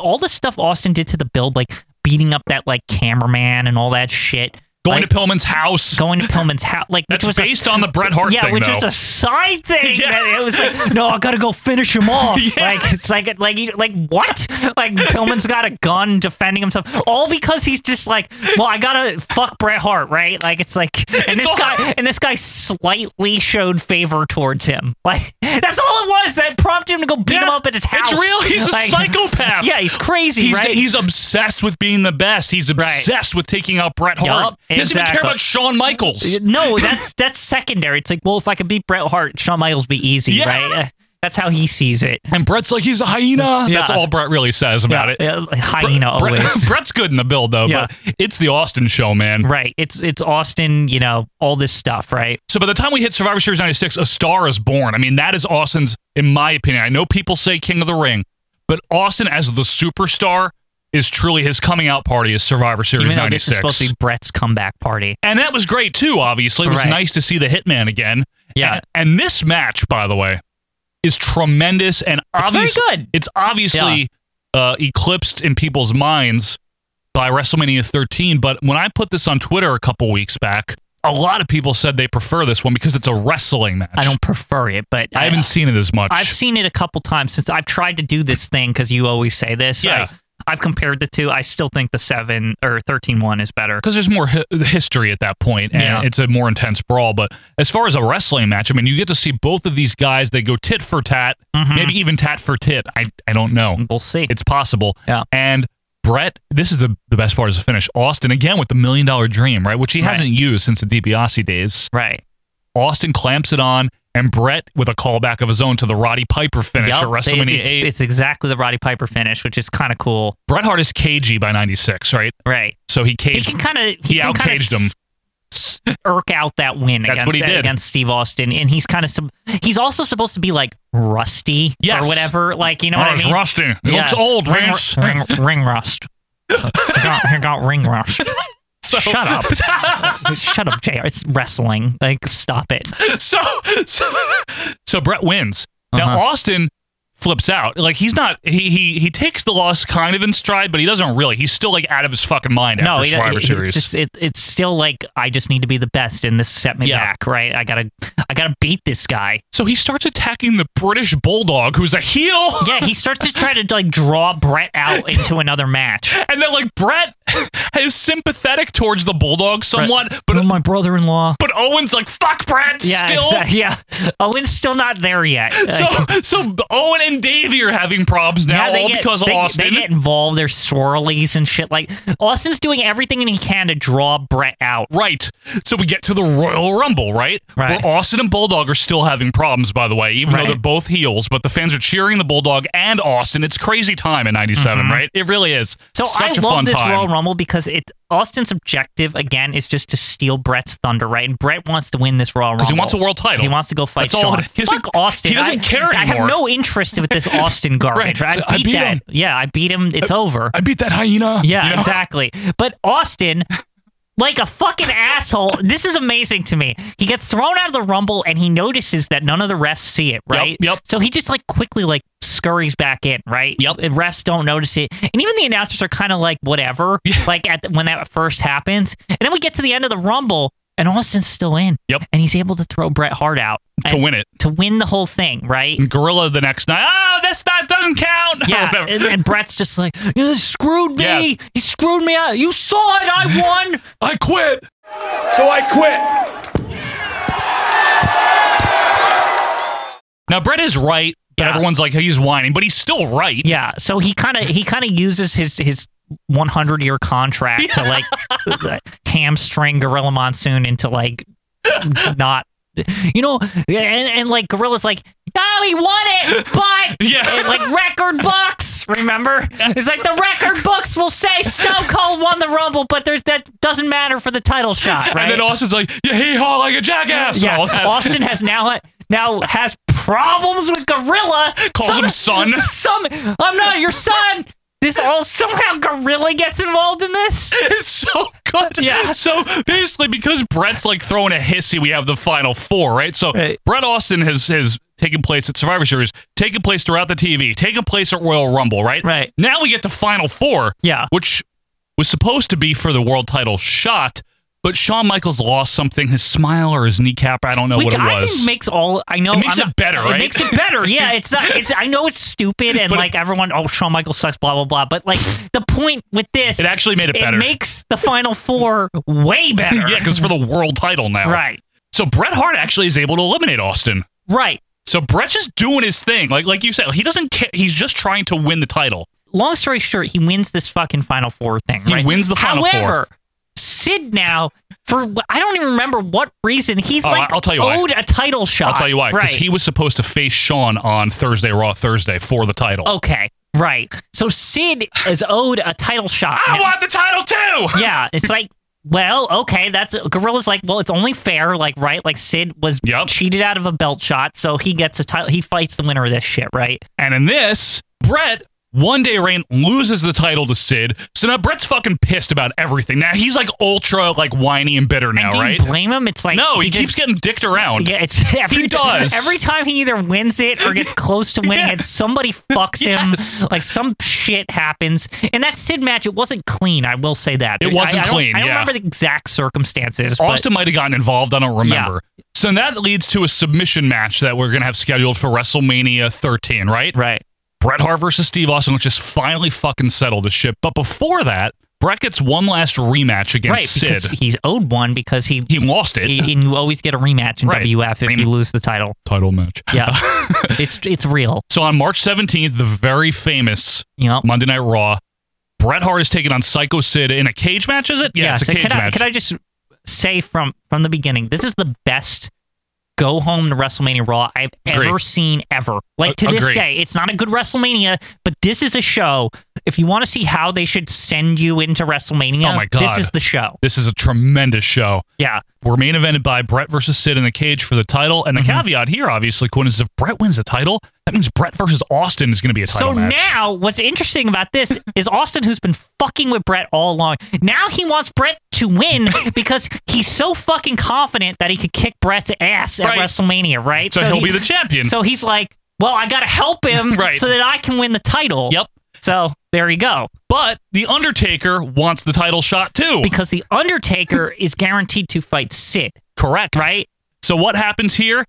S2: all the stuff Austin did to the build, like beating up that like cameraman and all that shit.
S1: Going
S2: like,
S1: to Pillman's house.
S2: Going to Pillman's house. Like which
S1: That's
S2: was a-
S1: based on the Bret Hart
S2: yeah,
S1: thing,
S2: which
S1: though.
S2: is a side thing.
S1: Yeah.
S2: that it was like, no, I gotta go finish him off. Like it's like like you- like what? Like Pillman's got a gun defending himself, all because he's just like, well, I gotta fuck Bret Hart, right? Like it's like, and this guy and this guy slightly showed favor towards him. Like that's all it was that prompted him to go beat him up at his house.
S1: It's real. He's a
S2: Like,
S1: psychopath.
S2: Yeah, he's crazy,
S1: He's,
S2: right?
S1: he's obsessed with being the best. He's obsessed with taking out Bret Hart.
S2: Yup,
S1: he doesn't even care
S2: exactly.
S1: about Shawn Michaels.
S2: No, that's that's secondary. It's like, well, if I could beat Bret Hart, Shawn Michaels be easy,
S1: Yeah.
S2: right? Uh, That's how he sees it.
S1: And Brett's like, he's a hyena. That's all Brett really says about it.
S2: Uh, hyena
S1: Brett-
S2: always.
S1: Brett's good in the build though, but it's the Austin show, man.
S2: Right. It's it's Austin, you know, all this stuff, right?
S1: So by the time we hit Survivor Series 96, A Star is Born. I mean, that is Austin's, in my opinion. I know people say King of the Ring, but Austin as the superstar is truly his coming out party is Survivor Series
S2: Even though
S1: 96.
S2: this is supposed to be Brett's comeback party.
S1: and that was great too, obviously. It was
S2: Right.
S1: nice to see the Hitman again. Yeah. And, and this match, by the way, is tremendous and
S2: It's very
S1: obviously
S2: good.
S1: It's obviously uh, eclipsed in people's minds by WrestleMania 13, but when I put this on Twitter a couple weeks back, a lot of people said they prefer this one because it's a wrestling match.
S2: I don't prefer it, but
S1: I haven't seen it as much.
S2: I've seen it a couple times since I've tried to do this thing because you always say this.
S1: Yeah.
S2: I, have compared the two. I still think the seven or 13 one is better.
S1: because there's more hi- history at that point and
S2: Yeah.
S1: it's a more intense brawl but as far as a wrestling match i mean you get to see both of these guys they go tit for tat maybe even tat for tit I, I don't know
S2: Mm-hmm. we'll see
S1: it's possible
S2: yeah
S1: and brett this is the, the best part is the finish austin again with the million dollar dream right which he
S2: Right.
S1: hasn't used since the DiBiase days
S2: right
S1: austin clamps it on and brett with a callback of his own to the roddy piper finish
S2: Yup,
S1: at wrestlemania
S2: they- it's,
S1: 8
S2: it's exactly the Roddy Piper finish, which is kind of cool.
S1: bret hart is cagey by 96 right
S2: Right.
S1: so he caged
S2: He can kind of
S1: he, outcaged him
S2: irk out that win
S1: That's
S2: against
S1: what he did.
S2: against Steve Austin, and he's kind of he's also supposed to be like rusty
S1: Yes.
S2: or whatever. Like you know
S1: Oh,
S2: what I
S1: he's
S2: mean?
S1: rusty. He looks old,
S2: ring,
S1: Vince.
S2: ring, ring rust. he, got, he got ring rust. Shut up! Shut up, Jr. It's wrestling. Like stop it.
S1: so, so so Brett wins. Now
S2: Uh-huh.
S1: Austin flips out. Like he's not he he he takes the loss kind of in stride, but he doesn't really. He's still like out of his fucking mind after
S2: no, it-
S1: Survivor
S2: it-
S1: Series.
S2: it's just it, it's still like I just need to be the best, and this set me
S1: Yeah.
S2: back. Right? I gotta I gotta beat this guy.
S1: so he starts attacking the British Bulldog, who's a heel.
S2: Yeah, he starts to try to like draw Brett out into another match.
S1: And then like Brett is sympathetic towards the Bulldog somewhat,
S2: but my brother-in-law.
S1: but Owen's like fuck Brett
S2: Mm-hmm. Yeah,
S1: still.
S2: exact- yeah. Owen's still not there yet.
S1: So so Owen and Davey are having problems now,
S2: Yeah, they
S1: all
S2: get-
S1: because of
S2: they,
S1: Austin.
S2: They get involved. They're swirlies and shit. Like Austin's doing everything that he can to draw Brett out.
S1: Right. So we get to the Royal Rumble, right?
S2: Right.
S1: Where Austin and Bulldog are still having problems, by the way, even
S2: Right.
S1: though they're both heels, but the fans are cheering the Bulldog and Austin. It's crazy time in 97,
S2: Mhm.
S1: right? It really is.
S2: So
S1: Such
S2: I
S1: a fun
S2: love this
S1: time.
S2: Royal Rumble because it Austin's objective again is just to steal Brett's thunder, right? And Brett wants to win this Royal Rumble
S1: 'Cause he wants a world title.
S2: He wants to go fight
S1: That's all
S2: Shawn.
S1: it- he doesn't-
S2: Fuck Austin.
S1: he doesn't
S2: I-
S1: care
S2: I have
S1: anymore.
S2: no interest with this Austin garbage.
S1: Right. So
S2: I, beat that.
S1: him.
S2: Yeah, I beat him. It's over.
S1: I beat that hyena.
S2: Yeah,
S1: You know?
S2: exactly. But Austin, like a fucking asshole, this is amazing to me. He gets thrown out of the rumble and he notices that none of the refs see it, right? Yep. So he just like quickly like scurries back in, right? Yep. And refs don't notice it. And even the announcers are kind of like whatever, like at the, when that first happens. And then we get to the end of the rumble and Austin's still in. Yep. And he's able to throw Bret Hart out
S1: To
S2: And-
S1: win it.
S2: To win the whole thing, right?
S1: And Gorilla the next night. Oh, that's not doesn't count. or
S2: Yeah,
S1: whatever.
S2: and, and Brett's just like, you screwed me. He screwed me out. You saw it. I won.
S1: I quit.
S11: So I quit.
S1: Now Brett is right, but everyone's like he's whining, but he's still right.
S2: Yeah. So he kind of he kind of uses his his 100 year contract to like uh, hamstring Gorilla Monsoon into like not. You know, and, and like Gorilla's like, oh, he won it, but yeah. like record books. Remember, it's like the record books will say Stone Cold won the Rumble, but there's that doesn't matter for the title shot, right?
S1: And then Austin's like, yeah, hee haw like a jackass.
S2: Yeah,
S1: All that.
S2: Austin has now now has problems with Gorilla.
S1: Calls him son.
S2: Some, I'm not your son. This all somehow Gorilla gets involved in this.
S1: It's so good.
S2: Yeah.
S1: So basically, because Brett's like throwing a hissy, we have the final four, right? So Brett Austin has has taken place at Survivor Series, taken place throughout the TV, taken place at Royal Rumble, right? Right. Now we get to final four. Yeah. Which was supposed to be for the world title shot, but Shawn Michaels lost something, his smile or his kneecap, I don't know
S2: Which
S1: what it
S2: I
S1: was.
S2: think makes all I know.
S1: It makes
S2: I'm
S1: it better,
S2: It
S1: right?
S2: makes it better. Yeah, it's not. It's I know it's stupid and like everyone. Oh, Shawn Michaels sucks. Blah blah blah. But like the point with this,
S1: It actually made it better.
S2: It makes the final four way better.
S1: yeah, because for the world title now.
S2: Right.
S1: So Bret Hart actually is able to eliminate Austin.
S2: Right.
S1: So Bret's just doing his thing. Like like you said, he doesn't care. He's just trying to win the title.
S2: long story short, he wins this fucking Final Four thing.
S1: He
S2: right?
S1: wins the Final Four.
S2: However, Sid now, for I don't even remember what reason, he's
S1: Oh,
S2: like
S1: I'll tell you why.
S2: owed a title shot.
S1: I'll tell you why. Because
S2: Right.
S1: he was supposed to face Sean on Thursday Raw Thursday for the title.
S2: okay. Right. So Sid is owed a title shot.
S1: I want the title too.
S2: yeah. It's like, well, okay, that's Gorilla's like, well, it's only fair, like, right? Like Sid was cheated out of a belt shot, so he gets a title he fights the winner of this shit, right?
S1: And in this, Brett one day Rain loses the title to Sid. So now Brett's fucking pissed about everything. Now he's like ultra like whiny and bitter now,
S2: do you
S1: right?
S2: blame him? It's like
S1: no, he,
S2: he just-
S1: keeps getting dicked around.
S2: Yeah, it's every,
S1: he does
S2: Every time he either wins it or gets close to winning it, somebody fucks him. Like some shit happens. And that Sid match, it wasn't clean. I will say that.
S1: It
S2: I-
S1: wasn't
S2: I don't-
S1: clean,
S2: I don't
S1: yeah.
S2: remember the exact circumstances. but-
S1: Austin might have gotten involved. I don't remember. So that leads to a submission match that we're going to have scheduled for WrestleMania 13, right?
S2: Right.
S1: Bret Hart versus Steve Austin, which is finally fucking settled this shit. But before that, Bret gets one last rematch against
S2: right,
S1: Sid.
S2: because he's owed one because he he
S1: lost it.
S2: and you always get a rematch in
S1: Right.
S2: WF if you lose the title.
S1: Title match.
S2: Yeah, it's it's real.
S1: So on March 17th, the very famous Monday Night Raw, Bret Hart is taking on Psycho Sid in a cage match, is it? Yeah, it's a
S2: so
S1: cage
S2: could I,
S1: match.
S2: could I just say from from the beginning, this is the best go home to WrestleMania Raw I've ever
S1: Agree.
S2: seen ever. Like to
S1: A-
S2: this
S1: agree.
S2: day, it's not a good WrestleMania, but this is a show. If you want to see how they should send you into WrestleMania,
S1: Oh my god!
S2: this is the show.
S1: This is a tremendous show.
S2: Yeah,
S1: we're main evented by Brett versus Sid in the cage for the title, and the
S2: Mm-hmm.
S1: caveat here, obviously, Quinn, is if Brett wins the title, that means Brett versus Austin is going to be a title
S2: So
S1: match.
S2: now, what's interesting about this is Austin, who's been fucking with Brett all along, now he wants Brett to win because he's so fucking confident that he could kick Brett's ass at
S1: Right.
S2: WrestleMania, right?
S1: So he'll
S2: he-
S1: be the champion.
S2: So he's like, well, I got to help him
S1: Right.
S2: so that I can win the title.
S1: Yep.
S2: So there you go.
S1: But the Undertaker wants the title shot too.
S2: Because the Undertaker is guaranteed to fight Sid.
S1: Correct.
S2: Right?
S1: So what happens here?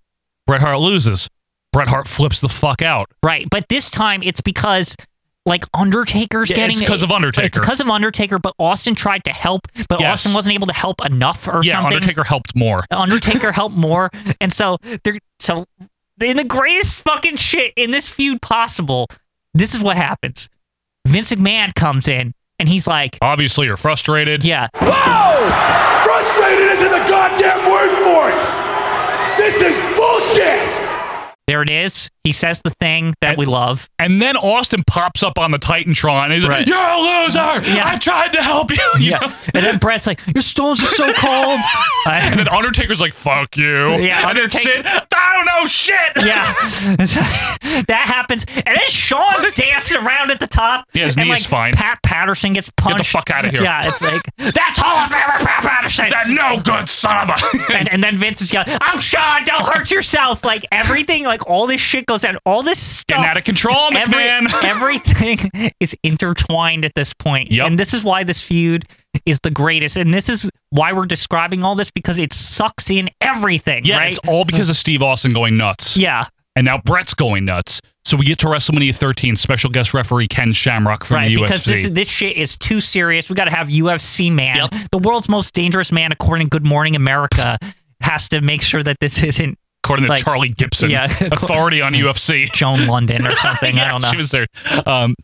S1: Bret Hart loses. Bret Hart flips the fuck out.
S2: Right, but this time it's because like Undertaker's
S1: Yeah,
S2: getting
S1: it's 'cause of Undertaker.
S2: It's because of Undertaker, but Austin tried to help, but
S1: Yes.
S2: Austin wasn't able to help enough or
S1: yeah,
S2: something. Oh.
S1: Undertaker helped more.
S2: Undertaker helped more, and so they're so in the greatest fucking shit in this feud possible. This is what happens. Vince McMahon comes in and he's like,
S1: Obviously, you're frustrated.
S2: Yeah.
S11: Whoa! Frustrated isn't a goddamn word for it! This is bullshit!
S2: "There it is." He says the thing that we love.
S1: And then Austin pops up on the Titantron and he's like,
S2: Right.
S1: You're a loser!
S2: Yeah.
S1: I tried to help you! You know?
S2: and then Brett's like, "Your stones are so cold."
S1: and then Undertaker's like, Fuck you.
S2: Yeah,
S1: And then
S2: Undertaker-
S1: Sid, I don't know shit!
S2: Yeah, that happens, and then Sean's dancing around at the top.
S1: Yeah, his
S2: and
S1: knee
S2: like,
S1: is fine.
S2: Pat Patterson gets punched.
S1: fuck outta here.
S2: Yeah, it's like that's Hall of Famer Pat Patterson.
S1: That no good son of a.
S2: and, and then Vince is going, "I'm Sean. Don't hurt yourself." Like everything, like all this shit goes down. All this stuff
S1: Getting out of control, McMahon.
S2: everything is intertwined at this point,
S1: Yep.
S2: and this is why this feud is the greatest, and this is why we're describing all this because it sucks in everything.
S1: Yeah,
S2: right?
S1: it's all because of Steve Austin going nuts.
S2: Yeah.
S1: And now Brett's going nuts. So we get to WrestleMania 13, special guest referee Ken Shamrock from
S2: right
S1: the UFC.
S2: because this is, this shit is too serious. We got to have UFC man, the world's most dangerous man, according to Good Morning America, has to make sure that this isn't
S1: According to
S2: like-
S1: Charlie Gibson,
S2: Yeah,
S1: authority on UFC.
S2: Joan London or something. I don't know.
S1: She was there. Um,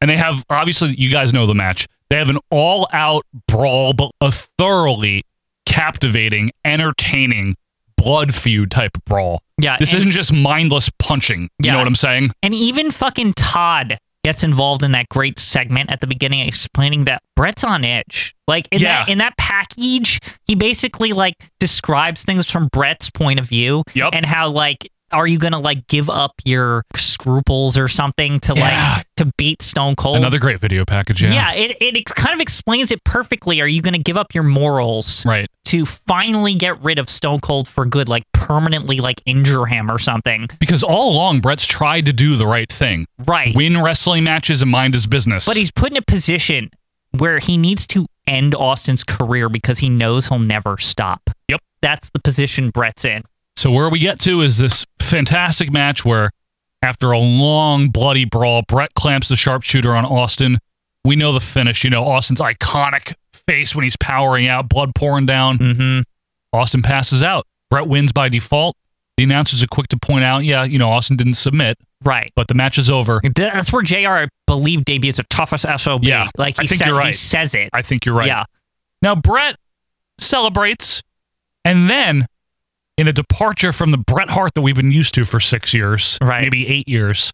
S1: and they have, obviously, you guys know the match. They have an all out brawl, but a thoroughly captivating, entertaining, blood feud type of brawl.
S2: Yeah,
S1: This
S2: and-
S1: isn't just mindless punching. You know what I'm saying?
S2: And even fucking Todd gets involved in that great segment at the beginning explaining that Brett's on edge. Like in
S1: Yeah.
S2: that in that package, he basically like describes things from Brett's point of view and how like are you gonna like give up your scruples or something to like to beat Stone Cold?
S1: Another great video package. Yeah.
S2: Yeah, it, it ex- kind of explains it perfectly. Are you going to give up your morals
S1: right.
S2: to finally get rid of Stone Cold for good, like permanently, like injure him or something?
S1: Because all along, Brett's tried to do the right thing.
S2: Right.
S1: Win wrestling matches and mind his business.
S2: But he's put in a position where he needs to end Austin's career because he knows he'll never stop.
S1: Yep.
S2: That's the position Brett's in.
S1: So where we get to is this fantastic match where, after a long bloody brawl, Brett clamps the sharpshooter on Austin. We know the finish. You know Austin's iconic face when he's powering out, blood pouring down.
S2: Mm-hmm.
S1: Austin passes out. Brett wins by default. The announcers are quick to point out, yeah, you know Austin didn't submit,
S2: right?
S1: But the match is over.
S2: That's where JR, I believe, debuts the toughest SOB.
S1: Yeah,
S2: Like he,
S1: I think
S2: sa-
S1: you're right.
S2: he says it.
S1: I think you're right.
S2: Yeah.
S1: Now Brett celebrates, and then in a departure from the Bret Hart that we've been used to for six years, right? Maybe eight years.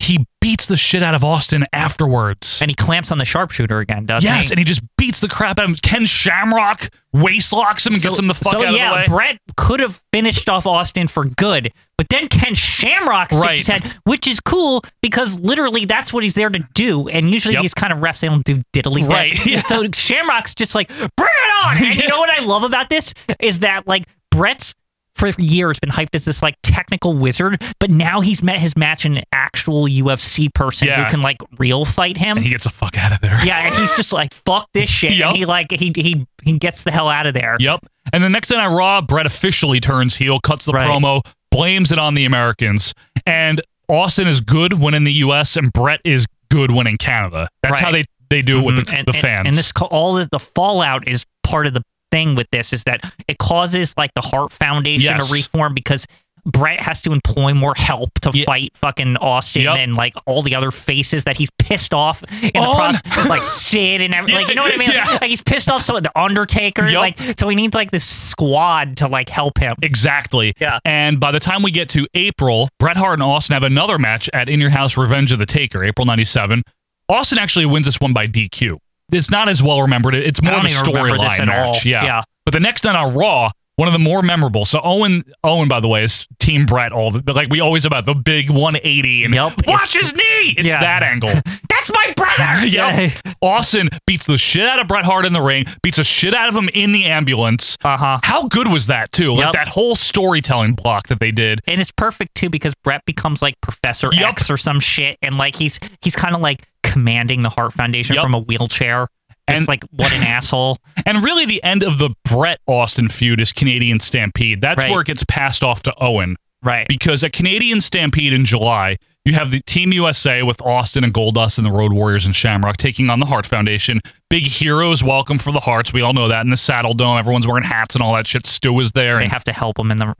S1: He beats the shit out of Austin afterwards,
S2: and he clamps on the sharpshooter again, doesn't
S1: yes,
S2: he?
S1: and he just beats the crap out of him. Ken Shamrock waist locks him and gets him the fuck
S2: so,
S1: out
S2: yeah,
S1: of the way.
S2: Brett could have finished off Austin for good, but then Ken Shamrock sticks
S1: Right.
S2: his head, which is cool because literally that's what he's there to do. And usually
S1: Yep.
S2: these kind of refs they don't do diddly that.
S1: Right, yeah.
S2: So Shamrock's just like, bring it on. And you know what I love about this is that like Brett's for years been hyped as this like technical wizard, but now he's met his match in an actual UFC person
S1: Yeah.
S2: who can like real fight him.
S1: and he gets the fuck out of there.
S2: yeah, and he's just like, fuck this shit. And
S1: Yep.
S2: he like he he he gets the hell out of there.
S1: Yep. And the next night on Raw, Brett officially turns heel, cuts the promo, blames it on the Americans. And Austin is good when in the U.S., and Brett is good when in Canada. That's how they,
S2: Right.
S1: they do it with
S2: Mhm.
S1: the,
S2: and,
S1: Mm, the
S2: and-
S1: fans.
S2: And this co- all this, the fallout is part of the thing with this is that it causes like the Hart Foundation
S1: Yes.
S2: to reform because Brett has to employ more help to fight fucking Austin and like all the other faces that he's pissed off in
S1: On.
S2: the process, like Sid and every, like you know what I mean?
S1: Yeah.
S2: Like, he's pissed off some of the Undertaker,
S1: Yup.
S2: like so he needs like this squad to like help him.
S1: Exactly. Yeah. And by the time we get to April, Bret Hart and Austin have another match at In Your House Revenge of the Taker, April 97. Austin actually wins this one by DQ. It's not as well remembered. It's more
S2: I
S1: of a
S2: don't even remember this
S1: storyline
S2: at all.
S1: match. Yeah.
S2: Yeah.
S1: But the next night on Raw, one of the more memorable. So Owen, Owen, by the way, is Team Brett. All the, like we always about the big 180 and watch his knee. It's
S2: yeah.
S1: that angle.
S2: That's my brother.
S1: yep. Austin beats the shit out of Bret Hart in the ring, beats the shit out of him in the ambulance.
S2: Uh huh.
S1: How good was that too? Like
S2: Yep.
S1: that whole storytelling block that they did.
S2: and it's perfect too because Brett becomes like Professor X or some shit, and like he's he's kind of like commanding the Hart Foundation from a wheelchair. Just
S1: And-
S2: like what an asshole.
S1: And really, the end of the Brett Austin feud is Canadian Stampede. That's
S2: Right.
S1: where it gets passed off to Owen.
S2: Right.
S1: Because at Canadian Stampede in July, you have the Team USA with Austin and Goldust and the Road Warriors and Shamrock taking on the Hart Foundation. Big heroes welcome for the Hearts. We all know that in the Saddle Dome. Everyone's wearing hats and all that shit. Stu is there. They
S2: have to help him in the.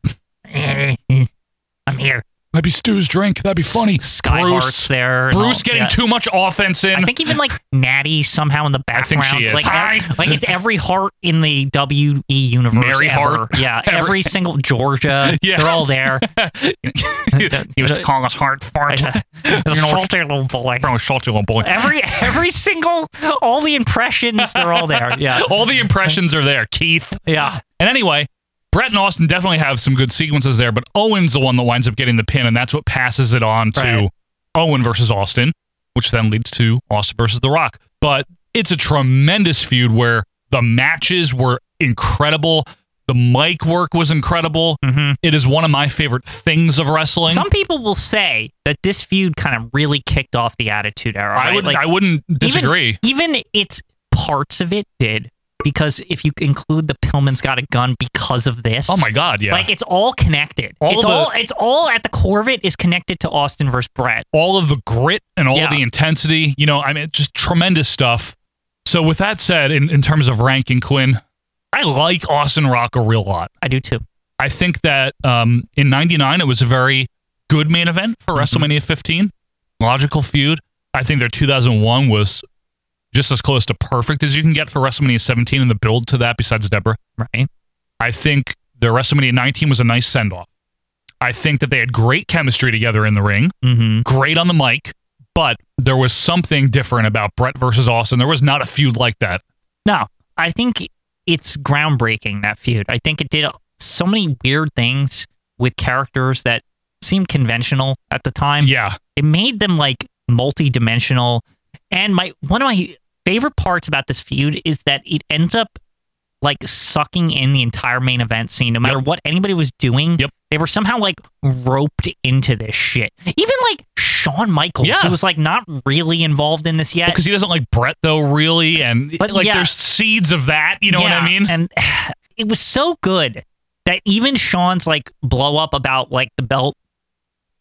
S2: I'm here.
S1: Maybe Stu's drink. That'd be funny.
S2: Sky Hart's there. and
S1: Bruce
S2: all-
S1: getting
S2: yeah.
S1: too much offense in.
S2: I think even like Natty somehow in the
S1: I think
S2: background.
S1: she is.
S2: Like, ev- like it's every Hart in the WE universe.
S1: Mary
S2: ever.
S1: Hart.
S2: Yeah.
S1: Every-
S2: Every, single Georgia.
S1: Yeah.
S2: They're all there.
S1: he was calling us Hart Fart. you
S2: salty little boy.
S1: salty little boy.
S2: Every every single all the impressions they're all there. Yeah.
S1: All the impressions are there, Keith.
S2: Yeah.
S1: And anyway, Brett and Austin definitely have some good sequences there, but Owen's the one that winds up getting the pin, and that's what passes it on to
S2: Right.
S1: Owen versus Austin, which then leads to Austin versus The Rock. But it's a tremendous feud where the matches were incredible. The mic work was incredible. It is one of my favorite things of wrestling.
S2: Mm-hmm. Some people will say that this feud kind of really kicked off the Attitude Era.
S1: I
S2: right?
S1: wouldn't-
S2: Like,
S1: I wouldn't
S2: even-
S1: disagree.
S2: Even, its parts of it did, because if you include the Pillman's got a gun because of this.
S1: Oh my God, yeah.
S2: Like it's all connected.
S1: All
S2: it's
S1: the-
S2: all it's all at the core of it is connected to Austin versus Brett.
S1: all of the grit and all
S2: Yeah.
S1: the intensity. You know, I mean, just tremendous stuff. So, with that said, in, in terms of ranking Quinn, I like Austin Rock a real lot.
S2: I do too.
S1: I think that um, in '99 it was a very good main event for WrestleMania 15. Logical feud. I think their 2001 was just as close to perfect as you can get for WrestleMania 17 and the build to that. Besides Deborah,
S2: right?
S1: I think their WrestleMania 19 was a nice send off. I think that they had great chemistry together in the ring,
S2: Mhm.
S1: great on the mic, but there was something different about Brett versus Austin. There was not a feud like that.
S2: No, I think it's groundbreaking that feud. I think it did so many weird things with characters that seemed conventional at the time.
S1: Yeah.
S2: It made them like multi-dimensional. And my one of my favorite parts about this feud is that it ends up like sucking in the entire main event scene no matter what anybody was doing. Yep. They were somehow like roped into this shit. Even like Shawn Michaels,
S1: Yeah.
S2: who was like not really involved in this yet.
S1: Because he doesn't like Brett though, really, and
S2: But
S1: like
S2: yeah.
S1: there's seeds of that. You know what I
S2: Yeah,
S1: mean?
S2: And it was so good that even Sean's like blow up about like the belt,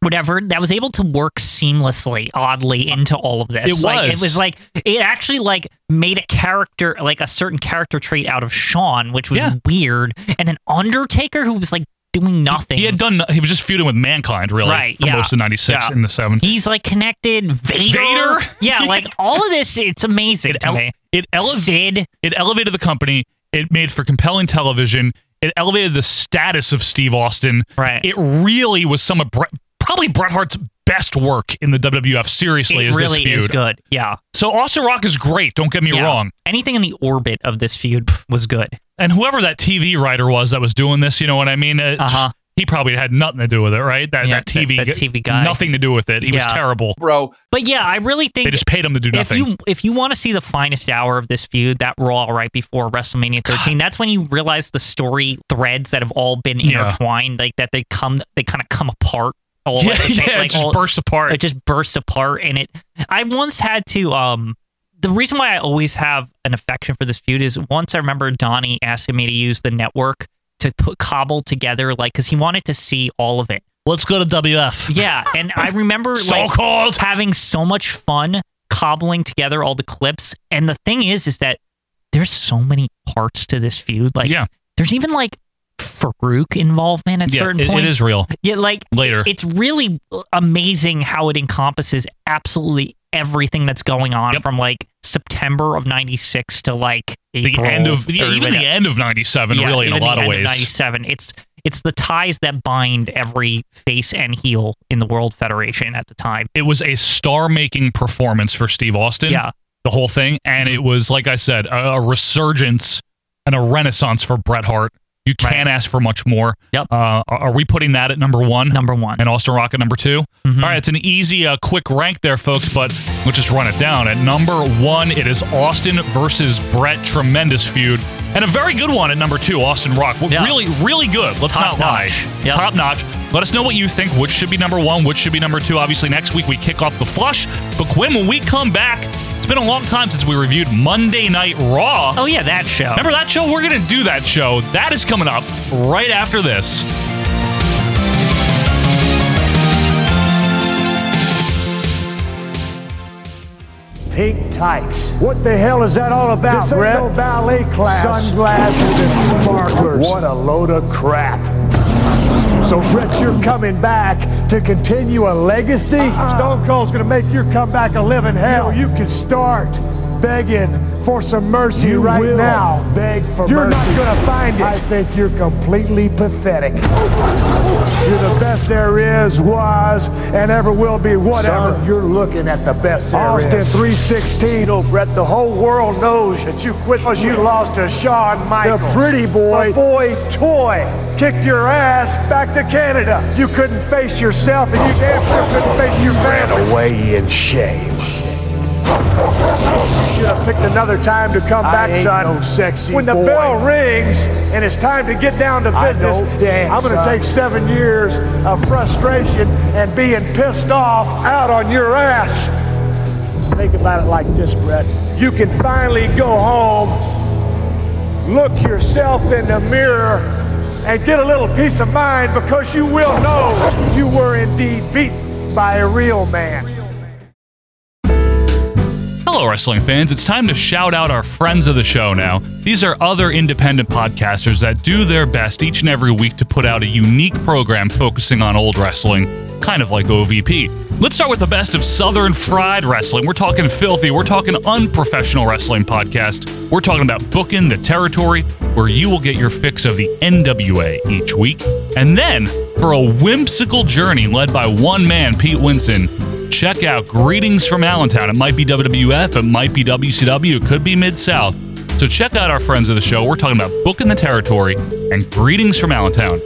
S2: whatever, that was able to work seamlessly, oddly, into all of this.
S1: It
S2: Like,
S1: was.
S2: it was like it actually like made a character like a certain character trait out of Sean, which was weird. And then Undertaker, who was like doing nothing.
S1: He had done. He was just feuding with mankind, really,
S2: Right,
S1: for
S2: yeah.
S1: most of '96
S2: Yeah.
S1: and the '70s.
S2: He's like connected. Vader.
S1: Vader?
S2: Yeah, like all of this, it's amazing. to me.
S1: It
S2: elevated.
S1: It elevated the company. It made for compelling television. It elevated the status of Steve Austin. Right. It really was some of Bret, probably Bret Hart's best work in the WWF. Seriously,
S2: It
S1: is this
S2: really
S1: feud
S2: is good. Yeah.
S1: So Austin Rock is great. Don't get me
S2: Yeah.
S1: wrong.
S2: Anything in the orbit of this feud was good.
S1: And whoever that TV writer was that was doing this, you know what I mean? Uh huh. He probably had nothing to do with it, right? That, that TV
S2: Uh-huh. that- that TV guy.
S1: nothing to do with it. He was
S2: Yeah.
S1: terrible,
S2: bro. But yeah, I really think
S1: They just paid him to do nothing.
S2: If you if you want to see the finest hour of this feud, that Raw right before WrestleMania 13, that's when you realize the story threads that have all been
S1: Yeah.
S2: intertwined, like that they come they kind of come apart. All
S1: Yeah,
S2: at the same-
S1: yeah, it
S2: like,
S1: just
S2: all-
S1: bursts apart.
S2: It just bursts apart, and it. I once had to um. The reason why I always have an affection for this feud is once I remember Donnie asking me to use the network to put cobble together, like, because he wanted to see all of it.
S1: Let's go to WF.
S2: Yeah, and I remember like,
S1: So-called.
S2: having so much fun cobbling together all the clips. And the thing is, is that there's so many parts to this feud. Like, yeah. there's even like Farouk involvement at
S1: Yeah,
S2: certain
S1: it- it
S2: points.
S1: is real.
S2: Yeah, like
S1: Later.
S2: it's really amazing how it encompasses absolutely everything that's going on from like September of '96 to like
S1: the
S2: April
S1: end of yeah,
S2: or
S1: even the end of '97,
S2: yeah,
S1: really, in a
S2: even the
S1: lot of
S2: end
S1: ways.
S2: 97. It's it's the ties that bind every face and heel in the World Federation at the time.
S1: it was a star-making performance for Steve Austin.
S2: Yeah.
S1: the whole thing, and it was like I said, a, a resurgence and a renaissance for Bret Hart. You can't ask for much more.
S2: Yep.
S1: Uh, are- are we putting that at number one?
S2: Number one. Mm-hmm.
S1: And Austin Rock at number 2 All right, it's an easy, uh, quick rank there, folks. But we'll just run it down. At number one, it is Austin versus Bret. Tremendous feud, and a very good one at number two. Austin Rock, W- really, really good. Let's
S2: Top
S1: not lie.
S2: notch.
S1: Top notch. Let us know what you think. Which should be number one? Which should be number two? Obviously, next week we kick off the flush. But Quinn, when we come back, it's been a long time since we reviewed Monday Night Raw.
S2: Oh yeah, that show.
S1: Remember that show? We're gonna do that show. That is coming up right after this.
S4: Pink tights. What the hell is that all about,
S15: This ain't
S4: Brett?
S15: no ballet class.
S4: Sunglasses and sparklers.
S15: What
S4: a load of crap. So, Brett, you're coming back to continue a legacy? Stone Cold's gonna make your comeback a living hell. You, can start begging for some mercy
S15: You
S4: right
S15: will
S4: now. Beg for you're
S15: mercy.
S4: not gonna find it. I think you're completely pathetic. You're the best there is, was, and ever will be, whatever.
S15: Son, you're looking at the best there
S4: Austin
S15: is.
S4: 316. Oh, Brett, the whole world knows that you quit because you lost to Shawn Michaels. The pretty boy. The boy toy. Kicked your ass back to Canada. You couldn't face yourself, and you damn sure couldn't face your family.
S15: Away in shame.
S4: You should have picked another time to come
S15: I
S4: back,
S15: ain't
S4: son.
S15: no sexy
S4: when the
S15: boy.
S4: bell rings and it's time to get down to
S15: I
S4: business,
S15: don't dance,
S4: I'm going to
S15: son.
S4: take seven years of frustration and being pissed off out on your ass. Think about it like this, Brett. You can finally go home, look yourself in the mirror, and get a little peace of mind because you will know you were indeed beaten by a real man.
S1: Hello, wrestling fans. It's time to shout out our friends of the show now. These are other independent podcasters that do their best each and every week to put out a unique program focusing on old wrestling, kind of like OVP. Let's start with the best of Southern Fried Wrestling. We're talking filthy, we're talking unprofessional wrestling podcast. We're talking about booking the territory where you will get your fix of the NWA each week. And then, for a whimsical journey led by one man, Pete Winson, check out Greetings from Allentown. It might be WWF, it might be WCW, it could be Mid South. So check out our friends of the show. We're talking about booking the territory and Greetings from Allentown.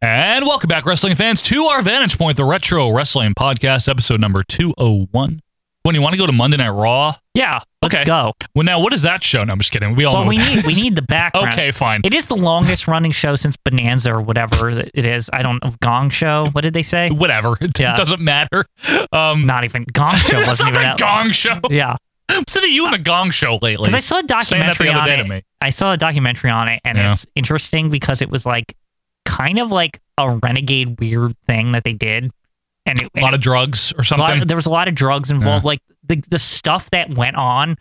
S1: And welcome back, wrestling fans, to our Vantage Point, the Retro Wrestling Podcast, episode number 201. When you want to go to Monday Night Raw?
S2: Yeah, let's
S1: okay.
S2: go.
S1: Well, now what is that show? No, I'm just kidding. We all
S2: Well,
S1: know
S2: we
S1: what that
S2: need we
S1: is.
S2: need the background.
S1: Okay, fine.
S2: It is the longest running show since Bonanza or whatever it is. I don't know. Gong Show. What did they say?
S1: Whatever. It doesn't matter. Um,
S2: Not even Gong Show
S1: That's
S2: wasn't
S1: not
S2: even
S1: the
S2: out.
S1: Gong Show.
S2: Yeah,
S1: So that you in the Gong Show lately?
S2: because I saw a
S1: Saying that
S2: documentary
S1: the other
S2: on
S1: day
S2: it.
S1: to me.
S2: I saw a documentary on it, and
S1: Yeah.
S2: it's interesting because it was like kind of like a renegade weird thing that they did, and it,
S1: A lot of drugs or
S2: a
S1: something.
S2: lot of- there was a lot of drugs involved. Like the the stuff that went on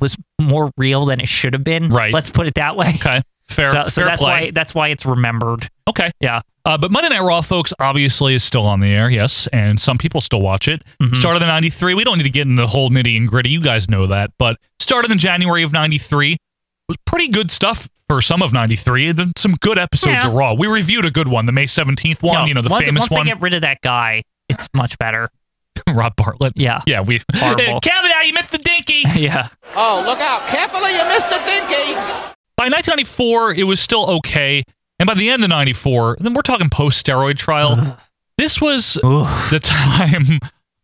S2: was more real than it should have been. Right. Let's put it that way.
S1: Okay. Fair.
S2: So, so
S1: fair
S2: that's
S1: play.
S2: why that's why it's remembered.
S1: Okay.
S2: Yeah.
S1: Uh, but Monday Night Raw, folks, obviously is still on the air, yes, and some people still watch it.
S2: Mm-hmm.
S1: Started in '93. We don't need to get into the whole nitty and gritty. You guys know that. But started in January of '93 was pretty good stuff for some of '93. Then some good episodes
S2: Yeah.
S1: of Raw. We reviewed a good one, the May 17th one.
S2: No,
S1: you know, the
S2: once,
S1: famous
S2: once
S1: one,
S2: they get rid of that guy, it's much better.
S1: Rob Bartlett.
S2: Yeah.
S1: Yeah, we.
S2: Horrible.
S1: Kavanaugh, you missed the dinky.
S2: yeah.
S6: Oh, look out. Carefully, you missed the dinky.
S1: by 1994, it was still okay. And by the end of 94, then we're talking post steroid trial. this was the time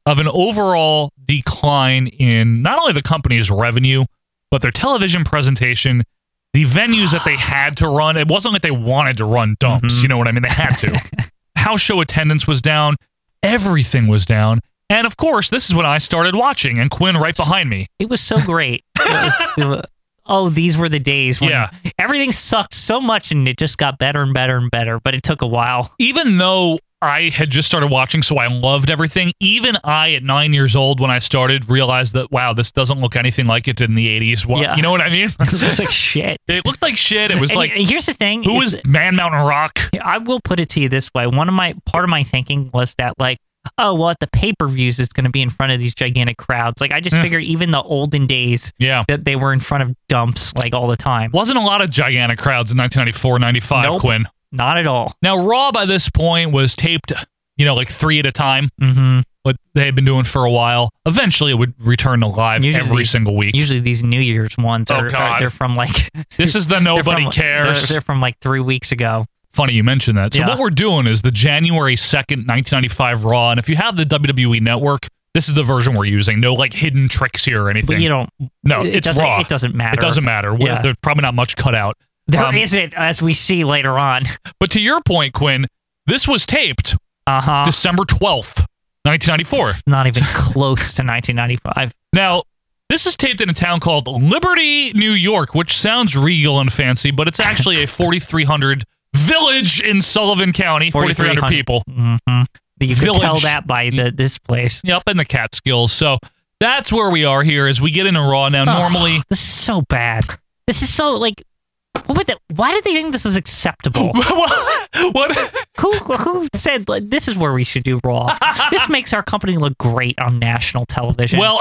S1: of an overall decline in not only the company's revenue, but their television presentation, the venues that they had to run. It wasn't like they wanted to run dumps.
S2: Mm-hmm.
S1: You know what I mean? They had to. House show attendance was down. Everything was down. And of course, this is when I started watching, and Quinn right behind me.
S2: It was so great. It was- oh, these were the days when
S1: Yeah.
S2: everything sucked so much and it just got better and better and better, but it took a while.
S1: even though I had just started watching, so I loved everything. Even I, at nine years old, when I started, realized that wow, this doesn't look anything like it did in the eighties.
S2: Yeah.
S1: You know what I mean?
S2: It's like shit.
S1: it looked like shit. It was
S2: And
S1: like
S2: here's the thing
S1: who
S2: is-
S1: is Man Mountain Rock?
S2: I will put it to you this way. One of my part of my thinking was that like, oh well, at the pay per views it's going to be in front of these gigantic crowds. Like I just
S1: Mm.
S2: figured even the olden days,
S1: yeah,
S2: that they were in front of dumps like all the time.
S1: Wasn't a lot of gigantic crowds in 1994, 95,
S2: Nope.
S1: Quinn.
S2: Not at all.
S1: Now, Raw by this point was taped, you know, like three at a time.
S2: Mm-hmm.
S1: What they had been doing for a while. Eventually, it would return to live
S2: Usually
S1: every
S2: these-
S1: single week.
S2: Usually these New Year's ones
S1: Oh,
S2: are, are-
S1: God.
S2: they're from like
S1: This is the
S2: they're
S1: nobody
S2: from-
S1: cares.
S2: They're, they're from like three weeks ago.
S1: Funny you mentioned that. So
S2: Yeah.
S1: what we're doing is the January 2nd, 1995 Raw, and if you have the WWE Network, this is the version we're using. No like hidden tricks here or anything.
S2: you don't-
S1: No,
S2: it
S1: it's
S2: doesn't-
S1: Raw.
S2: it doesn't matter.
S1: It doesn't matter. We're-
S2: Yeah.
S1: There's probably not much cut out.
S2: There
S1: Um,
S2: not as we see later on.
S1: But to your point, Quinn, this was taped
S2: uh-huh.
S1: December 12th, 1994.
S2: It's not even close to 1995.
S1: Now, this is taped in a town called Liberty, New York, which sounds regal and fancy, but it's actually a 4,300 village in Sullivan County, 4,300 people.
S2: Mm-hmm. You can tell
S1: Village. Mm.
S2: that by the, this place.
S1: Yep, in the Catskills. So that's where we are here as we get into Raw now.
S2: Ugh,
S1: Normally,
S2: this is so bad. This is so like. What would that, why did they think this is acceptable?
S1: what?
S2: Who, who said like, this is where we should do Raw? this makes our company look great on national television.
S1: well,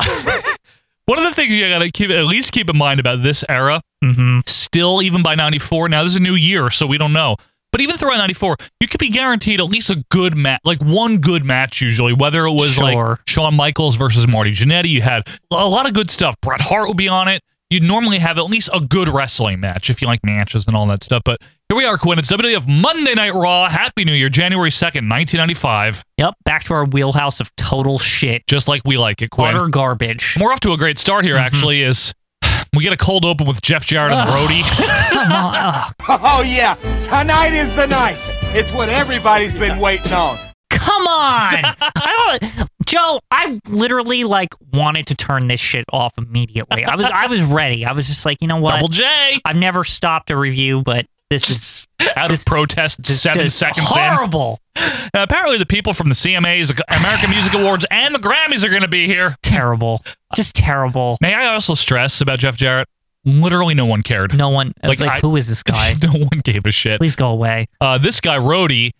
S1: one of the things you gotta keep at least keep in mind about this era,
S2: Mm-hmm.
S1: still even by '94. Now this is a new year, so we don't know. But even throughout '94, you could be guaranteed at least a good match, like one good match usually. Whether it was like
S2: Sure.
S1: Shawn Michaels versus Marty Jannetty, you had a lot of good stuff. Bret Hart would be on it. You'd normally have at least a good wrestling match if you like matches and all that stuff. But here we are, Quinn. It's WWF Monday Night Raw. Happy New Year, January 2nd, 1995.
S2: Yep, back to our wheelhouse of total shit.
S1: Just like we like it, Quinn.
S2: utter garbage.
S1: We're off to a great start
S2: Mm-hmm.
S1: here, actually, is we get a cold open with Jeff Jarrett and the roadie.
S22: Oh, yeah. Tonight is the night. It's what everybody's been waiting on.
S2: Come on, I don't, Joe. I literally like wanted to turn this shit off immediately. I was I was ready. I was just like, you know what?
S1: Double J.
S2: I've never stopped a review, but This is
S1: out of protest seven
S2: just
S1: seconds
S2: horrible.
S1: in. Now, apparently, the people from the CMAs, the American Music Awards, and the Grammys are going to be here.
S2: Terrible. Just terrible.
S1: May I also stress about Jeff Jarrett? Literally, no one cared.
S2: No one. I was like, who is this guy?
S1: no one gave a shit.
S2: Please go away.
S1: Uh, this guy, Rhodey,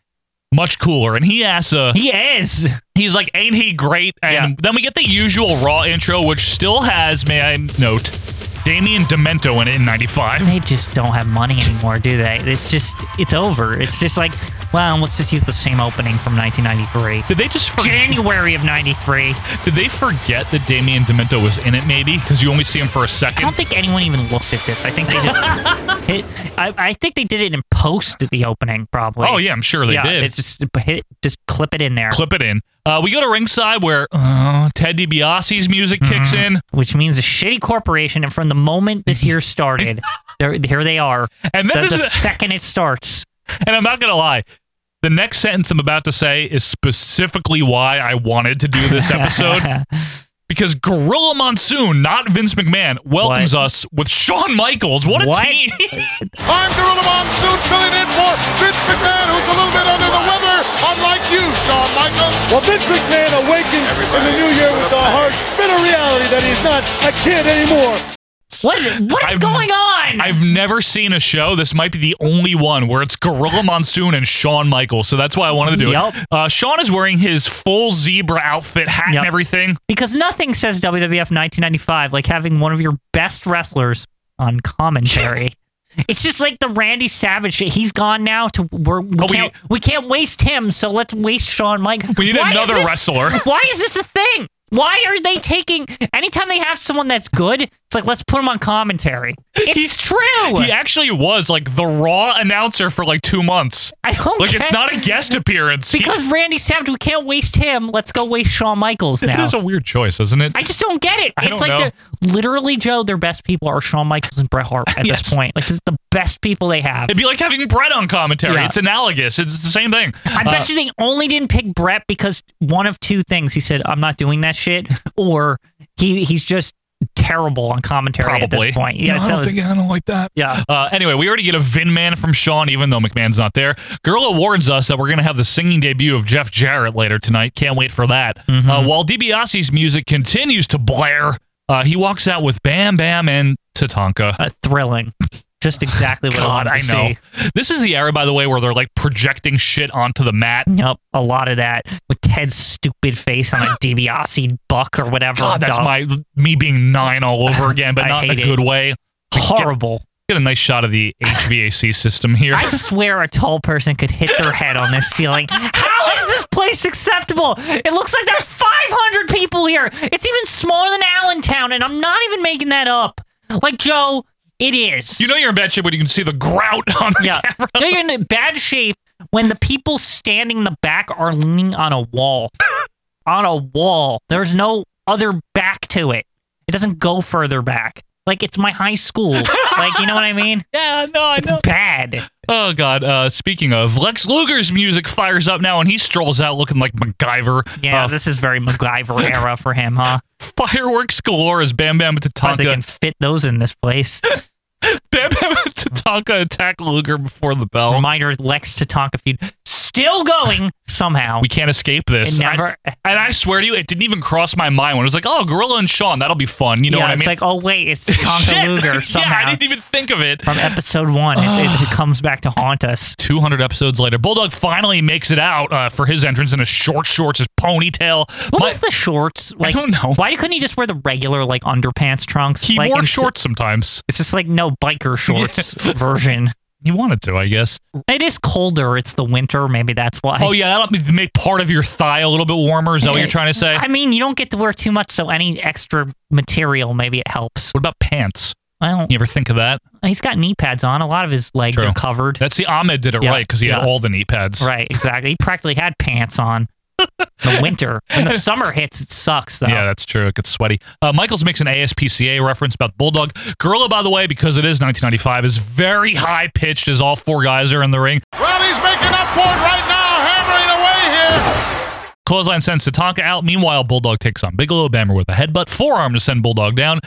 S1: much cooler. And he asks, uh,
S2: He is.
S1: he's like, ain't he great? And then we get the usual Raw intro, which still has, may I note, Damien Demento in it in 95.
S2: They just don't have money anymore, do they? It's just, it's over. It's just like, well, let's just use the same opening from 1993.
S1: Did they just forget?
S2: January of 93.
S1: Did they forget that Damien Demento was in it? Maybe because you only see him for a
S2: I
S1: second.
S2: don't think anyone even looked at this. I think they just hit. I, I think they did it in post at the opening, probably.
S1: Oh yeah, I'm sure they
S2: yeah,
S1: did.
S2: It's just hit, just clip it in there,
S1: Clip it in. Uh, we go to ringside where uh, Ted DiBiase's music kicks in,
S2: which means a shitty corporation. And from the moment this year started, there, here they are.
S1: And then
S2: the,
S1: there's
S2: the
S1: a-
S2: second it starts,
S1: and I'm not gonna lie. The next sentence I'm about to say is specifically why I wanted to do this episode. Because Gorilla Monsoon, not Vince McMahon, welcomes
S2: What?
S1: us with Shawn Michaels. What a
S2: What?
S1: team!
S11: I'm Gorilla Monsoon filling in for Vince McMahon, who's a little bit under the weather, unlike you, Shawn Michaels.
S4: Well, Vince McMahon awakens in the new year with the harsh, bitter reality that he's not a kid anymore.
S2: what what is
S1: I've-
S2: going on?
S1: I've never seen a show. This might be the only one where it's Gorilla Monsoon and Shawn Michaels. So that's why I wanted to do
S2: Yup.
S1: it. Uh, Shawn is wearing his full zebra outfit, hat,
S2: Yup.
S1: and everything.
S2: because nothing says WWF 1995 like having one of your best wrestlers on commentary. it's just like the Randy Savage shit. He's gone now. To we're, we
S1: Oh, we-
S2: can't we, can't waste him, so let's waste Shawn Michaels.
S1: We need
S2: Why is
S1: another
S2: this-
S1: wrestler.
S2: Why is this a thing? Why are they taking? Anytime they have someone that's good, it's like let's put him on commentary. It's true.
S1: He actually was like the Raw announcer for like two months.
S2: I don't
S1: Like
S2: get-
S1: it's not a guest appearance. He-
S2: because Randy Savage. We can't waste him. Let's go waste Shawn Michaels now.
S1: it is a weird choice, isn't it?
S2: I just don't get it.
S1: I
S2: it's
S1: don't
S2: like
S1: know.
S2: they're- literally Joe. Their best people are Shawn Michaels and Bret Hart at
S1: Yes.
S2: this point. Like, this is the best people they have.
S1: It'd be like having Brett on commentary.
S2: Yeah.
S1: It's analogous. It's the same thing.
S2: I bet
S1: Uh,
S2: you they only didn't pick Brett because one of two things. He said, "I'm not doing that shit," or he he's just terrible on commentary at
S1: probably.
S2: this point. Yeah,
S1: No,
S2: so
S1: I don't
S2: it's-
S1: think I don't like that.
S2: yeah.
S1: Uh, anyway, we already get a Vin Man from Sean, even though McMahon's not there. Gorilla warns us that we're going to have the singing debut of Jeff Jarrett later tonight. Can't wait for that.
S2: Mm-hmm.
S1: Uh, while DiBiase's music continues to blare, uh, he walks out with Bam Bam and Tatanka.
S2: Uh, thrilling. Just exactly what
S1: God,
S2: I
S1: I
S2: wanted to
S1: know.
S2: see.
S1: This is the era, by the way, where they're like projecting shit onto the mat.
S2: Yep, a lot of that with Ted's stupid face on a DiBiase buck or whatever.
S1: God, that's
S2: dog.
S1: my me being nine all over again, but
S2: I
S1: not in a
S2: hate it.
S1: good way.
S2: horrible.
S1: Get a nice shot of the HVAC system here.
S2: I swear a tall person could hit their head on this ceiling. How is this place acceptable? It looks like there's 500 people here. It's even smaller than Allentown, and I'm not even making that up. Like, Joe, it is.
S1: you know you're in bad shape when you can see the grout on the
S2: yeah.
S1: camera.
S2: You know you're in bad shape when the people standing in the back are leaning on a wall. on a wall. There's no other back to it. It doesn't go further back. Like, it's my high school. like, you know what I mean?
S1: Yeah, no, I
S2: It's bad.
S1: Oh God! Uh, speaking of, Lex Luger's music fires up now, and he strolls out looking like MacGyver.
S2: Yeah,
S1: Uh,
S2: this is very MacGyver era for him, huh?
S1: fireworks galore as Bam Bam and
S2: Because they
S1: Tatanka.
S2: can fit those in this place.
S1: Bam Bam and Tatanka attack Luger before the bell.
S2: Reminder: Lex Tatanka feud still going somehow.
S1: we can't escape this.
S2: It never-
S1: I- and I swear to you, it didn't even cross my mind when it was like, "Oh, Gorilla and Sean, that'll be fun." You know
S2: yeah,
S1: what I mean?
S2: it's like oh wait, it's Tatanka
S1: Shit!
S2: Luger
S1: Yeah, I
S2: somehow
S1: didn't even think of it.
S2: from episode one. It, it, it comes back to haunt us.
S1: 200 episodes later, Bulldog finally makes it out uh, for his entrance in his short shorts, his ponytail.
S2: What
S1: My-
S2: was the shorts? Like,
S1: don't know.
S2: Why couldn't he just wear the regular like underpants trunks?
S1: he
S2: like,
S1: wore
S2: ins-
S1: shorts sometimes.
S2: It's just like no biker shorts version.
S1: He wanted to, I guess.
S2: It is colder. It's the winter. Maybe that's why.
S1: Oh yeah, that'll be- make part of your thigh a little bit warmer. Is that what you're trying to say?
S2: I mean, you don't get to wear too much, so any extra material maybe it helps.
S1: what about pants?
S2: I don't.
S1: You ever think of that?
S2: He's got knee pads on. A lot of his legs
S1: True.
S2: are covered.
S1: That's the Ahmed did it right 'cause
S2: Yeah,
S1: right because he had
S2: yeah.
S1: all the knee pads.
S2: right, exactly. He practically had pants on. in the winter when the summer hits, it sucks though.
S1: Yeah, that's true. It gets sweaty. Uh, Michaels makes an ASPCA reference about Bulldog. Gorilla, by the way, because it is 1995, is very high pitched as all four guys are in the ring.
S11: Well, he's making up for it right now, hammering away here.
S1: Clothesline sends Tatanka out. Meanwhile, Bulldog takes on Bigelow Bammer with a headbutt, forearm to send Bulldog down.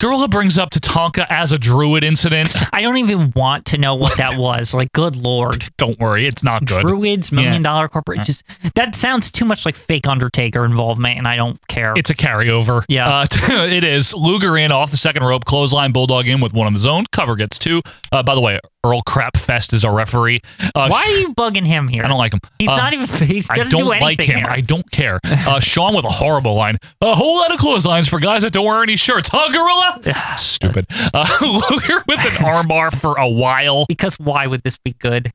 S1: Gorilla brings up Tatanka as a druid incident.
S2: I don't even want to know what that was. Like, good lord.
S1: Don't worry, it's not good.
S2: Druids,
S1: Yeah. Mm.
S2: million dollar corporate. Just that sounds too much like fake Undertaker involvement, and I don't care.
S1: It's a carryover.
S2: Yeah.
S1: Uh, it is. Luger in off the second rope, clothesline, Bulldog in with one on his own. Cover gets two. Uh, by the way, Earl Crapfest is our referee. Uh,
S2: Why are you bugging him here?
S1: I don't like him.
S2: He's
S1: Uh,
S2: not even. He doesn't
S1: I don't
S2: do anything
S1: like him.
S2: here.
S1: I don't care. Uh, Sean with a horrible line. A whole lot of clotheslines for guys that don't wear any shirts, huh, Gorilla? Stupid. Uh, Luger with an armbar for a while.
S2: Because why would this be good?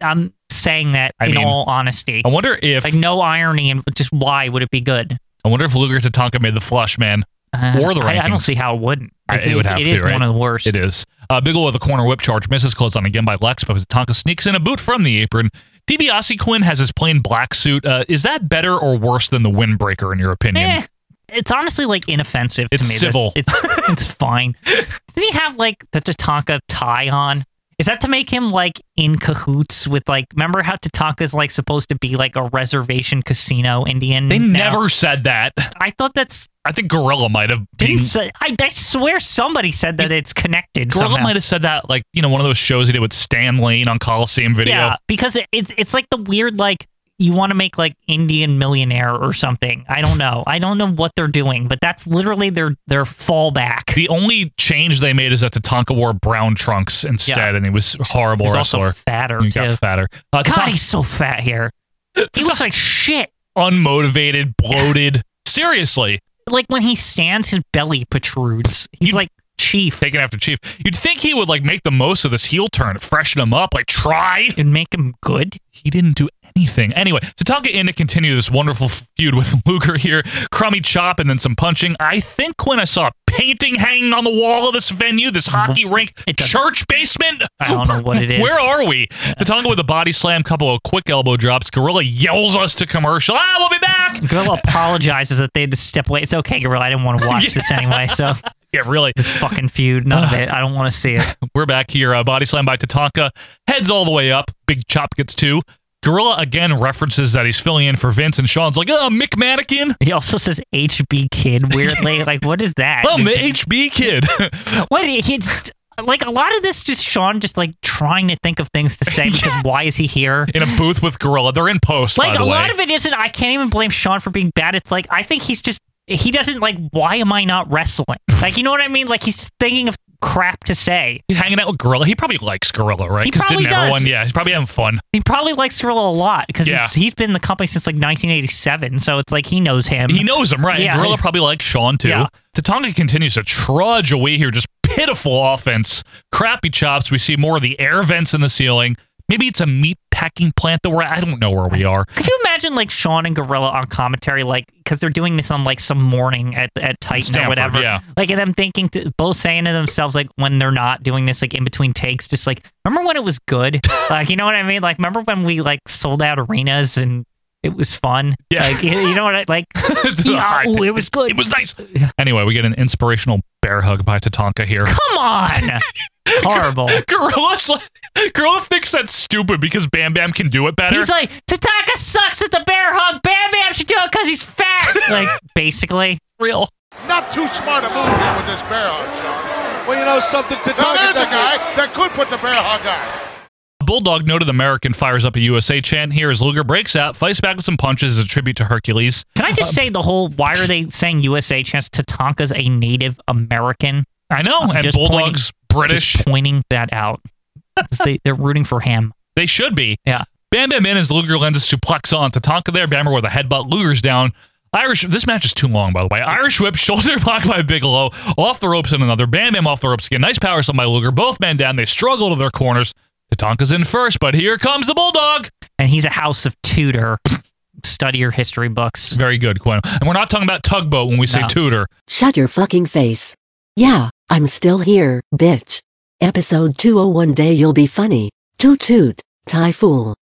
S2: I'm saying that
S1: I
S2: in
S1: mean,
S2: all honesty.
S1: I wonder if
S2: like no irony and just why would it be good?
S1: I wonder if Luger Tatanka made the flush, man,
S2: Uh,
S1: or the
S2: I,
S1: rankings.
S2: I don't see how it wouldn't.
S1: I-
S2: It's-
S1: it would have
S2: it
S1: to,
S2: is
S1: right?
S2: one of the worst.
S1: It is. Uh, Bigelow with a corner whip charge misses close on again by Lex, but Tatanka sneaks in a boot from the apron. DiBiase Quinn has his plain black suit. Uh, is that better or worse than the windbreaker in your opinion?
S2: Eh, it's honestly like inoffensive
S1: It's
S2: to me. This-
S1: civil.
S2: it's it's fine. Does he have like the Tatanka tie on? Is that to make him like in cahoots with like? Remember how Tatanka's like supposed to be like a reservation casino Indian?
S1: They
S2: now?
S1: never said that.
S2: I thought that's.
S1: I think Gorilla might have been.
S2: Didn't say, I, I swear somebody said that it's connected.
S1: Gorilla
S2: somehow.
S1: might have said that, like you know, one of those shows he did with Stan Lane on Coliseum Video.
S2: Yeah, because it, it's it's like the weird like you want to make like Indian millionaire or something. I don't know. I don't know what they're doing, but that's literally their their fallback.
S1: The only change they made is that Tatanka wore brown trunks instead,
S2: Yeah.
S1: and he was a horrible
S2: He's also
S1: wrestler.
S2: fatter,
S1: he
S2: too.
S1: got fatter. Uh,
S2: God,
S1: Tatanka-
S2: he's so fat here. He looks like shit.
S1: unmotivated, bloated. Seriously,
S2: Like when he stands, his belly protrudes. He's like chief.
S1: taken after Chief. You'd think he would like make the most of this heel turn, freshen him up, like try.
S2: and make him good.
S1: He didn't do anything. Anyway, Tatanka in to continue this wonderful feud with Luger here. Crummy chop and then some punching. I think when I saw a painting hanging on the wall of this venue, this hockey
S2: Mm-hmm.
S1: rink, church basement.
S2: I don't know what Ah, it is. Ah.
S1: Where are we? Tatanka with a body slam, couple of quick elbow drops. Gorilla yells us to commercial. Ah, we'll be back.
S2: Gorilla apologizes that they had to step away. It's okay, Gorilla. I didn't want to watch this anyway. So
S1: Yeah, really.
S2: this fucking feud, none of it. I don't want to see it.
S1: We're back here. Uh, body slam by Tatanka. Heads all the way up. Big chop gets two. Gorilla again references that he's filling in for Vince, and Sean's like, oh, Mick Mannequin?
S2: He also says HB kid weirdly. like, what is that?
S1: Oh, the HB kid.
S2: What he- he's like a lot of this just Sean just like trying to think of things to say because why is he here?
S1: in a booth with Gorilla. They're in post, by
S2: Like
S1: the
S2: a
S1: way.
S2: lot of it isn't I can't even blame Sean for being bad. It's like I think he's just he doesn't like why am I not wrestling? Like you know what I mean? Like he's just thinking of crap to say.
S1: He's hanging out with Gorilla. He probably likes Gorilla, right?
S2: He
S1: didn't
S2: probably does.
S1: everyone? Yeah, he's probably having fun.
S2: He probably likes Gorilla a lot because
S1: Yeah.
S2: he's been in the company since like 1987, so it's like he knows him.
S1: He knows him, right?
S2: Mm-hmm. Yeah.
S1: Gorilla probably likes Sean too.
S2: Yeah.
S1: Tatanka continues to trudge away here, just pitiful offense, crappy chops. We see more of the air vents in the ceiling. Maybe it's a meat packing plant that we're at. I don't know where we are.
S2: Could you imagine like Sean and Gorilla on commentary, like because they're doing this on like some morning at at Titan
S1: Stanford,
S2: or whatever?
S1: yeah.
S2: Like and them thinking, to, both saying to themselves, like when they're not doing this, like in between takes, just like remember when it was good, like you know what I mean? Like remember when we like sold out arenas and it was fun?
S1: Yeah.
S2: like you, you know what I like? yeah, ooh, it was good.
S1: It was nice. Anyway, we get an inspirational bear hug by Tatanka here.
S2: Come on, horrible.
S1: Gorilla's like, Gorilla thinks that's stupid because Bam Bam can do it better.
S2: He's like, Tataka sucks at the bear hug. Bam Bam should do it because he's fat. like, basically.
S1: real.
S6: Not too smart a move here with this bear hug, Sean. Well, you know something to Now, there's a guy that could put the bear hug on.
S1: Bulldog noted American fires up a USA chant here as Luger breaks out, fights back with some punches as a tribute to Hercules.
S2: Can I just say the whole why are they saying USA chance Tatanka's a Native American?
S1: I know,
S2: I'm
S1: Oh, and
S2: just pointing-
S1: Bulldog's British.
S2: Just pointing that out. 'Cause they, they're rooting for him.
S1: They should be.
S2: Yeah.
S1: Bam Bam in as Luger lands a suplex on Tatanka there. Bammer with a headbutt. Luger's down. Irish. This match is too long, by the way. Irish whip, shoulder block by Bigelow, off the ropes in another. Bam Bam off the ropes again. Nice power slam by Luger. Both men down. They struggle to their corners. Tatanka's in first, but here comes the Bulldog.
S2: And he's a house of Tudor. Study your history books.
S1: Very good, Quinn. And we're not talking about tugboat when we say
S2: No.
S1: Tudor.
S7: Shut your fucking face. Yeah, I'm still here, oh bitch. Episode 201 day you'll be funny. Toot toot, Thai fool.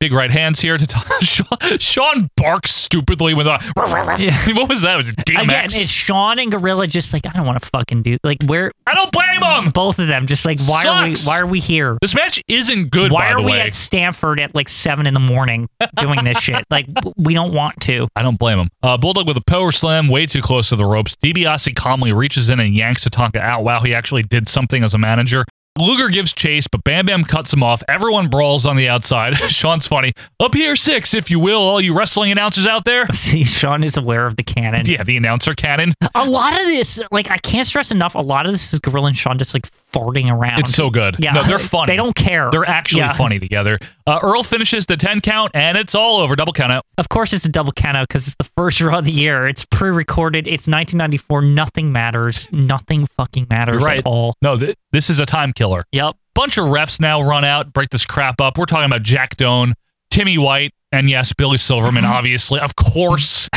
S1: big right hands here to talk. Sean, Sean barks stupidly with a. What was that? It was a DMX.
S2: Again, it's Sean and Gorilla just like I don't want to fucking do like where
S1: I don't blame them.
S2: Both of them just like why are we
S1: Sucks.
S2: why are we here?
S1: This match isn't good.
S2: Why
S1: by
S2: are
S1: the
S2: we
S1: way.
S2: at Stanford at like seven in the morning doing this shit? Like w- we don't want to.
S1: I don't blame him. Uh, Bulldog with a power slam, way too close to the ropes. DiBiase calmly reaches in and yanks Tatanka out. Wow, he actually did something as a manager. Luger gives chase, but Bam Bam cuts him off. Everyone brawls on the outside. Sean's funny. Up here, six, if you will, all you wrestling announcers out there.
S2: See, Sean is aware of the canon.
S1: Yeah, the announcer cannon.
S2: A lot of this, like I can't stress enough, a lot of this is Gorilla and Sean just like farting around.
S1: It's so good.
S2: Yeah,
S1: No, they're funny.
S2: They don't care.
S1: They're actually
S2: Yeah.
S1: funny together. Uh, Earl finishes the 10 count, and it's all over. Double count out.
S2: Of course, it's a double count out because it's the first Raw of the year. It's pre-recorded. It's 1994. Nothing matters. Nothing fucking matters
S1: You're right.
S2: at all.
S1: No, th- this is a time killer.
S2: Yep.
S1: Bunch of refs now run out, break this crap up. We're talking about Jack Doan, Timmy White, and yes, Billy Silverman, obviously. Of course.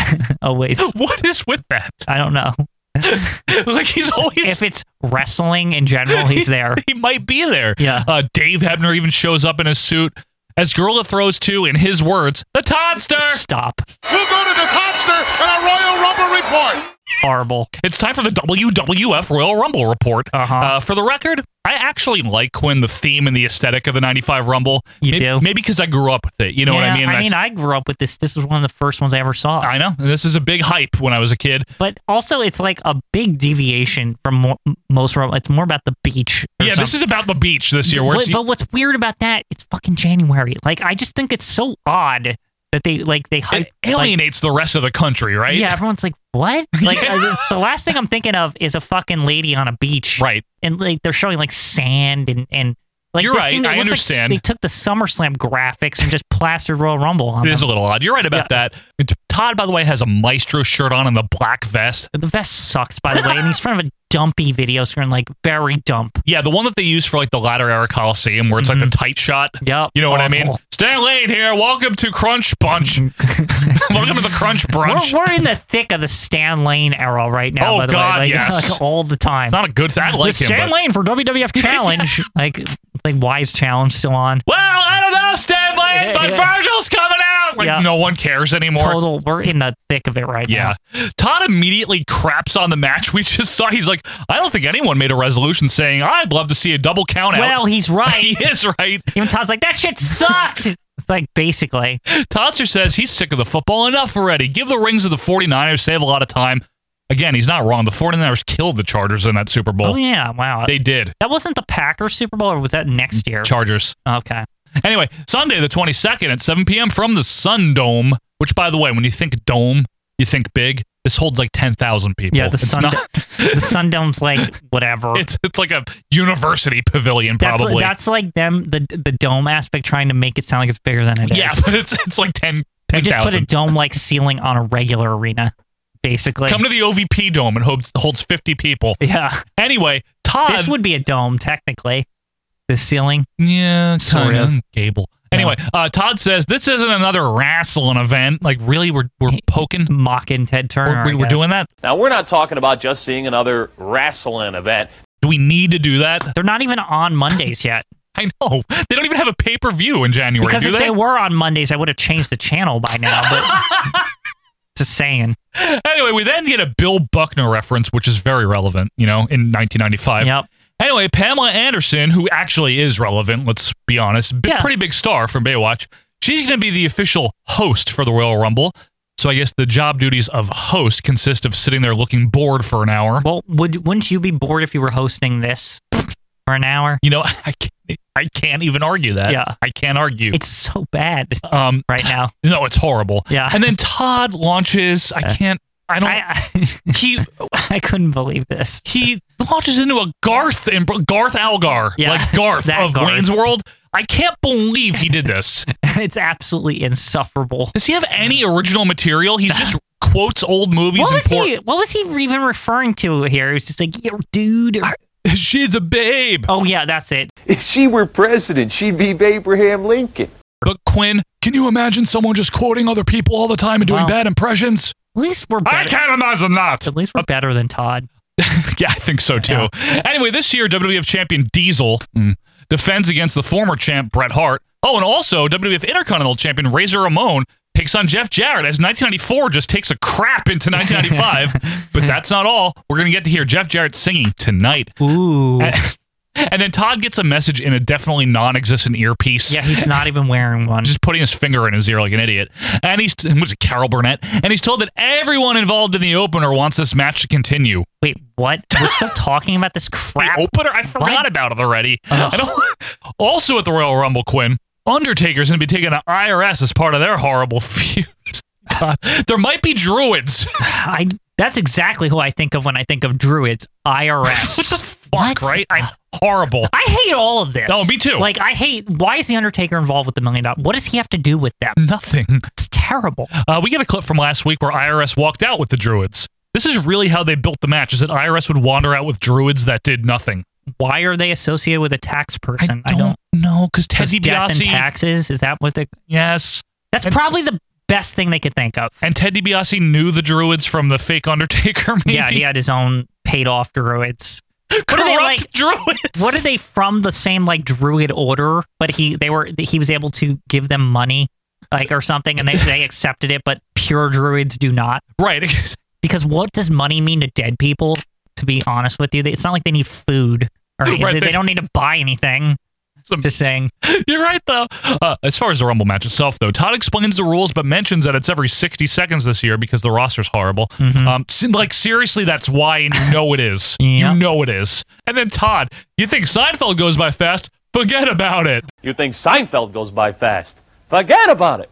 S2: Always.
S1: what is with that?
S2: I don't know.
S1: like he's always
S2: if it's wrestling in general, he's there.
S1: he might be there.
S2: Yeah.
S1: Uh, Dave Hebner even shows up in his suit as Gorilla throws to, in his words, the Todster.
S2: Stop.
S6: We'll go to the Topster and a Royal Rumble report.
S2: Horrible.
S1: It's time for the WWF Royal Rumble report.
S2: Uh-huh.
S1: Uh, for the record, I actually like Quinn the theme and the aesthetic of the '95 Rumble.
S2: You
S1: May-
S2: do?
S1: maybe because I grew up with it. You know what I
S2: Yeah,
S1: mean? And
S2: I
S1: I
S2: mean,
S1: s-
S2: I grew up with this. This was one of the first ones I ever saw.
S1: I know And this is a big hype when I was a kid.
S2: but also, it's like a big deviation from mo- most. Raw. It's more about the beach. or
S1: Yeah, this
S2: something.
S1: is about the beach this year. Where
S2: But,
S1: it's,
S2: but what's weird about that? It's fucking January. Like, I just think it's so odd that they like they hype
S1: it alienates the rest of the country, right?
S2: Yeah, everyone's like, what? Like, uh, the- the last thing I'm thinking of is a fucking lady on a beach.
S1: Right.
S2: And, like, they're showing, like, sand and, and like,
S1: You're
S2: this
S1: right,
S2: seemed- it
S1: I
S2: looks like s-
S1: understand.
S2: they took the SummerSlam graphics and just plastered Royal Rumble on
S1: It
S2: them.
S1: is a little odd. You're right about that. And t- Todd, by the way, has a maestro shirt on and the black vest.
S2: the vest sucks, by the way. And he's in front of a dumpy video screen, like, very dump.
S1: Yeah, the one that they use for like the latter era Coliseum, where it's like the tight shot.
S2: Yep.
S1: You know what I
S2: Mm-hmm. awful.
S1: mean? Stan Lane here. Welcome to Crunch Bunch. Welcome to the Crunch Brunch.
S2: We're, we're in the thick of the Stan Lane era right now,
S1: Oh,
S2: by the
S1: God,
S2: way. Like,
S1: yes.
S2: like, all the time.
S1: It's not a good thing. I
S2: The
S1: like him.
S2: Stan
S1: but-
S2: Lane for WWF Challenge. like, like, why is Challenge still on?
S1: well, I don't know, Stan Lane, but
S2: Yeah.
S1: Virgil's coming out. Like
S2: Yeah.
S1: no one cares anymore.
S2: Total, we're in the thick of it right now.
S1: Yeah. Todd immediately craps on the match we just saw. He's like, I don't think anyone made a resolution saying I'd love to see a double count out.
S2: Well, he's right.
S1: he is right.
S2: Even Todd's like, that shit sucked. it's like basically,
S1: Totzer says he's sick of the football enough already. Give the rings to the 49ers, save a lot of time. Again, he's not wrong. The 49ers killed the Chargers in that Super Bowl.
S2: oh yeah, wow.
S1: They did.
S2: that wasn't the Packers Super Bowl, or was that next year?
S1: Chargers.
S2: okay.
S1: Anyway, Sunday the 22nd at 7 p.m. from the Sun Dome, which, by the way, when you think dome, you think big. This holds like 10,000 people.
S2: Yeah, the
S1: it's
S2: sun.
S1: not-
S2: the Sun Dome's like whatever.
S1: it's, it's like a university pavilion,
S2: that's
S1: probably.
S2: that's like them the the dome aspect trying to make it sound like it's bigger than it is.
S1: yeah, but it's, it's like 10
S2: we just put a
S1: 10,000.
S2: dome like ceiling on a regular arena, basically.
S1: Come to the OVP Dome and holds, holds 50 people.
S2: yeah,
S1: Anyway, Todd.
S2: this would be a dome technically. The ceiling.
S1: Yeah,
S2: Sort
S1: kinda.
S2: of.
S1: Gable. Anyway, uh, Todd says this isn't another wrestling event. Like, really, we're we're poking.
S2: mocking Ted Turner.
S1: We're,
S2: I
S1: we're
S2: guess.
S1: doing that.
S5: Now, we're not talking about just seeing another wrestling event.
S1: Do we need to do that?
S2: They're not even on Mondays yet.
S1: I know they don't even have a pay per view in January.
S2: Because
S1: do
S2: if they? were on Mondays, I would have changed the channel by now. But just saying.
S1: anyway, we then get a Bill Buckner reference, which is very relevant. You know, in 1995.
S2: Yep.
S1: Anyway, Pamela Anderson, who actually is relevant, let's be honest, b-
S2: Yeah.
S1: pretty big star from Baywatch. She's going to be the official host for the Royal Rumble. So I guess the job duties of host consist of sitting there looking bored for an hour.
S2: Well, would wouldn't you be bored if you were hosting this for an hour?
S1: You know, I can't, I can't even argue that.
S2: Yeah.
S1: I can't argue.
S2: It's so bad
S1: um,
S2: right now.
S1: no, it's horrible.
S2: Yeah.
S1: And then Todd launches. I can't. I don't.
S2: I
S1: he
S2: I couldn't believe this.
S1: he launches into a Garth and Garth Algar,
S2: Yeah,
S1: like Garth
S2: that
S1: of
S2: Garth.
S1: Wayne's World. I can't believe he did this.
S2: It's absolutely insufferable.
S1: Does he have any original material? He just quotes old movies
S2: What
S1: and
S2: was
S1: por-
S2: he? What was he even referring to here? It was just like, "Yo, dude." or-
S1: She's a babe.
S2: Oh yeah, that's it.
S17: If she were president, she'd be Abraham Lincoln.
S1: But Quinn, can you imagine someone just quoting other people all the time and doing
S2: Wow.
S1: bad impressions?
S2: At least we're
S1: I
S2: better.
S1: can't imagine that.
S2: At least we're better than Todd.
S1: yeah, I think so too. hmm, Anyway, this year WWF champion Diesel mm, defends against the former champ Bret Hart. Oh, and also WWF Intercontinental Champion Razor Ramon picks on Jeff Jarrett as 1994 just takes a crap into 1995. but that's not all. We're gonna get to hear Jeff Jarrett singing tonight.
S2: Ooh.
S1: And, and then Todd gets a message in a definitely non-existent earpiece.
S2: Yeah, he's not even wearing one.
S1: Just putting his finger in his ear like an idiot. And he's was it Carol Burnett? And he's told that everyone involved in the opener wants this match to continue.
S2: Wait, what? We're still talking about this crap.
S1: opener? I forgot
S2: What?
S1: about it already. I don't- also at the Royal Rumble, Quinn, Undertaker's going to be taking an IRS as part of their horrible feud. God, there might be druids.
S2: I. That's exactly who I think of when I think of druids. IRS.
S1: what the fuck, right? I'm horrible.
S2: I hate all of this.
S1: No, me too.
S2: Like I hate. Why is the Undertaker involved with the Million Dollar? What does he have to do with them?
S1: Nothing.
S2: It's terrible.
S1: Uh, we get a clip from last week where IRS walked out with the druids. This is really how they built the match: is that IRS would wander out with druids that did nothing.
S2: Why are they associated with a tax person? I
S1: don't know because
S2: Because
S1: Teddy
S2: death and
S1: DiBiase.
S2: taxes is that what they?
S1: yes,
S2: That's probably the best thing they could think of.
S1: and Ted DiBiase knew the druids from the fake Undertaker. Maybe.
S2: Yeah, he had his own paid off druids. What are they
S1: Corrupt
S2: like?
S1: druids.
S2: What are they from the same like druid order? But he they were he was able to give them money like or something, and they they accepted it. But pure druids do not.
S1: Right.
S2: Because what does money mean to dead people? To be honest with you, They- it's not like they need food or anything.
S1: Right,
S2: they,
S1: they-
S2: don't need to buy anything.
S1: Some-
S2: just saying.
S1: You're right, though. Uh, as far as the Rumble match itself, though, Todd explains the rules, but mentions that it's every 60 seconds this year because the roster's horrible.
S2: Mm-hmm.
S1: Um, se- like, seriously, that's why, and you know it is.
S2: Yeah.
S1: You know it is. And then, Todd, you think Seinfeld goes by fast? Forget about it.
S5: You think Seinfeld goes by fast? Forget about it.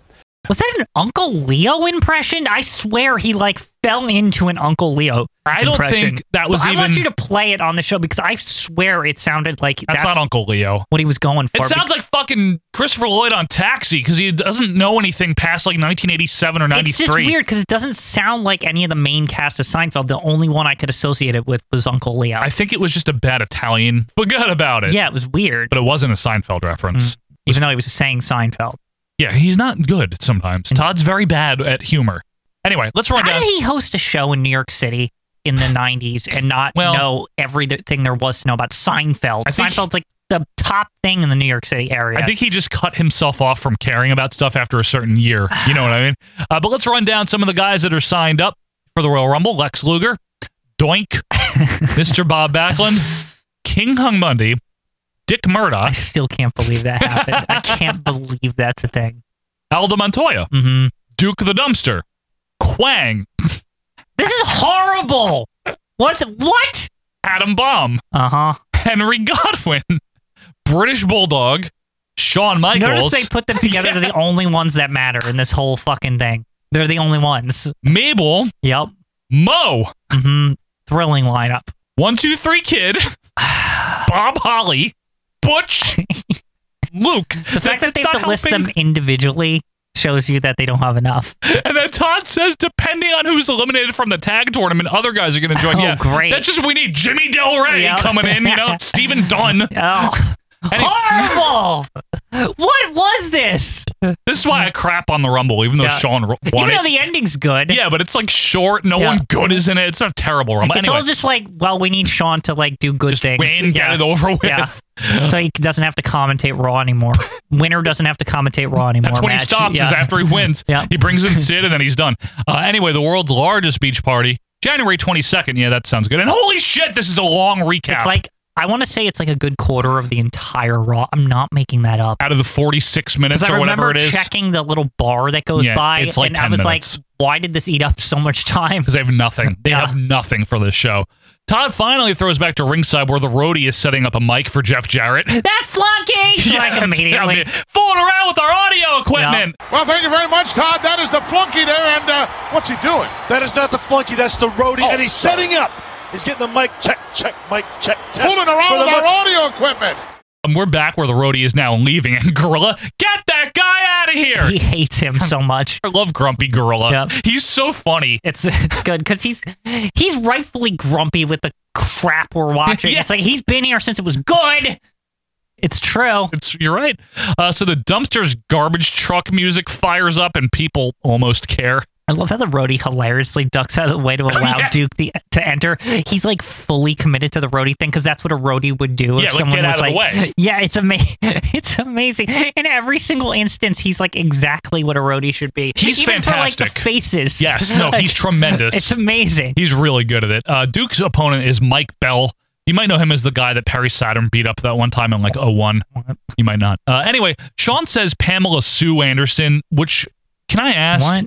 S2: Was that an Uncle Leo impression? I swear he like fell into an Uncle Leo.
S1: I don't
S2: impression.
S1: think that was
S2: But I want
S1: even-
S2: you to play it on the show because I swear it sounded like
S1: That's, not Uncle Leo.
S2: what he was going for.
S1: It sounds like fucking Christopher Lloyd on Taxi because he doesn't know anything past like 1987 or 93.
S2: It's just weird because it doesn't sound like any of the main cast of Seinfeld. The only one I could associate it with was Uncle Leo.
S1: I think it was just a bad Italian. Forget about it.
S2: yeah, Mm. it was weird.
S1: But it wasn't a Seinfeld reference.
S2: even though he was saying Seinfeld.
S1: Yeah, he's not good sometimes.
S2: Mm.
S1: Todd's very bad at humor. Anyway, let's run
S2: How
S1: down.
S2: did he host a show in New York City in the 90s and not
S1: Well-
S2: know everything there was to know about Seinfeld?
S1: I think-
S2: Seinfeld's like the top thing in the New York City area.
S1: I think he just cut himself off from caring about stuff after a certain year. You know what I mean? Uh, but let's run down some of the guys that are signed up for the Royal Rumble Lex Luger, Doink, Mr. Bob Backlund, King Hung Mundy, Dick Murdoch,
S2: I still can't believe that happened. I can't believe that's a thing.
S1: Aldo Montoya,
S2: hmm
S1: Duke the Dumpster, Quang,
S2: This is horrible. What? The, what?
S1: Adam Bomb,
S2: Uh huh.
S1: Henry Godwin, British Bulldog, Shawn
S2: Notice
S1: Michaels,
S2: they put them together. They're the only ones that matter in this whole fucking thing. They're the only ones.
S1: Mabel,
S2: Yep.
S1: Mo,
S2: hmm Thrilling lineup.
S1: One, two, three, kid. Bob Holly, Butch, Luke.
S2: The fact that they have to list them individually shows you that they don't have enough.
S1: And then Todd says, depending on who's eliminated from the tag tournament, other guys are going to join.
S2: Oh,
S1: yeah,
S2: great.
S1: That's just we need Jimmy Del Rey
S2: Yeah.
S1: coming in. You know, Stephen Dunn.
S2: Oh,
S1: if-
S2: horrible! what was this?
S1: This is why I crap on the Rumble, even though
S2: Yeah.
S1: Sean won
S2: Even
S1: it.
S2: though the ending's good,
S1: yeah, but it's like short. No
S2: Yeah.
S1: one good is in it. It's a terrible Rumble.
S2: it's
S1: anyway,
S2: all just like, well, we need Sean to like do good
S1: just
S2: things.
S1: win, get
S2: Yeah.
S1: it over with.
S2: Yeah. So he doesn't have to commentate Raw anymore. Winner doesn't have to commentate Raw anymore.
S1: That's when he
S2: Match-
S1: stops. Is
S2: yeah.
S1: after he wins.
S2: Yeah.
S1: He brings in Sid and then he's done. Uh, anyway, the world's largest beach party, January twenty second. Yeah, that sounds good. And holy shit, this is a long recap.
S2: It's like I want to say it's like a good quarter of the entire Raw. I'm not making that up.
S1: out of the forty six minutes
S2: Because I
S1: or whatever
S2: remember
S1: it is,
S2: checking the little bar that goes
S1: Yeah,
S2: by,
S1: it's like
S2: and
S1: 10
S2: I was
S1: minutes.
S2: like, "Why did this eat up so much time?"
S1: because they have nothing. They
S2: Yeah.
S1: have nothing for this show. Todd finally throws back to ringside where the roadie is setting up a mic for Jeff Jarrett.
S2: That flunky, like
S1: it's- I
S2: immediately.
S1: mean, fooling around with our audio equipment.
S6: Well, thank you very much, Todd. That is the flunky there, and uh, what's he doing?
S9: That is not the flunky, that's the roadie,
S6: Oh,
S9: and he's
S6: sorry.
S9: setting up. He's getting the mic check, check, mic check, test.
S6: Fooling around
S9: for the
S6: with our
S9: mic-
S6: audio equipment.
S1: And Um, we're back where the roadie is now leaving. And Gorilla, get that guy out of here.
S2: He hates him so much.
S1: I love Grumpy Gorilla.
S2: Yep.
S1: He's so funny.
S2: It's it's good because he's he's rightfully grumpy with the crap we're watching.
S1: Yeah.
S2: It's like he's been here since it was good. It's true.
S1: It's you're right. Uh, so the dumpster's garbage truck music fires up, and people almost care.
S2: I love how the roadie hilariously ducks out of the way to allow Duke the, to enter. He's like fully committed to the roadie thing because that's what a roadie would do if
S1: Yeah, like,
S2: someone
S1: get out
S2: was
S1: of the
S2: like,
S1: way.
S2: "Yeah, it's amazing, it's amazing." In every single instance, he's like exactly what a roadie should be.
S1: He's
S2: Even for like
S1: fantastic.
S2: the faces.
S1: Yes, no,
S2: Like,
S1: he's tremendous.
S2: It's amazing.
S1: He's really good at it. Uh, Duke's opponent is Mike Bell. You might know him as the guy that Perry Saturn beat up that one time in like 01. You might not. Uh, anyway, Sean says Pamela Sue Anderson, which can I ask?
S2: What?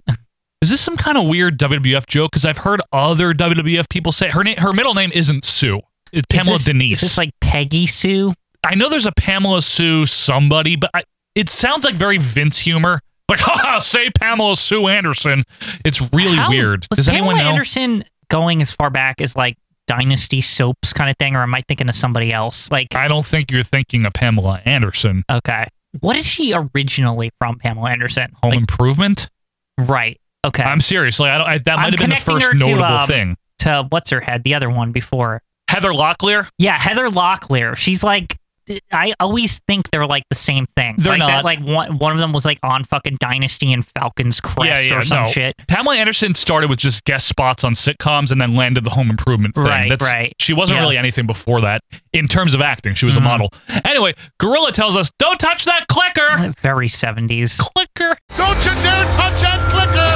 S1: Is this some kind of weird WWF joke? Because I've heard other WWF people say her name. Her middle name isn't Sue. It's
S2: Is
S1: Pamela
S2: this-
S1: Denise.
S2: Is this like Peggy Sue?
S1: I know there's a Pamela Sue somebody, but I, it sounds like very Vince humor. Like, haha, say Pamela Sue Anderson. It's really
S2: How-
S1: weird.
S2: Was
S1: Does
S2: Pamela
S1: anyone know?
S2: Anderson going as far back as like Dynasty soaps kind of thing, or am I thinking of somebody else? Like,
S1: I don't think you're thinking of Pamela Anderson.
S2: okay, what is she originally from? Pamela Anderson,
S1: Home Improvement.
S2: right? Okay,
S1: I'm serious. Like, I don't, I, that
S2: I'm
S1: might have been the
S2: connecting
S1: first
S2: her to,
S1: notable
S2: um,
S1: thing.
S2: To what's her head? The other one before
S1: Heather Locklear.
S2: Yeah, Heather Locklear. She's like, I always think they're like the same thing.
S1: They're
S2: like
S1: not.
S2: That, like one, one of them was like on fucking Dynasty and Falcons Crest or some
S1: no.
S2: shit.
S1: Pamela Anderson started with just guest spots on sitcoms and then landed the Home Improvement thing.
S2: Right, right.
S1: She wasn't
S2: Yeah. Mm-hmm.
S1: really anything before that in terms of acting. She was a model. Anyway, Gorilla tells us, "Don't touch that clicker."
S2: Very seventies.
S1: clicker.
S6: Don't you dare touch that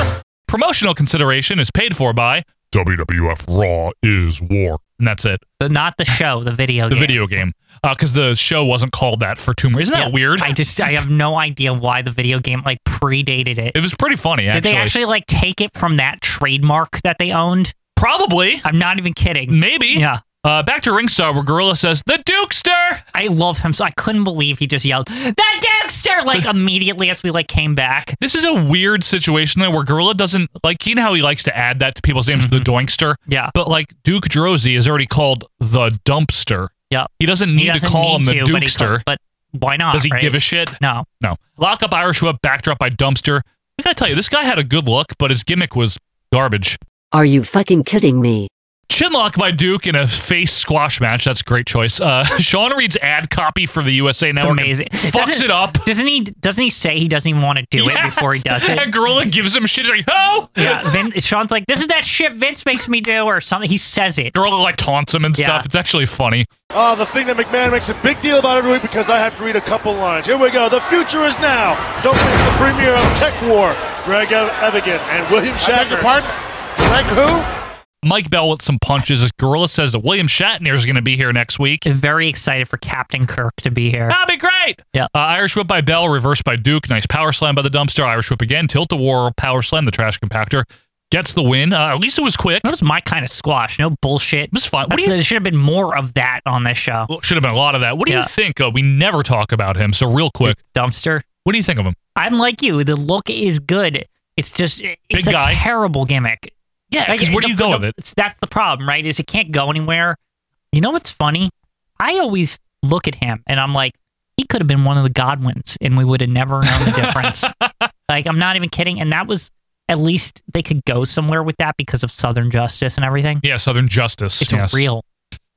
S6: clicker!
S1: Promotional consideration is paid for by WWF Raw is War, and that's it.
S2: But not the show, the video.
S1: The
S2: game.
S1: video game, because the show wasn't called that for two. more- Isn't that
S2: Yeah.
S1: weird?
S2: I just I have no idea why the video game like predated it.
S1: It was pretty funny,
S2: Did
S1: actually.
S2: they actually like take it from that trademark that they owned?
S1: Probably.
S2: I'm not even kidding.
S1: Maybe.
S2: Yeah.
S1: Uh, back to ringside where Gorilla says, The Dukester!
S2: I love him. So I couldn't believe he just yelled, The Dukester! Like immediately as we like came back.
S1: This is a weird situation though, where Gorilla doesn't like. You know how he likes to add that to people's names, the Doinkster.
S2: Mm-hmm. Yeah.
S1: But like Duke Drosy is already called the Dumpster.
S2: Yeah.
S1: He doesn't need
S2: He
S1: to
S2: doesn't
S1: call
S2: need
S1: him
S2: to,
S1: the
S2: but he
S1: Dukester.
S2: call- But, why not?
S1: Does he
S2: right?
S1: give a shit?
S2: No.
S1: No. Lock up Irish Whip, backdrop by Dumpster. I gotta tell you, this guy had a good look, but his gimmick was garbage.
S7: Are you fucking kidding me?
S1: Chinlock by Duke in a face squash match. That's a great choice. Uh, Sean Reed's ad copy for the USA
S2: It's
S1: Network. and
S2: amazing.
S1: Fucks
S2: Doesn't-
S1: it up.
S2: Doesn't he? Doesn't he say he doesn't even want to do it before he does
S1: And
S2: it?
S1: Gorilla gives him shit. He's like, oh!
S2: yeah. Vin, Sean's like, "This is that shit Vince makes me do," or something. He says it.
S1: Gorilla like taunts him and
S2: Yeah.
S1: stuff. It's actually funny.
S9: Oh, the thing that McMahon makes a big deal about every week because I have to read a couple lines. Here we go. The future is now. Don't miss the premiere of Tech War. Greg Ev- Evigan and William Shatner.
S6: Pardon? Greg who?
S1: Mike Bell with some punches. Gorilla says that William Shatner is going to be here next week.
S2: Very excited for Captain Kirk to be here.
S1: That'll be great.
S2: Yeah.
S1: Uh, Irish whip by Bell, reversed by Duke. Nice power slam by the dumpster. Irish whip again. Tilt the war. Power slam. The trash compactor gets the win. Uh, at least it was quick.
S2: That was my kind of squash. No bullshit. It
S1: was fun. What do you-
S2: there should have been more of that on this show.
S1: Well, should have been a lot of that. What do
S2: Yeah.
S1: you think? Uh, we never talk about him. So real quick,
S2: Dumpster.
S1: what do you think of him?
S2: I'm like you. The look is good. It's just it's
S1: Big
S2: a
S1: guy.
S2: terrible gimmick.
S1: Yeah, 'cause where do you go with it?
S2: That's the problem, right? Is it can't go anywhere. You know what's funny? I always look at him and I'm like, he could have been one of the Godwins, and we would have never known the difference. like I'm not even kidding. And that was at least they could go somewhere with that because of Southern Justice and everything.
S1: Yeah, Southern Justice.
S2: It's
S1: yes.
S2: real.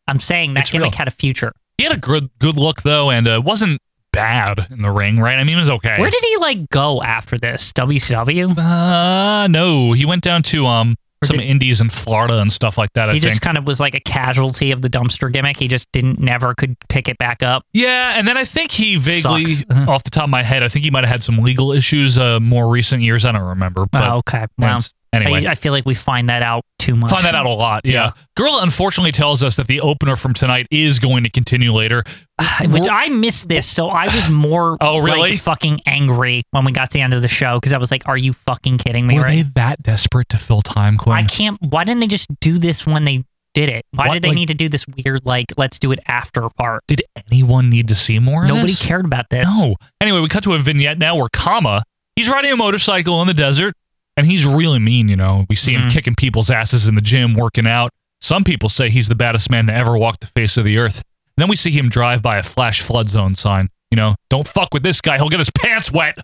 S2: I'm saying that
S1: It's
S2: gimmick
S1: real.
S2: had a future.
S1: He had a good good look though, and uh, wasn't bad in the ring, right? I mean, it was okay.
S2: Where did he like go after this? WCW?
S1: Uh, no, he went down to um some indies in Florida and stuff like that. I
S2: he
S1: think.
S2: just kind of was like a casualty of the dumpster gimmick. He just didn't never could pick it back up.
S1: Yeah, and then I think he vaguely,
S2: Sucks. Uh-huh.
S1: off the top of my head, I think he might have had some legal issues uh, more recent years. I don't remember. But
S2: oh, okay. Well,
S1: that's- anyway.
S2: I, I feel like we find that out too much.
S1: Find that out a lot, yeah. Gorilla unfortunately tells us that the opener from tonight is going to continue later.
S2: Uh, Which I missed this, so I was more
S1: Oh, really?
S2: like, fucking angry when we got to the end of the show because I was like, "Are you fucking kidding me?"
S1: Were
S2: right?
S1: they that desperate to fill time, Quinn?
S2: I can't. Why didn't they just do this when they did it? Why
S1: What,
S2: did they
S1: like-
S2: need to do this weird like let's do it after part?
S1: Did anyone need to see more? of
S2: Nobody
S1: this?
S2: cared about this.
S1: No. Anyway, we cut to a vignette now where Kama, he's riding a motorcycle in the desert, and he's really mean, you know. We
S2: Mm-hmm.
S1: see him kicking people's asses in the gym, working out. Some people say he's the baddest man to ever walk the face of the earth. Then we see him drive by a flash flood zone sign. You know, don't fuck with this guy. He'll get his pants wet.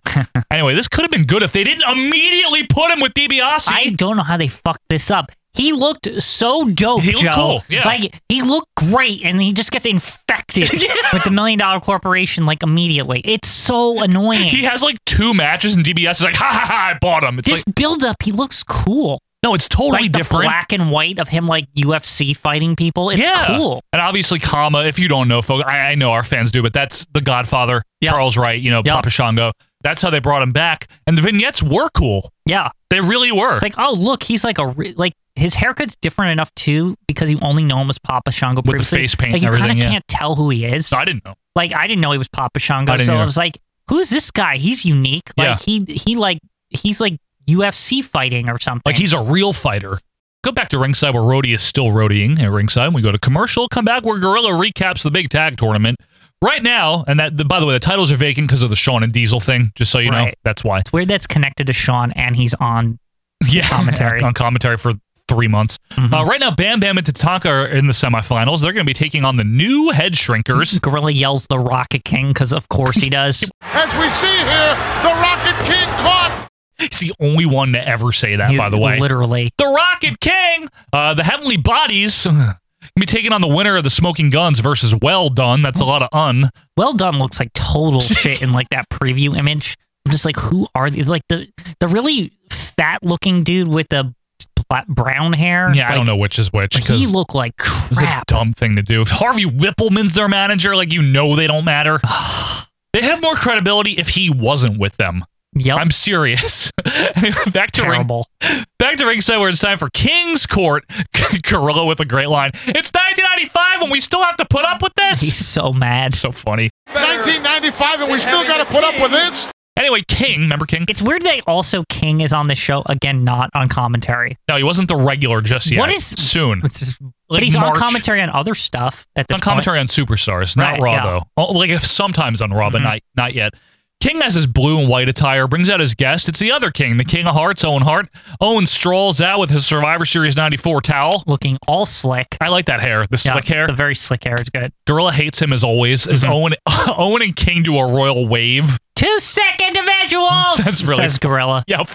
S1: anyway, this could have been good if they didn't immediately put him with DiBiase.
S2: I don't know how they fucked this up. He looked so dope,
S1: He looked
S2: Joe.
S1: cool, yeah.
S2: Like he looked great, and he just gets infected with the million dollar corporation like immediately. It's so annoying.
S1: He has like two matches and DBS is like, ha ha ha, I bought him. It's
S2: this
S1: like,
S2: build up, he looks cool.
S1: no, it's totally
S2: like
S1: different.
S2: The black and white of him like UFC fighting people. It's
S1: yeah.
S2: cool.
S1: And obviously, comma, if you don't know, folks, I, I know our fans do, but that's the Godfather, Charles Wright, you know, Papa Shango. That's how they brought him back. And the vignettes were cool.
S2: Yeah.
S1: They really were.
S2: It's like, oh look, he's like a re- like his haircut's different enough too because you only know him as Papa Shango
S1: the
S2: previously.
S1: face paint and
S2: like, you
S1: everything,
S2: Kind of
S1: yeah.
S2: can't tell who he is.
S1: No, I didn't know.
S2: like I didn't know he was Papa Shango,
S1: I didn't
S2: so I
S1: either.
S2: was like, who's this guy? He's unique. Like
S1: Yeah.
S2: he he like he's like UFC fighting or something.
S1: Like he's a real fighter. Go back to ringside where Rhodey is still roadieing at ringside. We go to commercial. Come back where Gorilla recaps the big tag tournament right now. And that, the, by the way, the titles are vacant because of the Shawn and Diesel thing. Just so you know,
S2: Right.
S1: that's why.
S2: It's weird that's connected to Sean and he's on
S1: yeah,
S2: commentary. Mm-hmm.
S1: on commentary for three months. Uh, right now, Bam Bam and Tatanka are in the semifinals. They're going to be taking on the new head shrinkers.
S2: Gorilla yells the Rocket King because of course he does.
S6: As we see here, the Rocket King caught.
S1: He's the only one to ever say that,
S2: You-
S1: by the way.
S2: literally.
S1: The Rocket King, uh, the Heavenly Bodies, gonna be taking on the winner of the Smoking Guns versus Well Done. That's a lot of un.
S2: Well done looks like total shit in like that preview image. I'm just like, who are these? Like the the really fat looking dude with the bla- brown hair.
S1: Yeah, I
S2: Like,
S1: don't know which is which.
S2: He
S1: 'cause
S2: looked like
S1: It's a
S2: crap.
S1: dumb thing to do. If Harvey Whippleman's their manager, like you know they don't matter. they have more credibility if he wasn't with them.
S2: Yep.
S1: I'm serious. back to
S2: Terrible.
S1: ring. Back to ringside where it's time for King's Court. Gorilla with a great line. It's 1995 and we still have to put up with
S2: He's
S1: this.
S2: so mad.
S1: so funny.
S6: 1995, and we still got to put up with this.
S1: Anyway, King, remember King?
S2: It's weird that also King is on the show again, not on commentary.
S1: No, he wasn't the regular just yet.
S2: What is-
S1: soon?
S2: It's just,
S1: Like
S2: but he's
S1: March.
S2: on commentary on other stuff at this
S1: on commentary on Superstars, not
S2: Right,
S1: Raw
S2: yeah. Mm-hmm.
S1: though. Oh, like if sometimes on Raw, but not not yet. King has his blue and white attire, brings out his guest. It's the other King, the King of Hearts, Owen Hart. Owen strolls out with his Survivor Series '94 towel.
S2: point, looking all slick.
S1: I like that hair, the
S2: Yeah,
S1: slick hair.
S2: The Mm-hmm. very slick hair is good.
S1: Gorilla hates him as always. As Owen, Owen and King do a royal wave.
S2: Two sick individuals.
S1: That's really
S2: says Gorilla.
S1: Yep.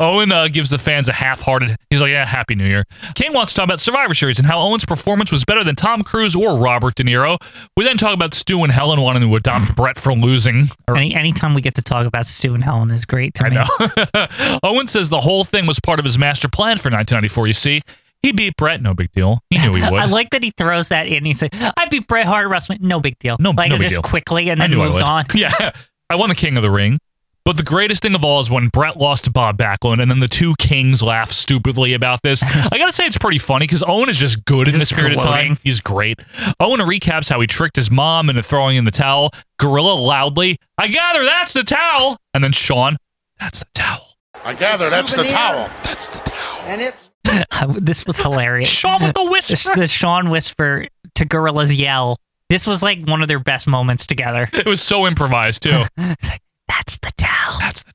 S1: Owen uh, gives the fans a half-hearted. He's like, "Yeah, Happy New Year." King wants to talk about Survivor Series and how Owen's performance was better than Tom Cruise or Robert De Niro. We then talk about Stu and Helen wanting to adopt Brett for losing. Or-
S2: Any, anytime we get to talk about Stu and Helen is great to me.
S1: Owen says the whole thing was part of his master plan for 1994. You see, he beat Brett, no big deal. He knew he would.
S2: I like that he throws that in. He's like, I beat Bret Hart at WrestleMania. No big deal.
S1: No-
S2: like
S1: no big
S2: just
S1: deal.
S2: quickly and
S1: I
S2: then
S1: knew I
S2: moves
S1: would.
S2: on.
S1: Yeah, I won the King of the Ring. But the greatest thing of all is when Brett lost to Bob Backlund, and then the two kings laugh stupidly about this. I gotta say, it's pretty funny because Owen is just good in this
S2: Just
S1: period of time.
S2: gloating.
S1: He's great. Owen recaps how he tricked his mom into throwing in the towel. Gorilla loudly, "I gather that's the towel," and then Sean, "That's the towel."
S6: I gather that's the
S19: Souvenir.
S6: towel. That's the towel.
S19: And it
S2: I w- this was hilarious.
S1: Sean with the
S2: the,
S1: whisper.
S2: the Sean whisper to Gorilla's yell. This was like one of their best moments together.
S1: It was so improvised too.
S2: That's the towel.
S1: That's the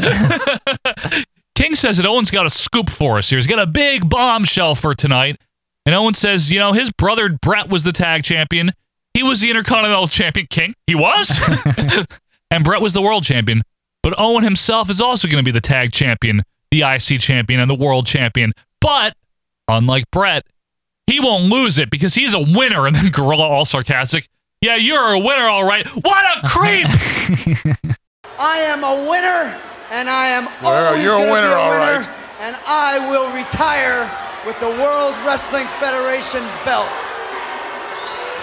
S1: towel. King says that Owen's got a scoop for us here. He's got a big bombshell for tonight. And Owen says, you know, his brother Brett was the tag champion. He was the Intercontinental champion. King, he was. and Brett was the world champion. But Owen himself is also going to be the tag champion, the IC champion, and the world champion. But unlike Brett, he won't lose it because he's a winner. And then Gorilla, all sarcastic, yeah, you're a winner, all right. What a creep!
S19: I am a winner, and I am
S6: Well,
S19: always
S6: you're a
S19: gonna be
S6: winner,
S19: a winner,
S6: all right.
S19: and I will retire with the World Wrestling Federation belt.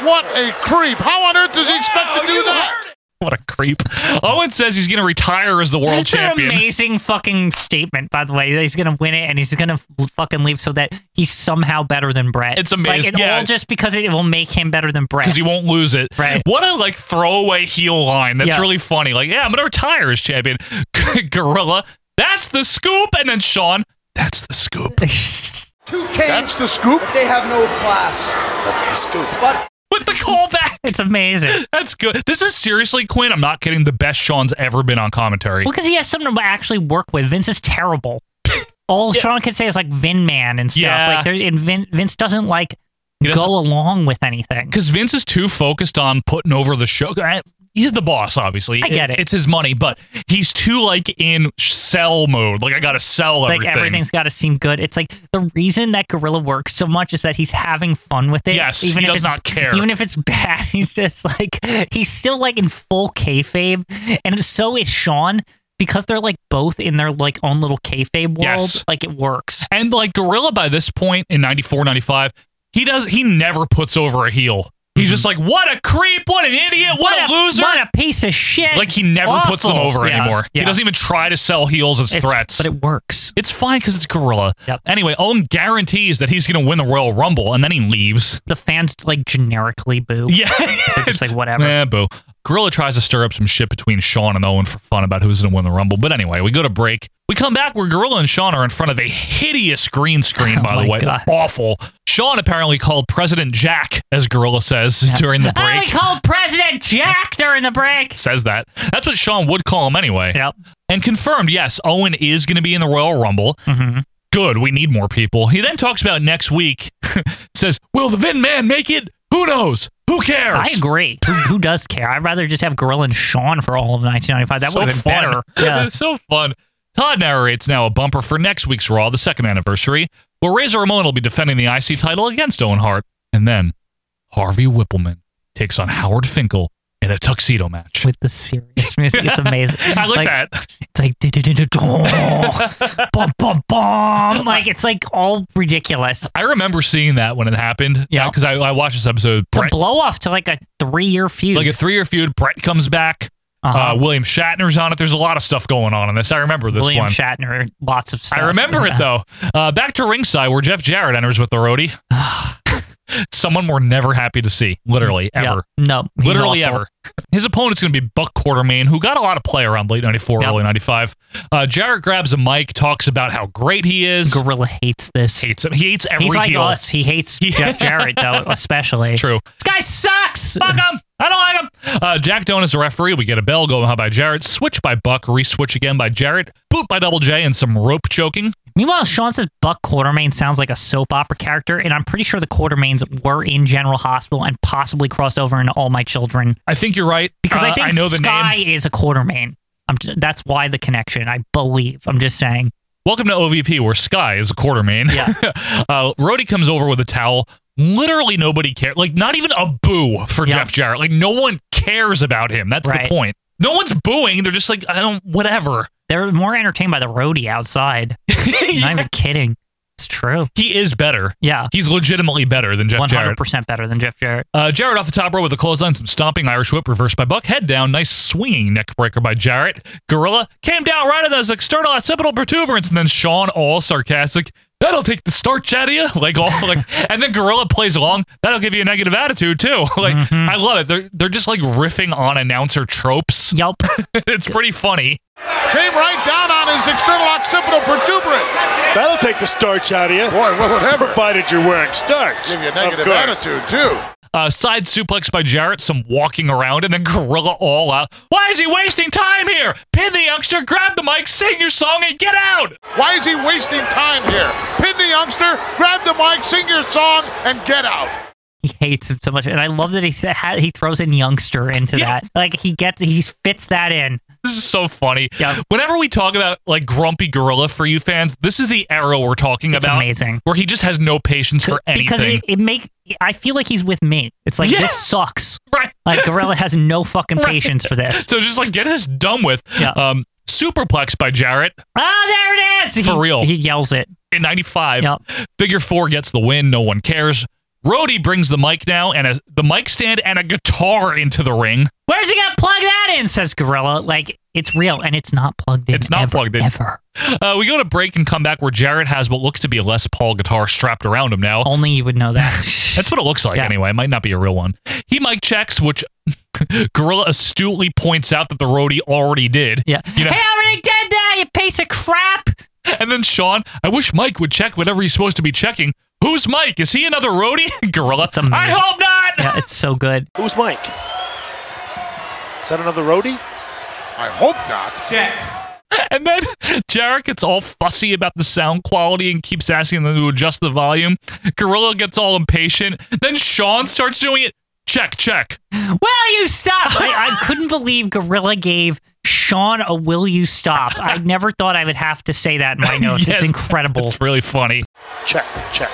S6: What a creep! How on earth does he expect to do that?
S1: What a creep. Owen says he's going to retire as the world
S2: That's
S1: champion.
S2: an amazing fucking statement, by the way. that He's gonna win it, and he's gonna f- fucking leave so that he's somehow better than Brett.
S1: It's amazing,
S2: Like, it
S1: yeah.
S2: all just because it, will make him better than Brett.
S1: Because he won't lose it.
S2: Right.
S1: What a like throwaway heel line. That's
S2: Yeah.
S1: really funny. Like, yeah, I'm going to retire as champion. Gorilla, that's the scoop. And then Sean, that's the scoop.
S19: Two kings.
S6: That's the scoop.
S19: They have no class,
S6: That's the scoop.
S19: but
S1: With the callback.
S2: it's amazing.
S1: That's good. This is seriously, Quinn, I'm not kidding, the best Sean's ever been on commentary.
S2: Well, because he has something to actually work with. Vince is terrible. All Sean can say is like Vin Man and stuff.
S1: Yeah.
S2: Like there's and Vin, Vince doesn't like
S1: doesn't-
S2: go along with anything.
S1: Because Vince is too focused on putting over the show. I- he's the boss, obviously.
S2: I get it.
S1: It's his money, but he's too like in sell mode. Like I gotta sell everything.
S2: Like everything's got to seem good. It's like the reason that Gorilla works so much is that he's having fun with it.
S1: Yes, he does
S2: it's,
S1: not care.
S2: Even if it's bad, he's just like he's still like in full kayfabe, and so is Sean because they're like both in their like own little kayfabe world.
S1: Yes.
S2: Like it works.
S1: And like Gorilla by this point in 94, 95, he does he never puts over a heel. He's just like, what a creep, what an idiot, what, a, loser.
S2: Mm-hmm. What a piece of shit.
S1: like he never puts them
S2: Awful.
S1: over
S2: Yeah,
S1: anymore.
S2: yeah.
S1: He doesn't even try to sell heels as
S2: It's-
S1: threats.
S2: but it works.
S1: It's fine because it's Gorilla. Anyway, Owen guarantees that he's going to win the Royal Rumble, and then he leaves.
S2: The fans like generically boo.
S1: Yeah.
S2: They're just like whatever.
S1: Eh, boo. Gorilla tries to stir up some shit between Sean and Owen for fun about who's going to win the Rumble. But anyway, we go to break. We come back where Gorilla and Sean are in front of a hideous green screen, by the
S2: Oh my
S1: way. They're
S2: God.
S1: Awful. Sean apparently called President Jack, as Gorilla says during the
S2: I
S1: break.
S2: called President Jack during the break.
S1: says that. That's what Sean would call him anyway. Yep. And confirmed, yes, Owen is going to be in the Royal Rumble.
S2: Mm-hmm.
S1: Good. We need more people. He then talks about next week. says, "Will the Vin Man make it? Who knows? Who cares?"
S2: I agree. who, who does care? I'd rather just have Gorilla and Sean for all of 1995. That
S1: so
S2: would have been
S1: fun.
S2: better. Yeah.
S1: so fun. Todd narrates now a bumper for next week's Raw, the second anniversary, where Razor Ramon will be defending the IC title against Owen Hart, and then Harvey Whippleman takes on Howard Finkel in a tuxedo match.
S2: With the serious music. It's amazing.
S1: I like, that.
S2: It's like "Du-du-du-du-du." bum bum bum. Like it's like all ridiculous.
S1: I remember seeing that when it happened. Yeah, because I, I watched this episode.
S2: It's a
S1: Brett-
S2: blow off to like a three year feud.
S1: like a three-year feud. Brett comes back.
S2: Uh-huh.
S1: uh William Shatner's on it. There's a lot of stuff going on in this. I remember this
S2: William
S1: one.
S2: Shatner, lots of stuff.
S1: I remember it though. Uh, back to ringside where Jeff Jarrett enters with the roadie. Someone we're never happy to see, literally
S2: Yeah.
S1: ever,
S2: No, he's
S1: literally
S2: awful.
S1: ever. His opponent's going to be Buck Quartermain, who got a lot of play around late '94, early '95. Uh, Jarrett grabs a mic, talks about how great he is.
S2: Gorilla hates this.
S1: Hates him. He hates every
S2: He's like
S1: heel.
S2: us. He hates Jeff Jarrett though, especially.
S1: True.
S2: This guy sucks.
S1: Fuck him. I don't like him. Uh, Jack Doan is the referee. We get a bell going by Jarrett. Switch by Buck. Re-switch again by Jarrett. Boot by Double J and some rope choking.
S2: Meanwhile, Sean says Buck Quartermain sounds like a soap opera character, and I'm pretty sure the Quartermains were in General Hospital and possibly crossed over into All My Children
S1: I think you're right
S2: because
S1: Uh,
S2: I think
S1: I know the
S2: Sky
S1: name.
S2: is a Quartermain. I'm j- that's why the connection. I believe. I'm just saying.
S1: Welcome to OVP, where Sky is a quartermain.
S2: Yeah.
S1: uh, Rhodey comes over with a towel. Literally nobody cares. Like not even a boo for
S2: Yeah.
S1: Jeff Jarrett. Like no one cares about him. That's
S2: Right.
S1: the point. No one's booing. They're just like I don't. Whatever.
S2: They're more entertained by the roadie outside. I'm not even kidding. It's true.
S1: He is better.
S2: Yeah.
S1: He's legitimately better than Jeff Jarrett.
S2: 100% better than Jeff Jarrett.
S1: Uh, Jarrett off the top row with a clothesline, some stomping Irish whip, reversed by Buck, head down, nice swinging neck breaker by Jarrett. Gorilla came down right on those external occipital protuberance, and then Sean, all sarcastic, that'll take the starch out of you, like all like, and then Gorilla plays along, that'll give you a negative attitude too. like I love it. They're they're just like riffing on announcer tropes.
S2: Yelp.
S1: it's pretty funny.
S6: Came right down on his external occipital protuberance.
S9: That'll take the starch out of you.
S6: Boy, wha- whatever.
S9: Provided you're wearing starch.
S6: Give you a
S9: Of
S6: negative
S9: course.
S6: attitude, too.
S1: Uh, side suplex by Jarrett, some walking around, and then Gorilla all out. Why is he wasting time here? Pin the youngster, grab the mic, sing your song, and get out.
S6: Why is he wasting time here? Pin the youngster, grab the mic, sing your song, and get out.
S2: He hates him so much, and I love that he sa- ha- he throws in youngster into that. Like he gets he fits that in.
S1: This is so funny.
S2: Yeah.
S1: Whenever we talk about like grumpy gorilla for you fans, this is the era we're talking
S2: It's
S1: about.
S2: amazing.
S1: Where he just has no patience for
S2: because
S1: anything.
S2: it, it make I feel like he's with me. It's like
S1: Yeah.
S2: this sucks.
S1: Right.
S2: Like Gorilla has no fucking
S1: Right.
S2: patience for this.
S1: so just like get this done with.
S2: Yeah.
S1: Um superplex by Jarrett
S2: Ah, there it is.
S1: For
S2: He-
S1: real.
S2: he yells it.
S1: in 95.
S2: Yep.
S1: Figure 4 gets the win, no one cares. Rhodey brings the mic now and a, the mic stand and a guitar into the ring.
S2: Where's he gonna plug that in? Says Gorilla. Like it's real, and it's not plugged in.
S1: It's not
S2: ever,
S1: plugged in.
S2: ever.
S1: Uh, we go to break and come back where Jarrett has what looks to be a Les Paul guitar strapped around him now.
S2: Only you would know that.
S1: That's what it looks like
S2: Yeah.
S1: anyway. It might not be a real one. He mic checks, which Gorilla astutely points out that the roadie already did.
S2: Yeah.
S1: You know,
S2: Hey, I already did that, you piece of crap.
S1: and then Sean, I wish Mike would check whatever he's supposed to be checking. Who's Mike? Is he another roadie? Gorilla.
S2: It's amazing.
S1: I hope not.
S2: Yeah, it's so good.
S9: Who's Mike? Is that another roadie?
S6: I hope not.
S1: And then Jarrett gets all fussy about the sound quality and keeps asking them to adjust the volume. Gorilla gets all impatient. Then Sean starts doing it. Check, check.
S2: Will you stop? I, I couldn't believe Gorilla gave Sean a will you stop. I never thought I would have to say that in my notes.
S1: Yes.
S2: It's incredible.
S1: It's really funny.
S6: Check, check.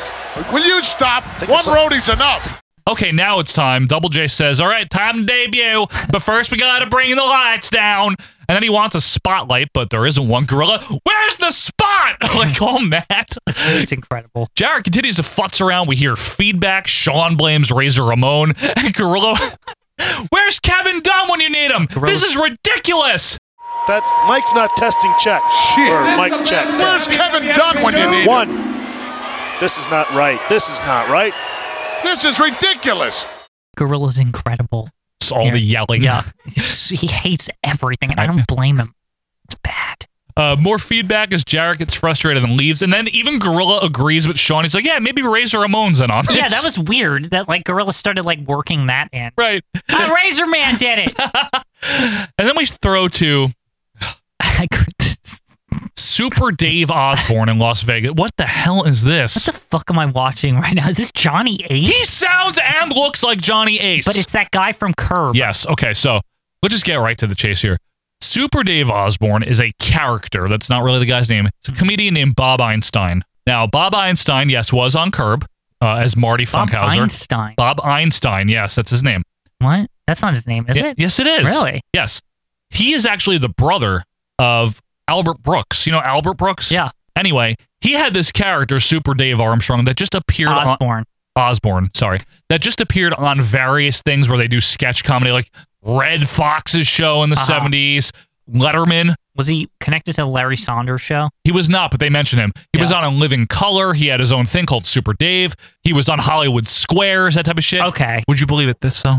S6: Will you stop? One roadie's enough.
S1: Okay, now it's time. Double J says, All right, time to debut, but first we gotta bring the lights down. And then he wants a spotlight, but there isn't one. Gorilla, where's the spot? like, oh, Matt.
S2: It's incredible.
S1: Jared continues to futz around. We hear feedback. Sean blames Razor Ramon. And Gorilla, where's Kevin Dunn when you need him? This is ridiculous.
S9: That's Mike's not testing check. Or Mike check.
S6: Where's Kevin Dunn when you need him?
S9: One. This is not right. This is not right.
S6: This is ridiculous.
S2: Gorilla's incredible.
S1: It's all the yelling.
S2: Yeah. It's- he hates everything, and I don't blame him.
S1: Uh, more feedback as Jarrett gets frustrated and leaves. And then even Gorilla agrees with Sean. He's like, yeah, maybe Razor Ramon's in on this.
S2: Yeah, that was weird that like Gorilla started like working that in.
S1: Right.
S2: Uh, Razor Man did it.
S1: And then we throw to Super Dave Osborne in Las Vegas. What the hell is this?
S2: What the fuck am I watching right now? Is this Johnny Ace?
S1: He sounds and looks like Johnny Ace.
S2: But it's that guy from Curb.
S1: Yes. Okay. So we'll just get right to the chase here. Super Dave Osborne is a character. That's not really the guy's name. It's a comedian named Bob Einstein. Now, Bob Einstein, yes, was on Curb uh, as Marty
S2: Bob
S1: Funkhauser.
S2: Einstein.
S1: Bob Einstein. Yes, that's his name.
S2: What? That's not his name, is
S1: Ye-
S2: it?
S1: Yes, it is.
S2: Really?
S1: Yes. He is actually the brother of Albert Brooks. You know Albert Brooks?
S2: Yeah.
S1: Anyway, he had this character, Super Dave Armstrong, that just appeared
S2: Osborne.
S1: on. Osborne, sorry. That just appeared on various things where they do sketch comedy, like Red Fox's show in
S2: Uh-huh.
S1: the 70s, Letterman.
S2: Was he connected to the Larry Saunders show?
S1: He was not, but they mentioned him. He was on A Living Color. He had his own thing called Super Dave. He was on Hollywood Squares, that type of shit.
S2: Okay.
S1: Would you believe it? This though,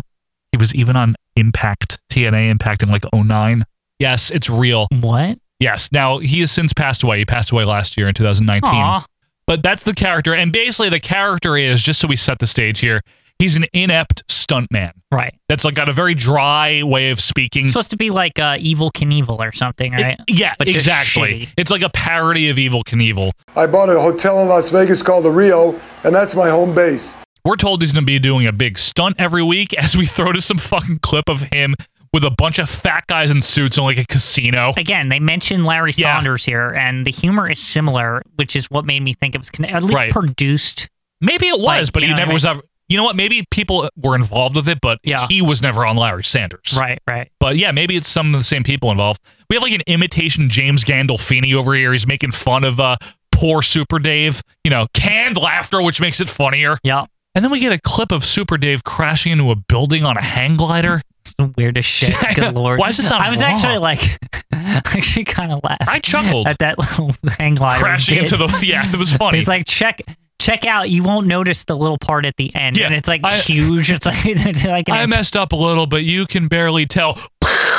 S1: he was even on Impact, TNA Impact in like 09. Yes, it's real.
S2: What?
S1: Yes. Now he has since passed away. He passed away last year in 2019.
S2: Aw.
S1: But that's the character, and basically the character is just so we set the stage here. He's an inept stuntman.
S2: Right.
S1: That's like got a very dry way of speaking.
S2: It's supposed to be like uh, Evil Knievel or something, right?
S1: yeah,
S2: But just
S1: exactly.
S2: shitty.
S1: It's like a parody of Evil Knievel.
S15: I bought a hotel in Las Vegas called the Rio, and that's my home base.
S1: We're told he's going to be doing a big stunt every week as we throw to some fucking clip of him with a bunch of fat guys in suits in like a casino.
S2: Again, they mentioned Larry
S1: Yeah.
S2: Saunders here, and the humor is similar, which is what made me think it was conne- at least
S1: Right.
S2: produced.
S1: Maybe it was,
S2: Like,
S1: but
S2: you
S1: he
S2: know what
S1: never
S2: I
S1: was
S2: mean?
S1: ever. You know what? Maybe people were involved with it, but
S2: Yeah.
S1: he was never on Larry Sanders.
S2: Right, right.
S1: But yeah, maybe it's some of the same people involved. We have like an imitation James Gandolfini over here. He's making fun of uh, poor Super Dave. You know, canned laughter, which makes it funnier.
S2: Yeah.
S1: And then we get a clip of Super Dave crashing into a building on a hang glider.
S2: The weirdest shit.
S1: Yeah, I
S2: Good
S1: know.
S2: lord.
S1: Why is this on
S2: I was
S1: Raw?
S2: actually like, I actually kind of laughed.
S1: I chuckled.
S2: at that little hang glider
S1: crashing
S2: bit.
S1: into the yeah, it was funny.
S2: It's like check check out. You won't notice the little part at the end,
S1: Yeah,
S2: and it's like
S1: I-
S2: huge. It's like it's like an
S1: I messed up a little, but you can barely tell.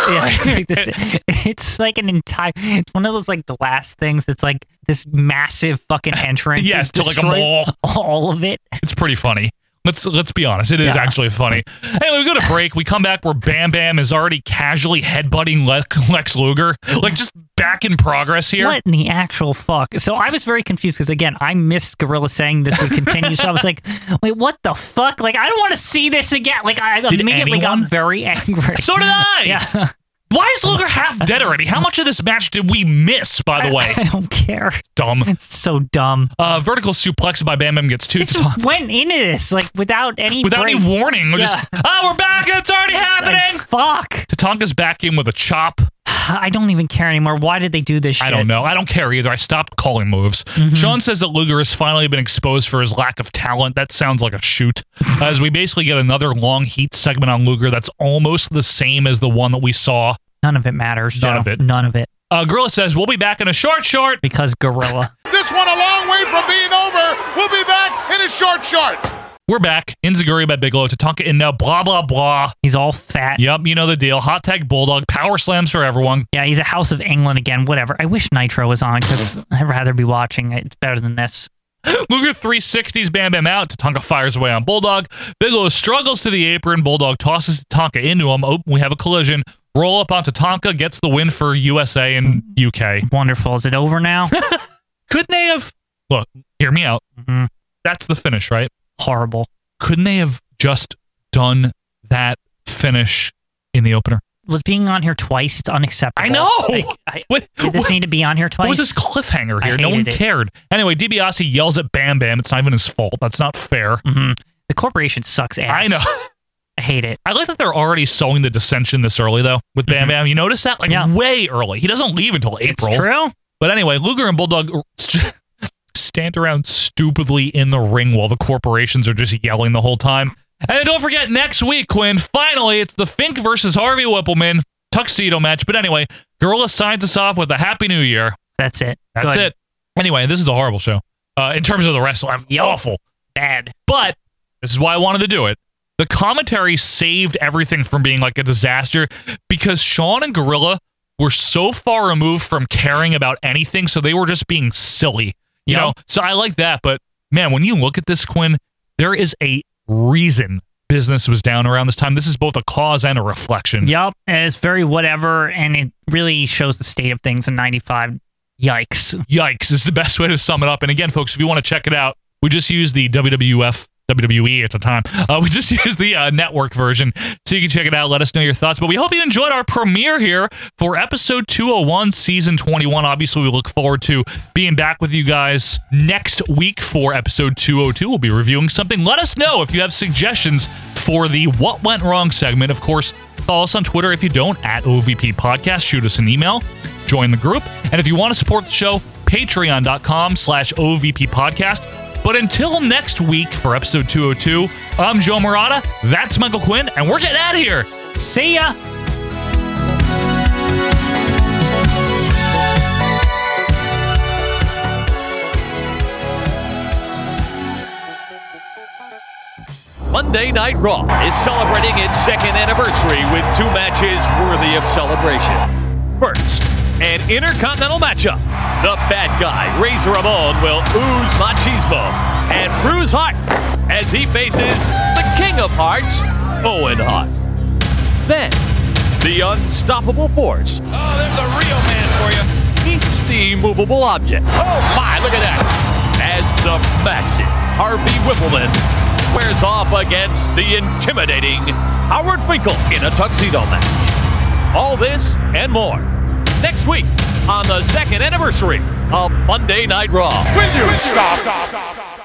S2: Yeah, it's like this. It's like an entire. It's one of those like glass things. It's like this massive fucking entrance.
S1: Yes,
S2: It
S1: to, like, a
S2: destroys
S1: mall.
S2: All of it.
S1: It's pretty funny. Let's let's be honest. It is
S2: Yeah.
S1: actually funny. Anyway, we go to break. We come back where Bam Bam is already casually headbutting Le- Lex Luger, like just back in progress here.
S2: What in the actual fuck? So I was very confused because again, I missed Gorilla saying this would continue. so I was like, wait, what the fuck? Like, I don't want to see this again. Like, I immediately
S1: anyone?
S2: got very angry.
S1: So did I.
S2: yeah.
S1: Why is Luger half dead already? How much of this match did we miss? By the way,
S2: I don't care.
S1: dumb.
S2: It's so dumb.
S1: Uh, vertical suplex by Bam Bam gets two.
S2: It just went into this like without any
S1: Without
S2: break.
S1: any warning, we're just
S2: Yeah.
S1: oh, we're back. It's already
S2: Like,
S1: happening.
S2: fuck.
S1: Tatanka's back in with a chop.
S2: I don't even care anymore. Why did they do this shit? Mm-hmm.
S1: I don't know. I don't care either. I stopped calling moves. Sean says that Luger has finally been exposed for his lack of talent. That sounds like a shoot. as we basically get another long heat segment on Luger that's almost the same as the one that we saw.
S2: None of it matters.
S1: None
S2: Joe.
S1: of it.
S2: None of it.
S1: Uh, Gorilla says, We'll be back in a short, short.
S2: Because Gorilla.
S6: This one a long way from being over. We'll be back in a short short.
S1: We're back. Inzaguri by Bigelow, Tatanka in now, blah, blah, blah.
S2: He's all fat.
S1: Yup, you know the deal. Hot tag Bulldog, power slams for everyone.
S2: Yeah, he's a House of England again. Whatever. I wish Nitro was on because I'd rather be watching it. It's better than this.
S1: Luger 360s Bam Bam out. Tatanka fires away on Bulldog. Bigelow struggles to the apron. Bulldog tosses Tatanka into him. Oh, we have a collision. Roll up on Tatanka, gets the win for USA and UK.
S2: Wonderful. Is it over now?
S1: Couldn't they have. Look, hear me out.
S2: Mhm.
S1: That's the finish, right?
S2: Horrible.
S1: Couldn't they have just done that finish in the opener.
S2: Was being on here twice. It's unacceptable.
S1: I know.
S2: Like, I, did this need to be on here twice?
S1: What was this cliffhanger
S2: I
S1: here? No one
S2: hated it.
S1: cared. Anyway, DiBiase yells at Bam Bam. It's not even his fault. That's not fair.
S2: Mm-hmm. The corporation sucks ass.
S1: I know.
S2: I hate it.
S1: I like that they're already sowing the dissension this early though with Bam Bam. You notice that like way early. He doesn't leave until April.
S2: Mm-hmm. true.
S1: But anyway, Luger and Bulldog st- stand around stupidly in the ring while the corporations are just yelling the whole time. And don't forget next week, Quinn. Finally, it's the Fink versus Harvey Whippleman tuxedo match. But anyway, Gorilla signs us off with a Happy New Year.
S2: That's it.
S1: That's
S2: Good.
S1: it. Anyway, this is a horrible show. Uh, in terms of the wrestling, I'm awful.
S2: Bad.
S1: But this is why I wanted to do it. The commentary saved everything from being like a disaster because Sean and Gorilla were so far removed from caring about anything, so they were just being silly. You know? So I like that, but man, when you look at this, Quinn, there is a reason business was down around this time. This is both a cause and a reflection.
S2: Yep. And it's very whatever, and it really shows the state of things in '95. Yikes.
S1: Yikes is the best way to sum it up. And again, folks, if you want to check it out, we just use the WWF, WWE at the time. Uh, we just use the uh, network version. So you can check it out. Let us know your thoughts. But we hope you enjoyed our premiere here for episode 201, season 21. Obviously, we look forward to being back with you guys next week for episode 202. We'll be reviewing something. Let us know if you have suggestions for the What Went Wrong segment. Of course, follow us on Twitter if you don't, at OVP Podcast. Shoot us an email join the group. And if you want to support the show, patreon.com slash OVP podcast. But until next week for episode 202, I'm Joe Morata, that's Michael Quinn, and we're getting out of here. See ya!
S5: Monday Night Raw is celebrating its second anniversary with two matches worthy of celebration. First, an intercontinental matchup. The bad guy, Razor Ramon, will ooze machismo and bruise hearts as he faces the king of hearts, Owen Hart. Then, the unstoppable force. Oh, there's a real man for you. Meets the movable object. Oh my, look at that. As the massive Harvey Whippleman squares off against the intimidating Howard Finkel in a tuxedo match. All this and more next week on the second anniversary of Monday Night Raw.
S6: Will you stop?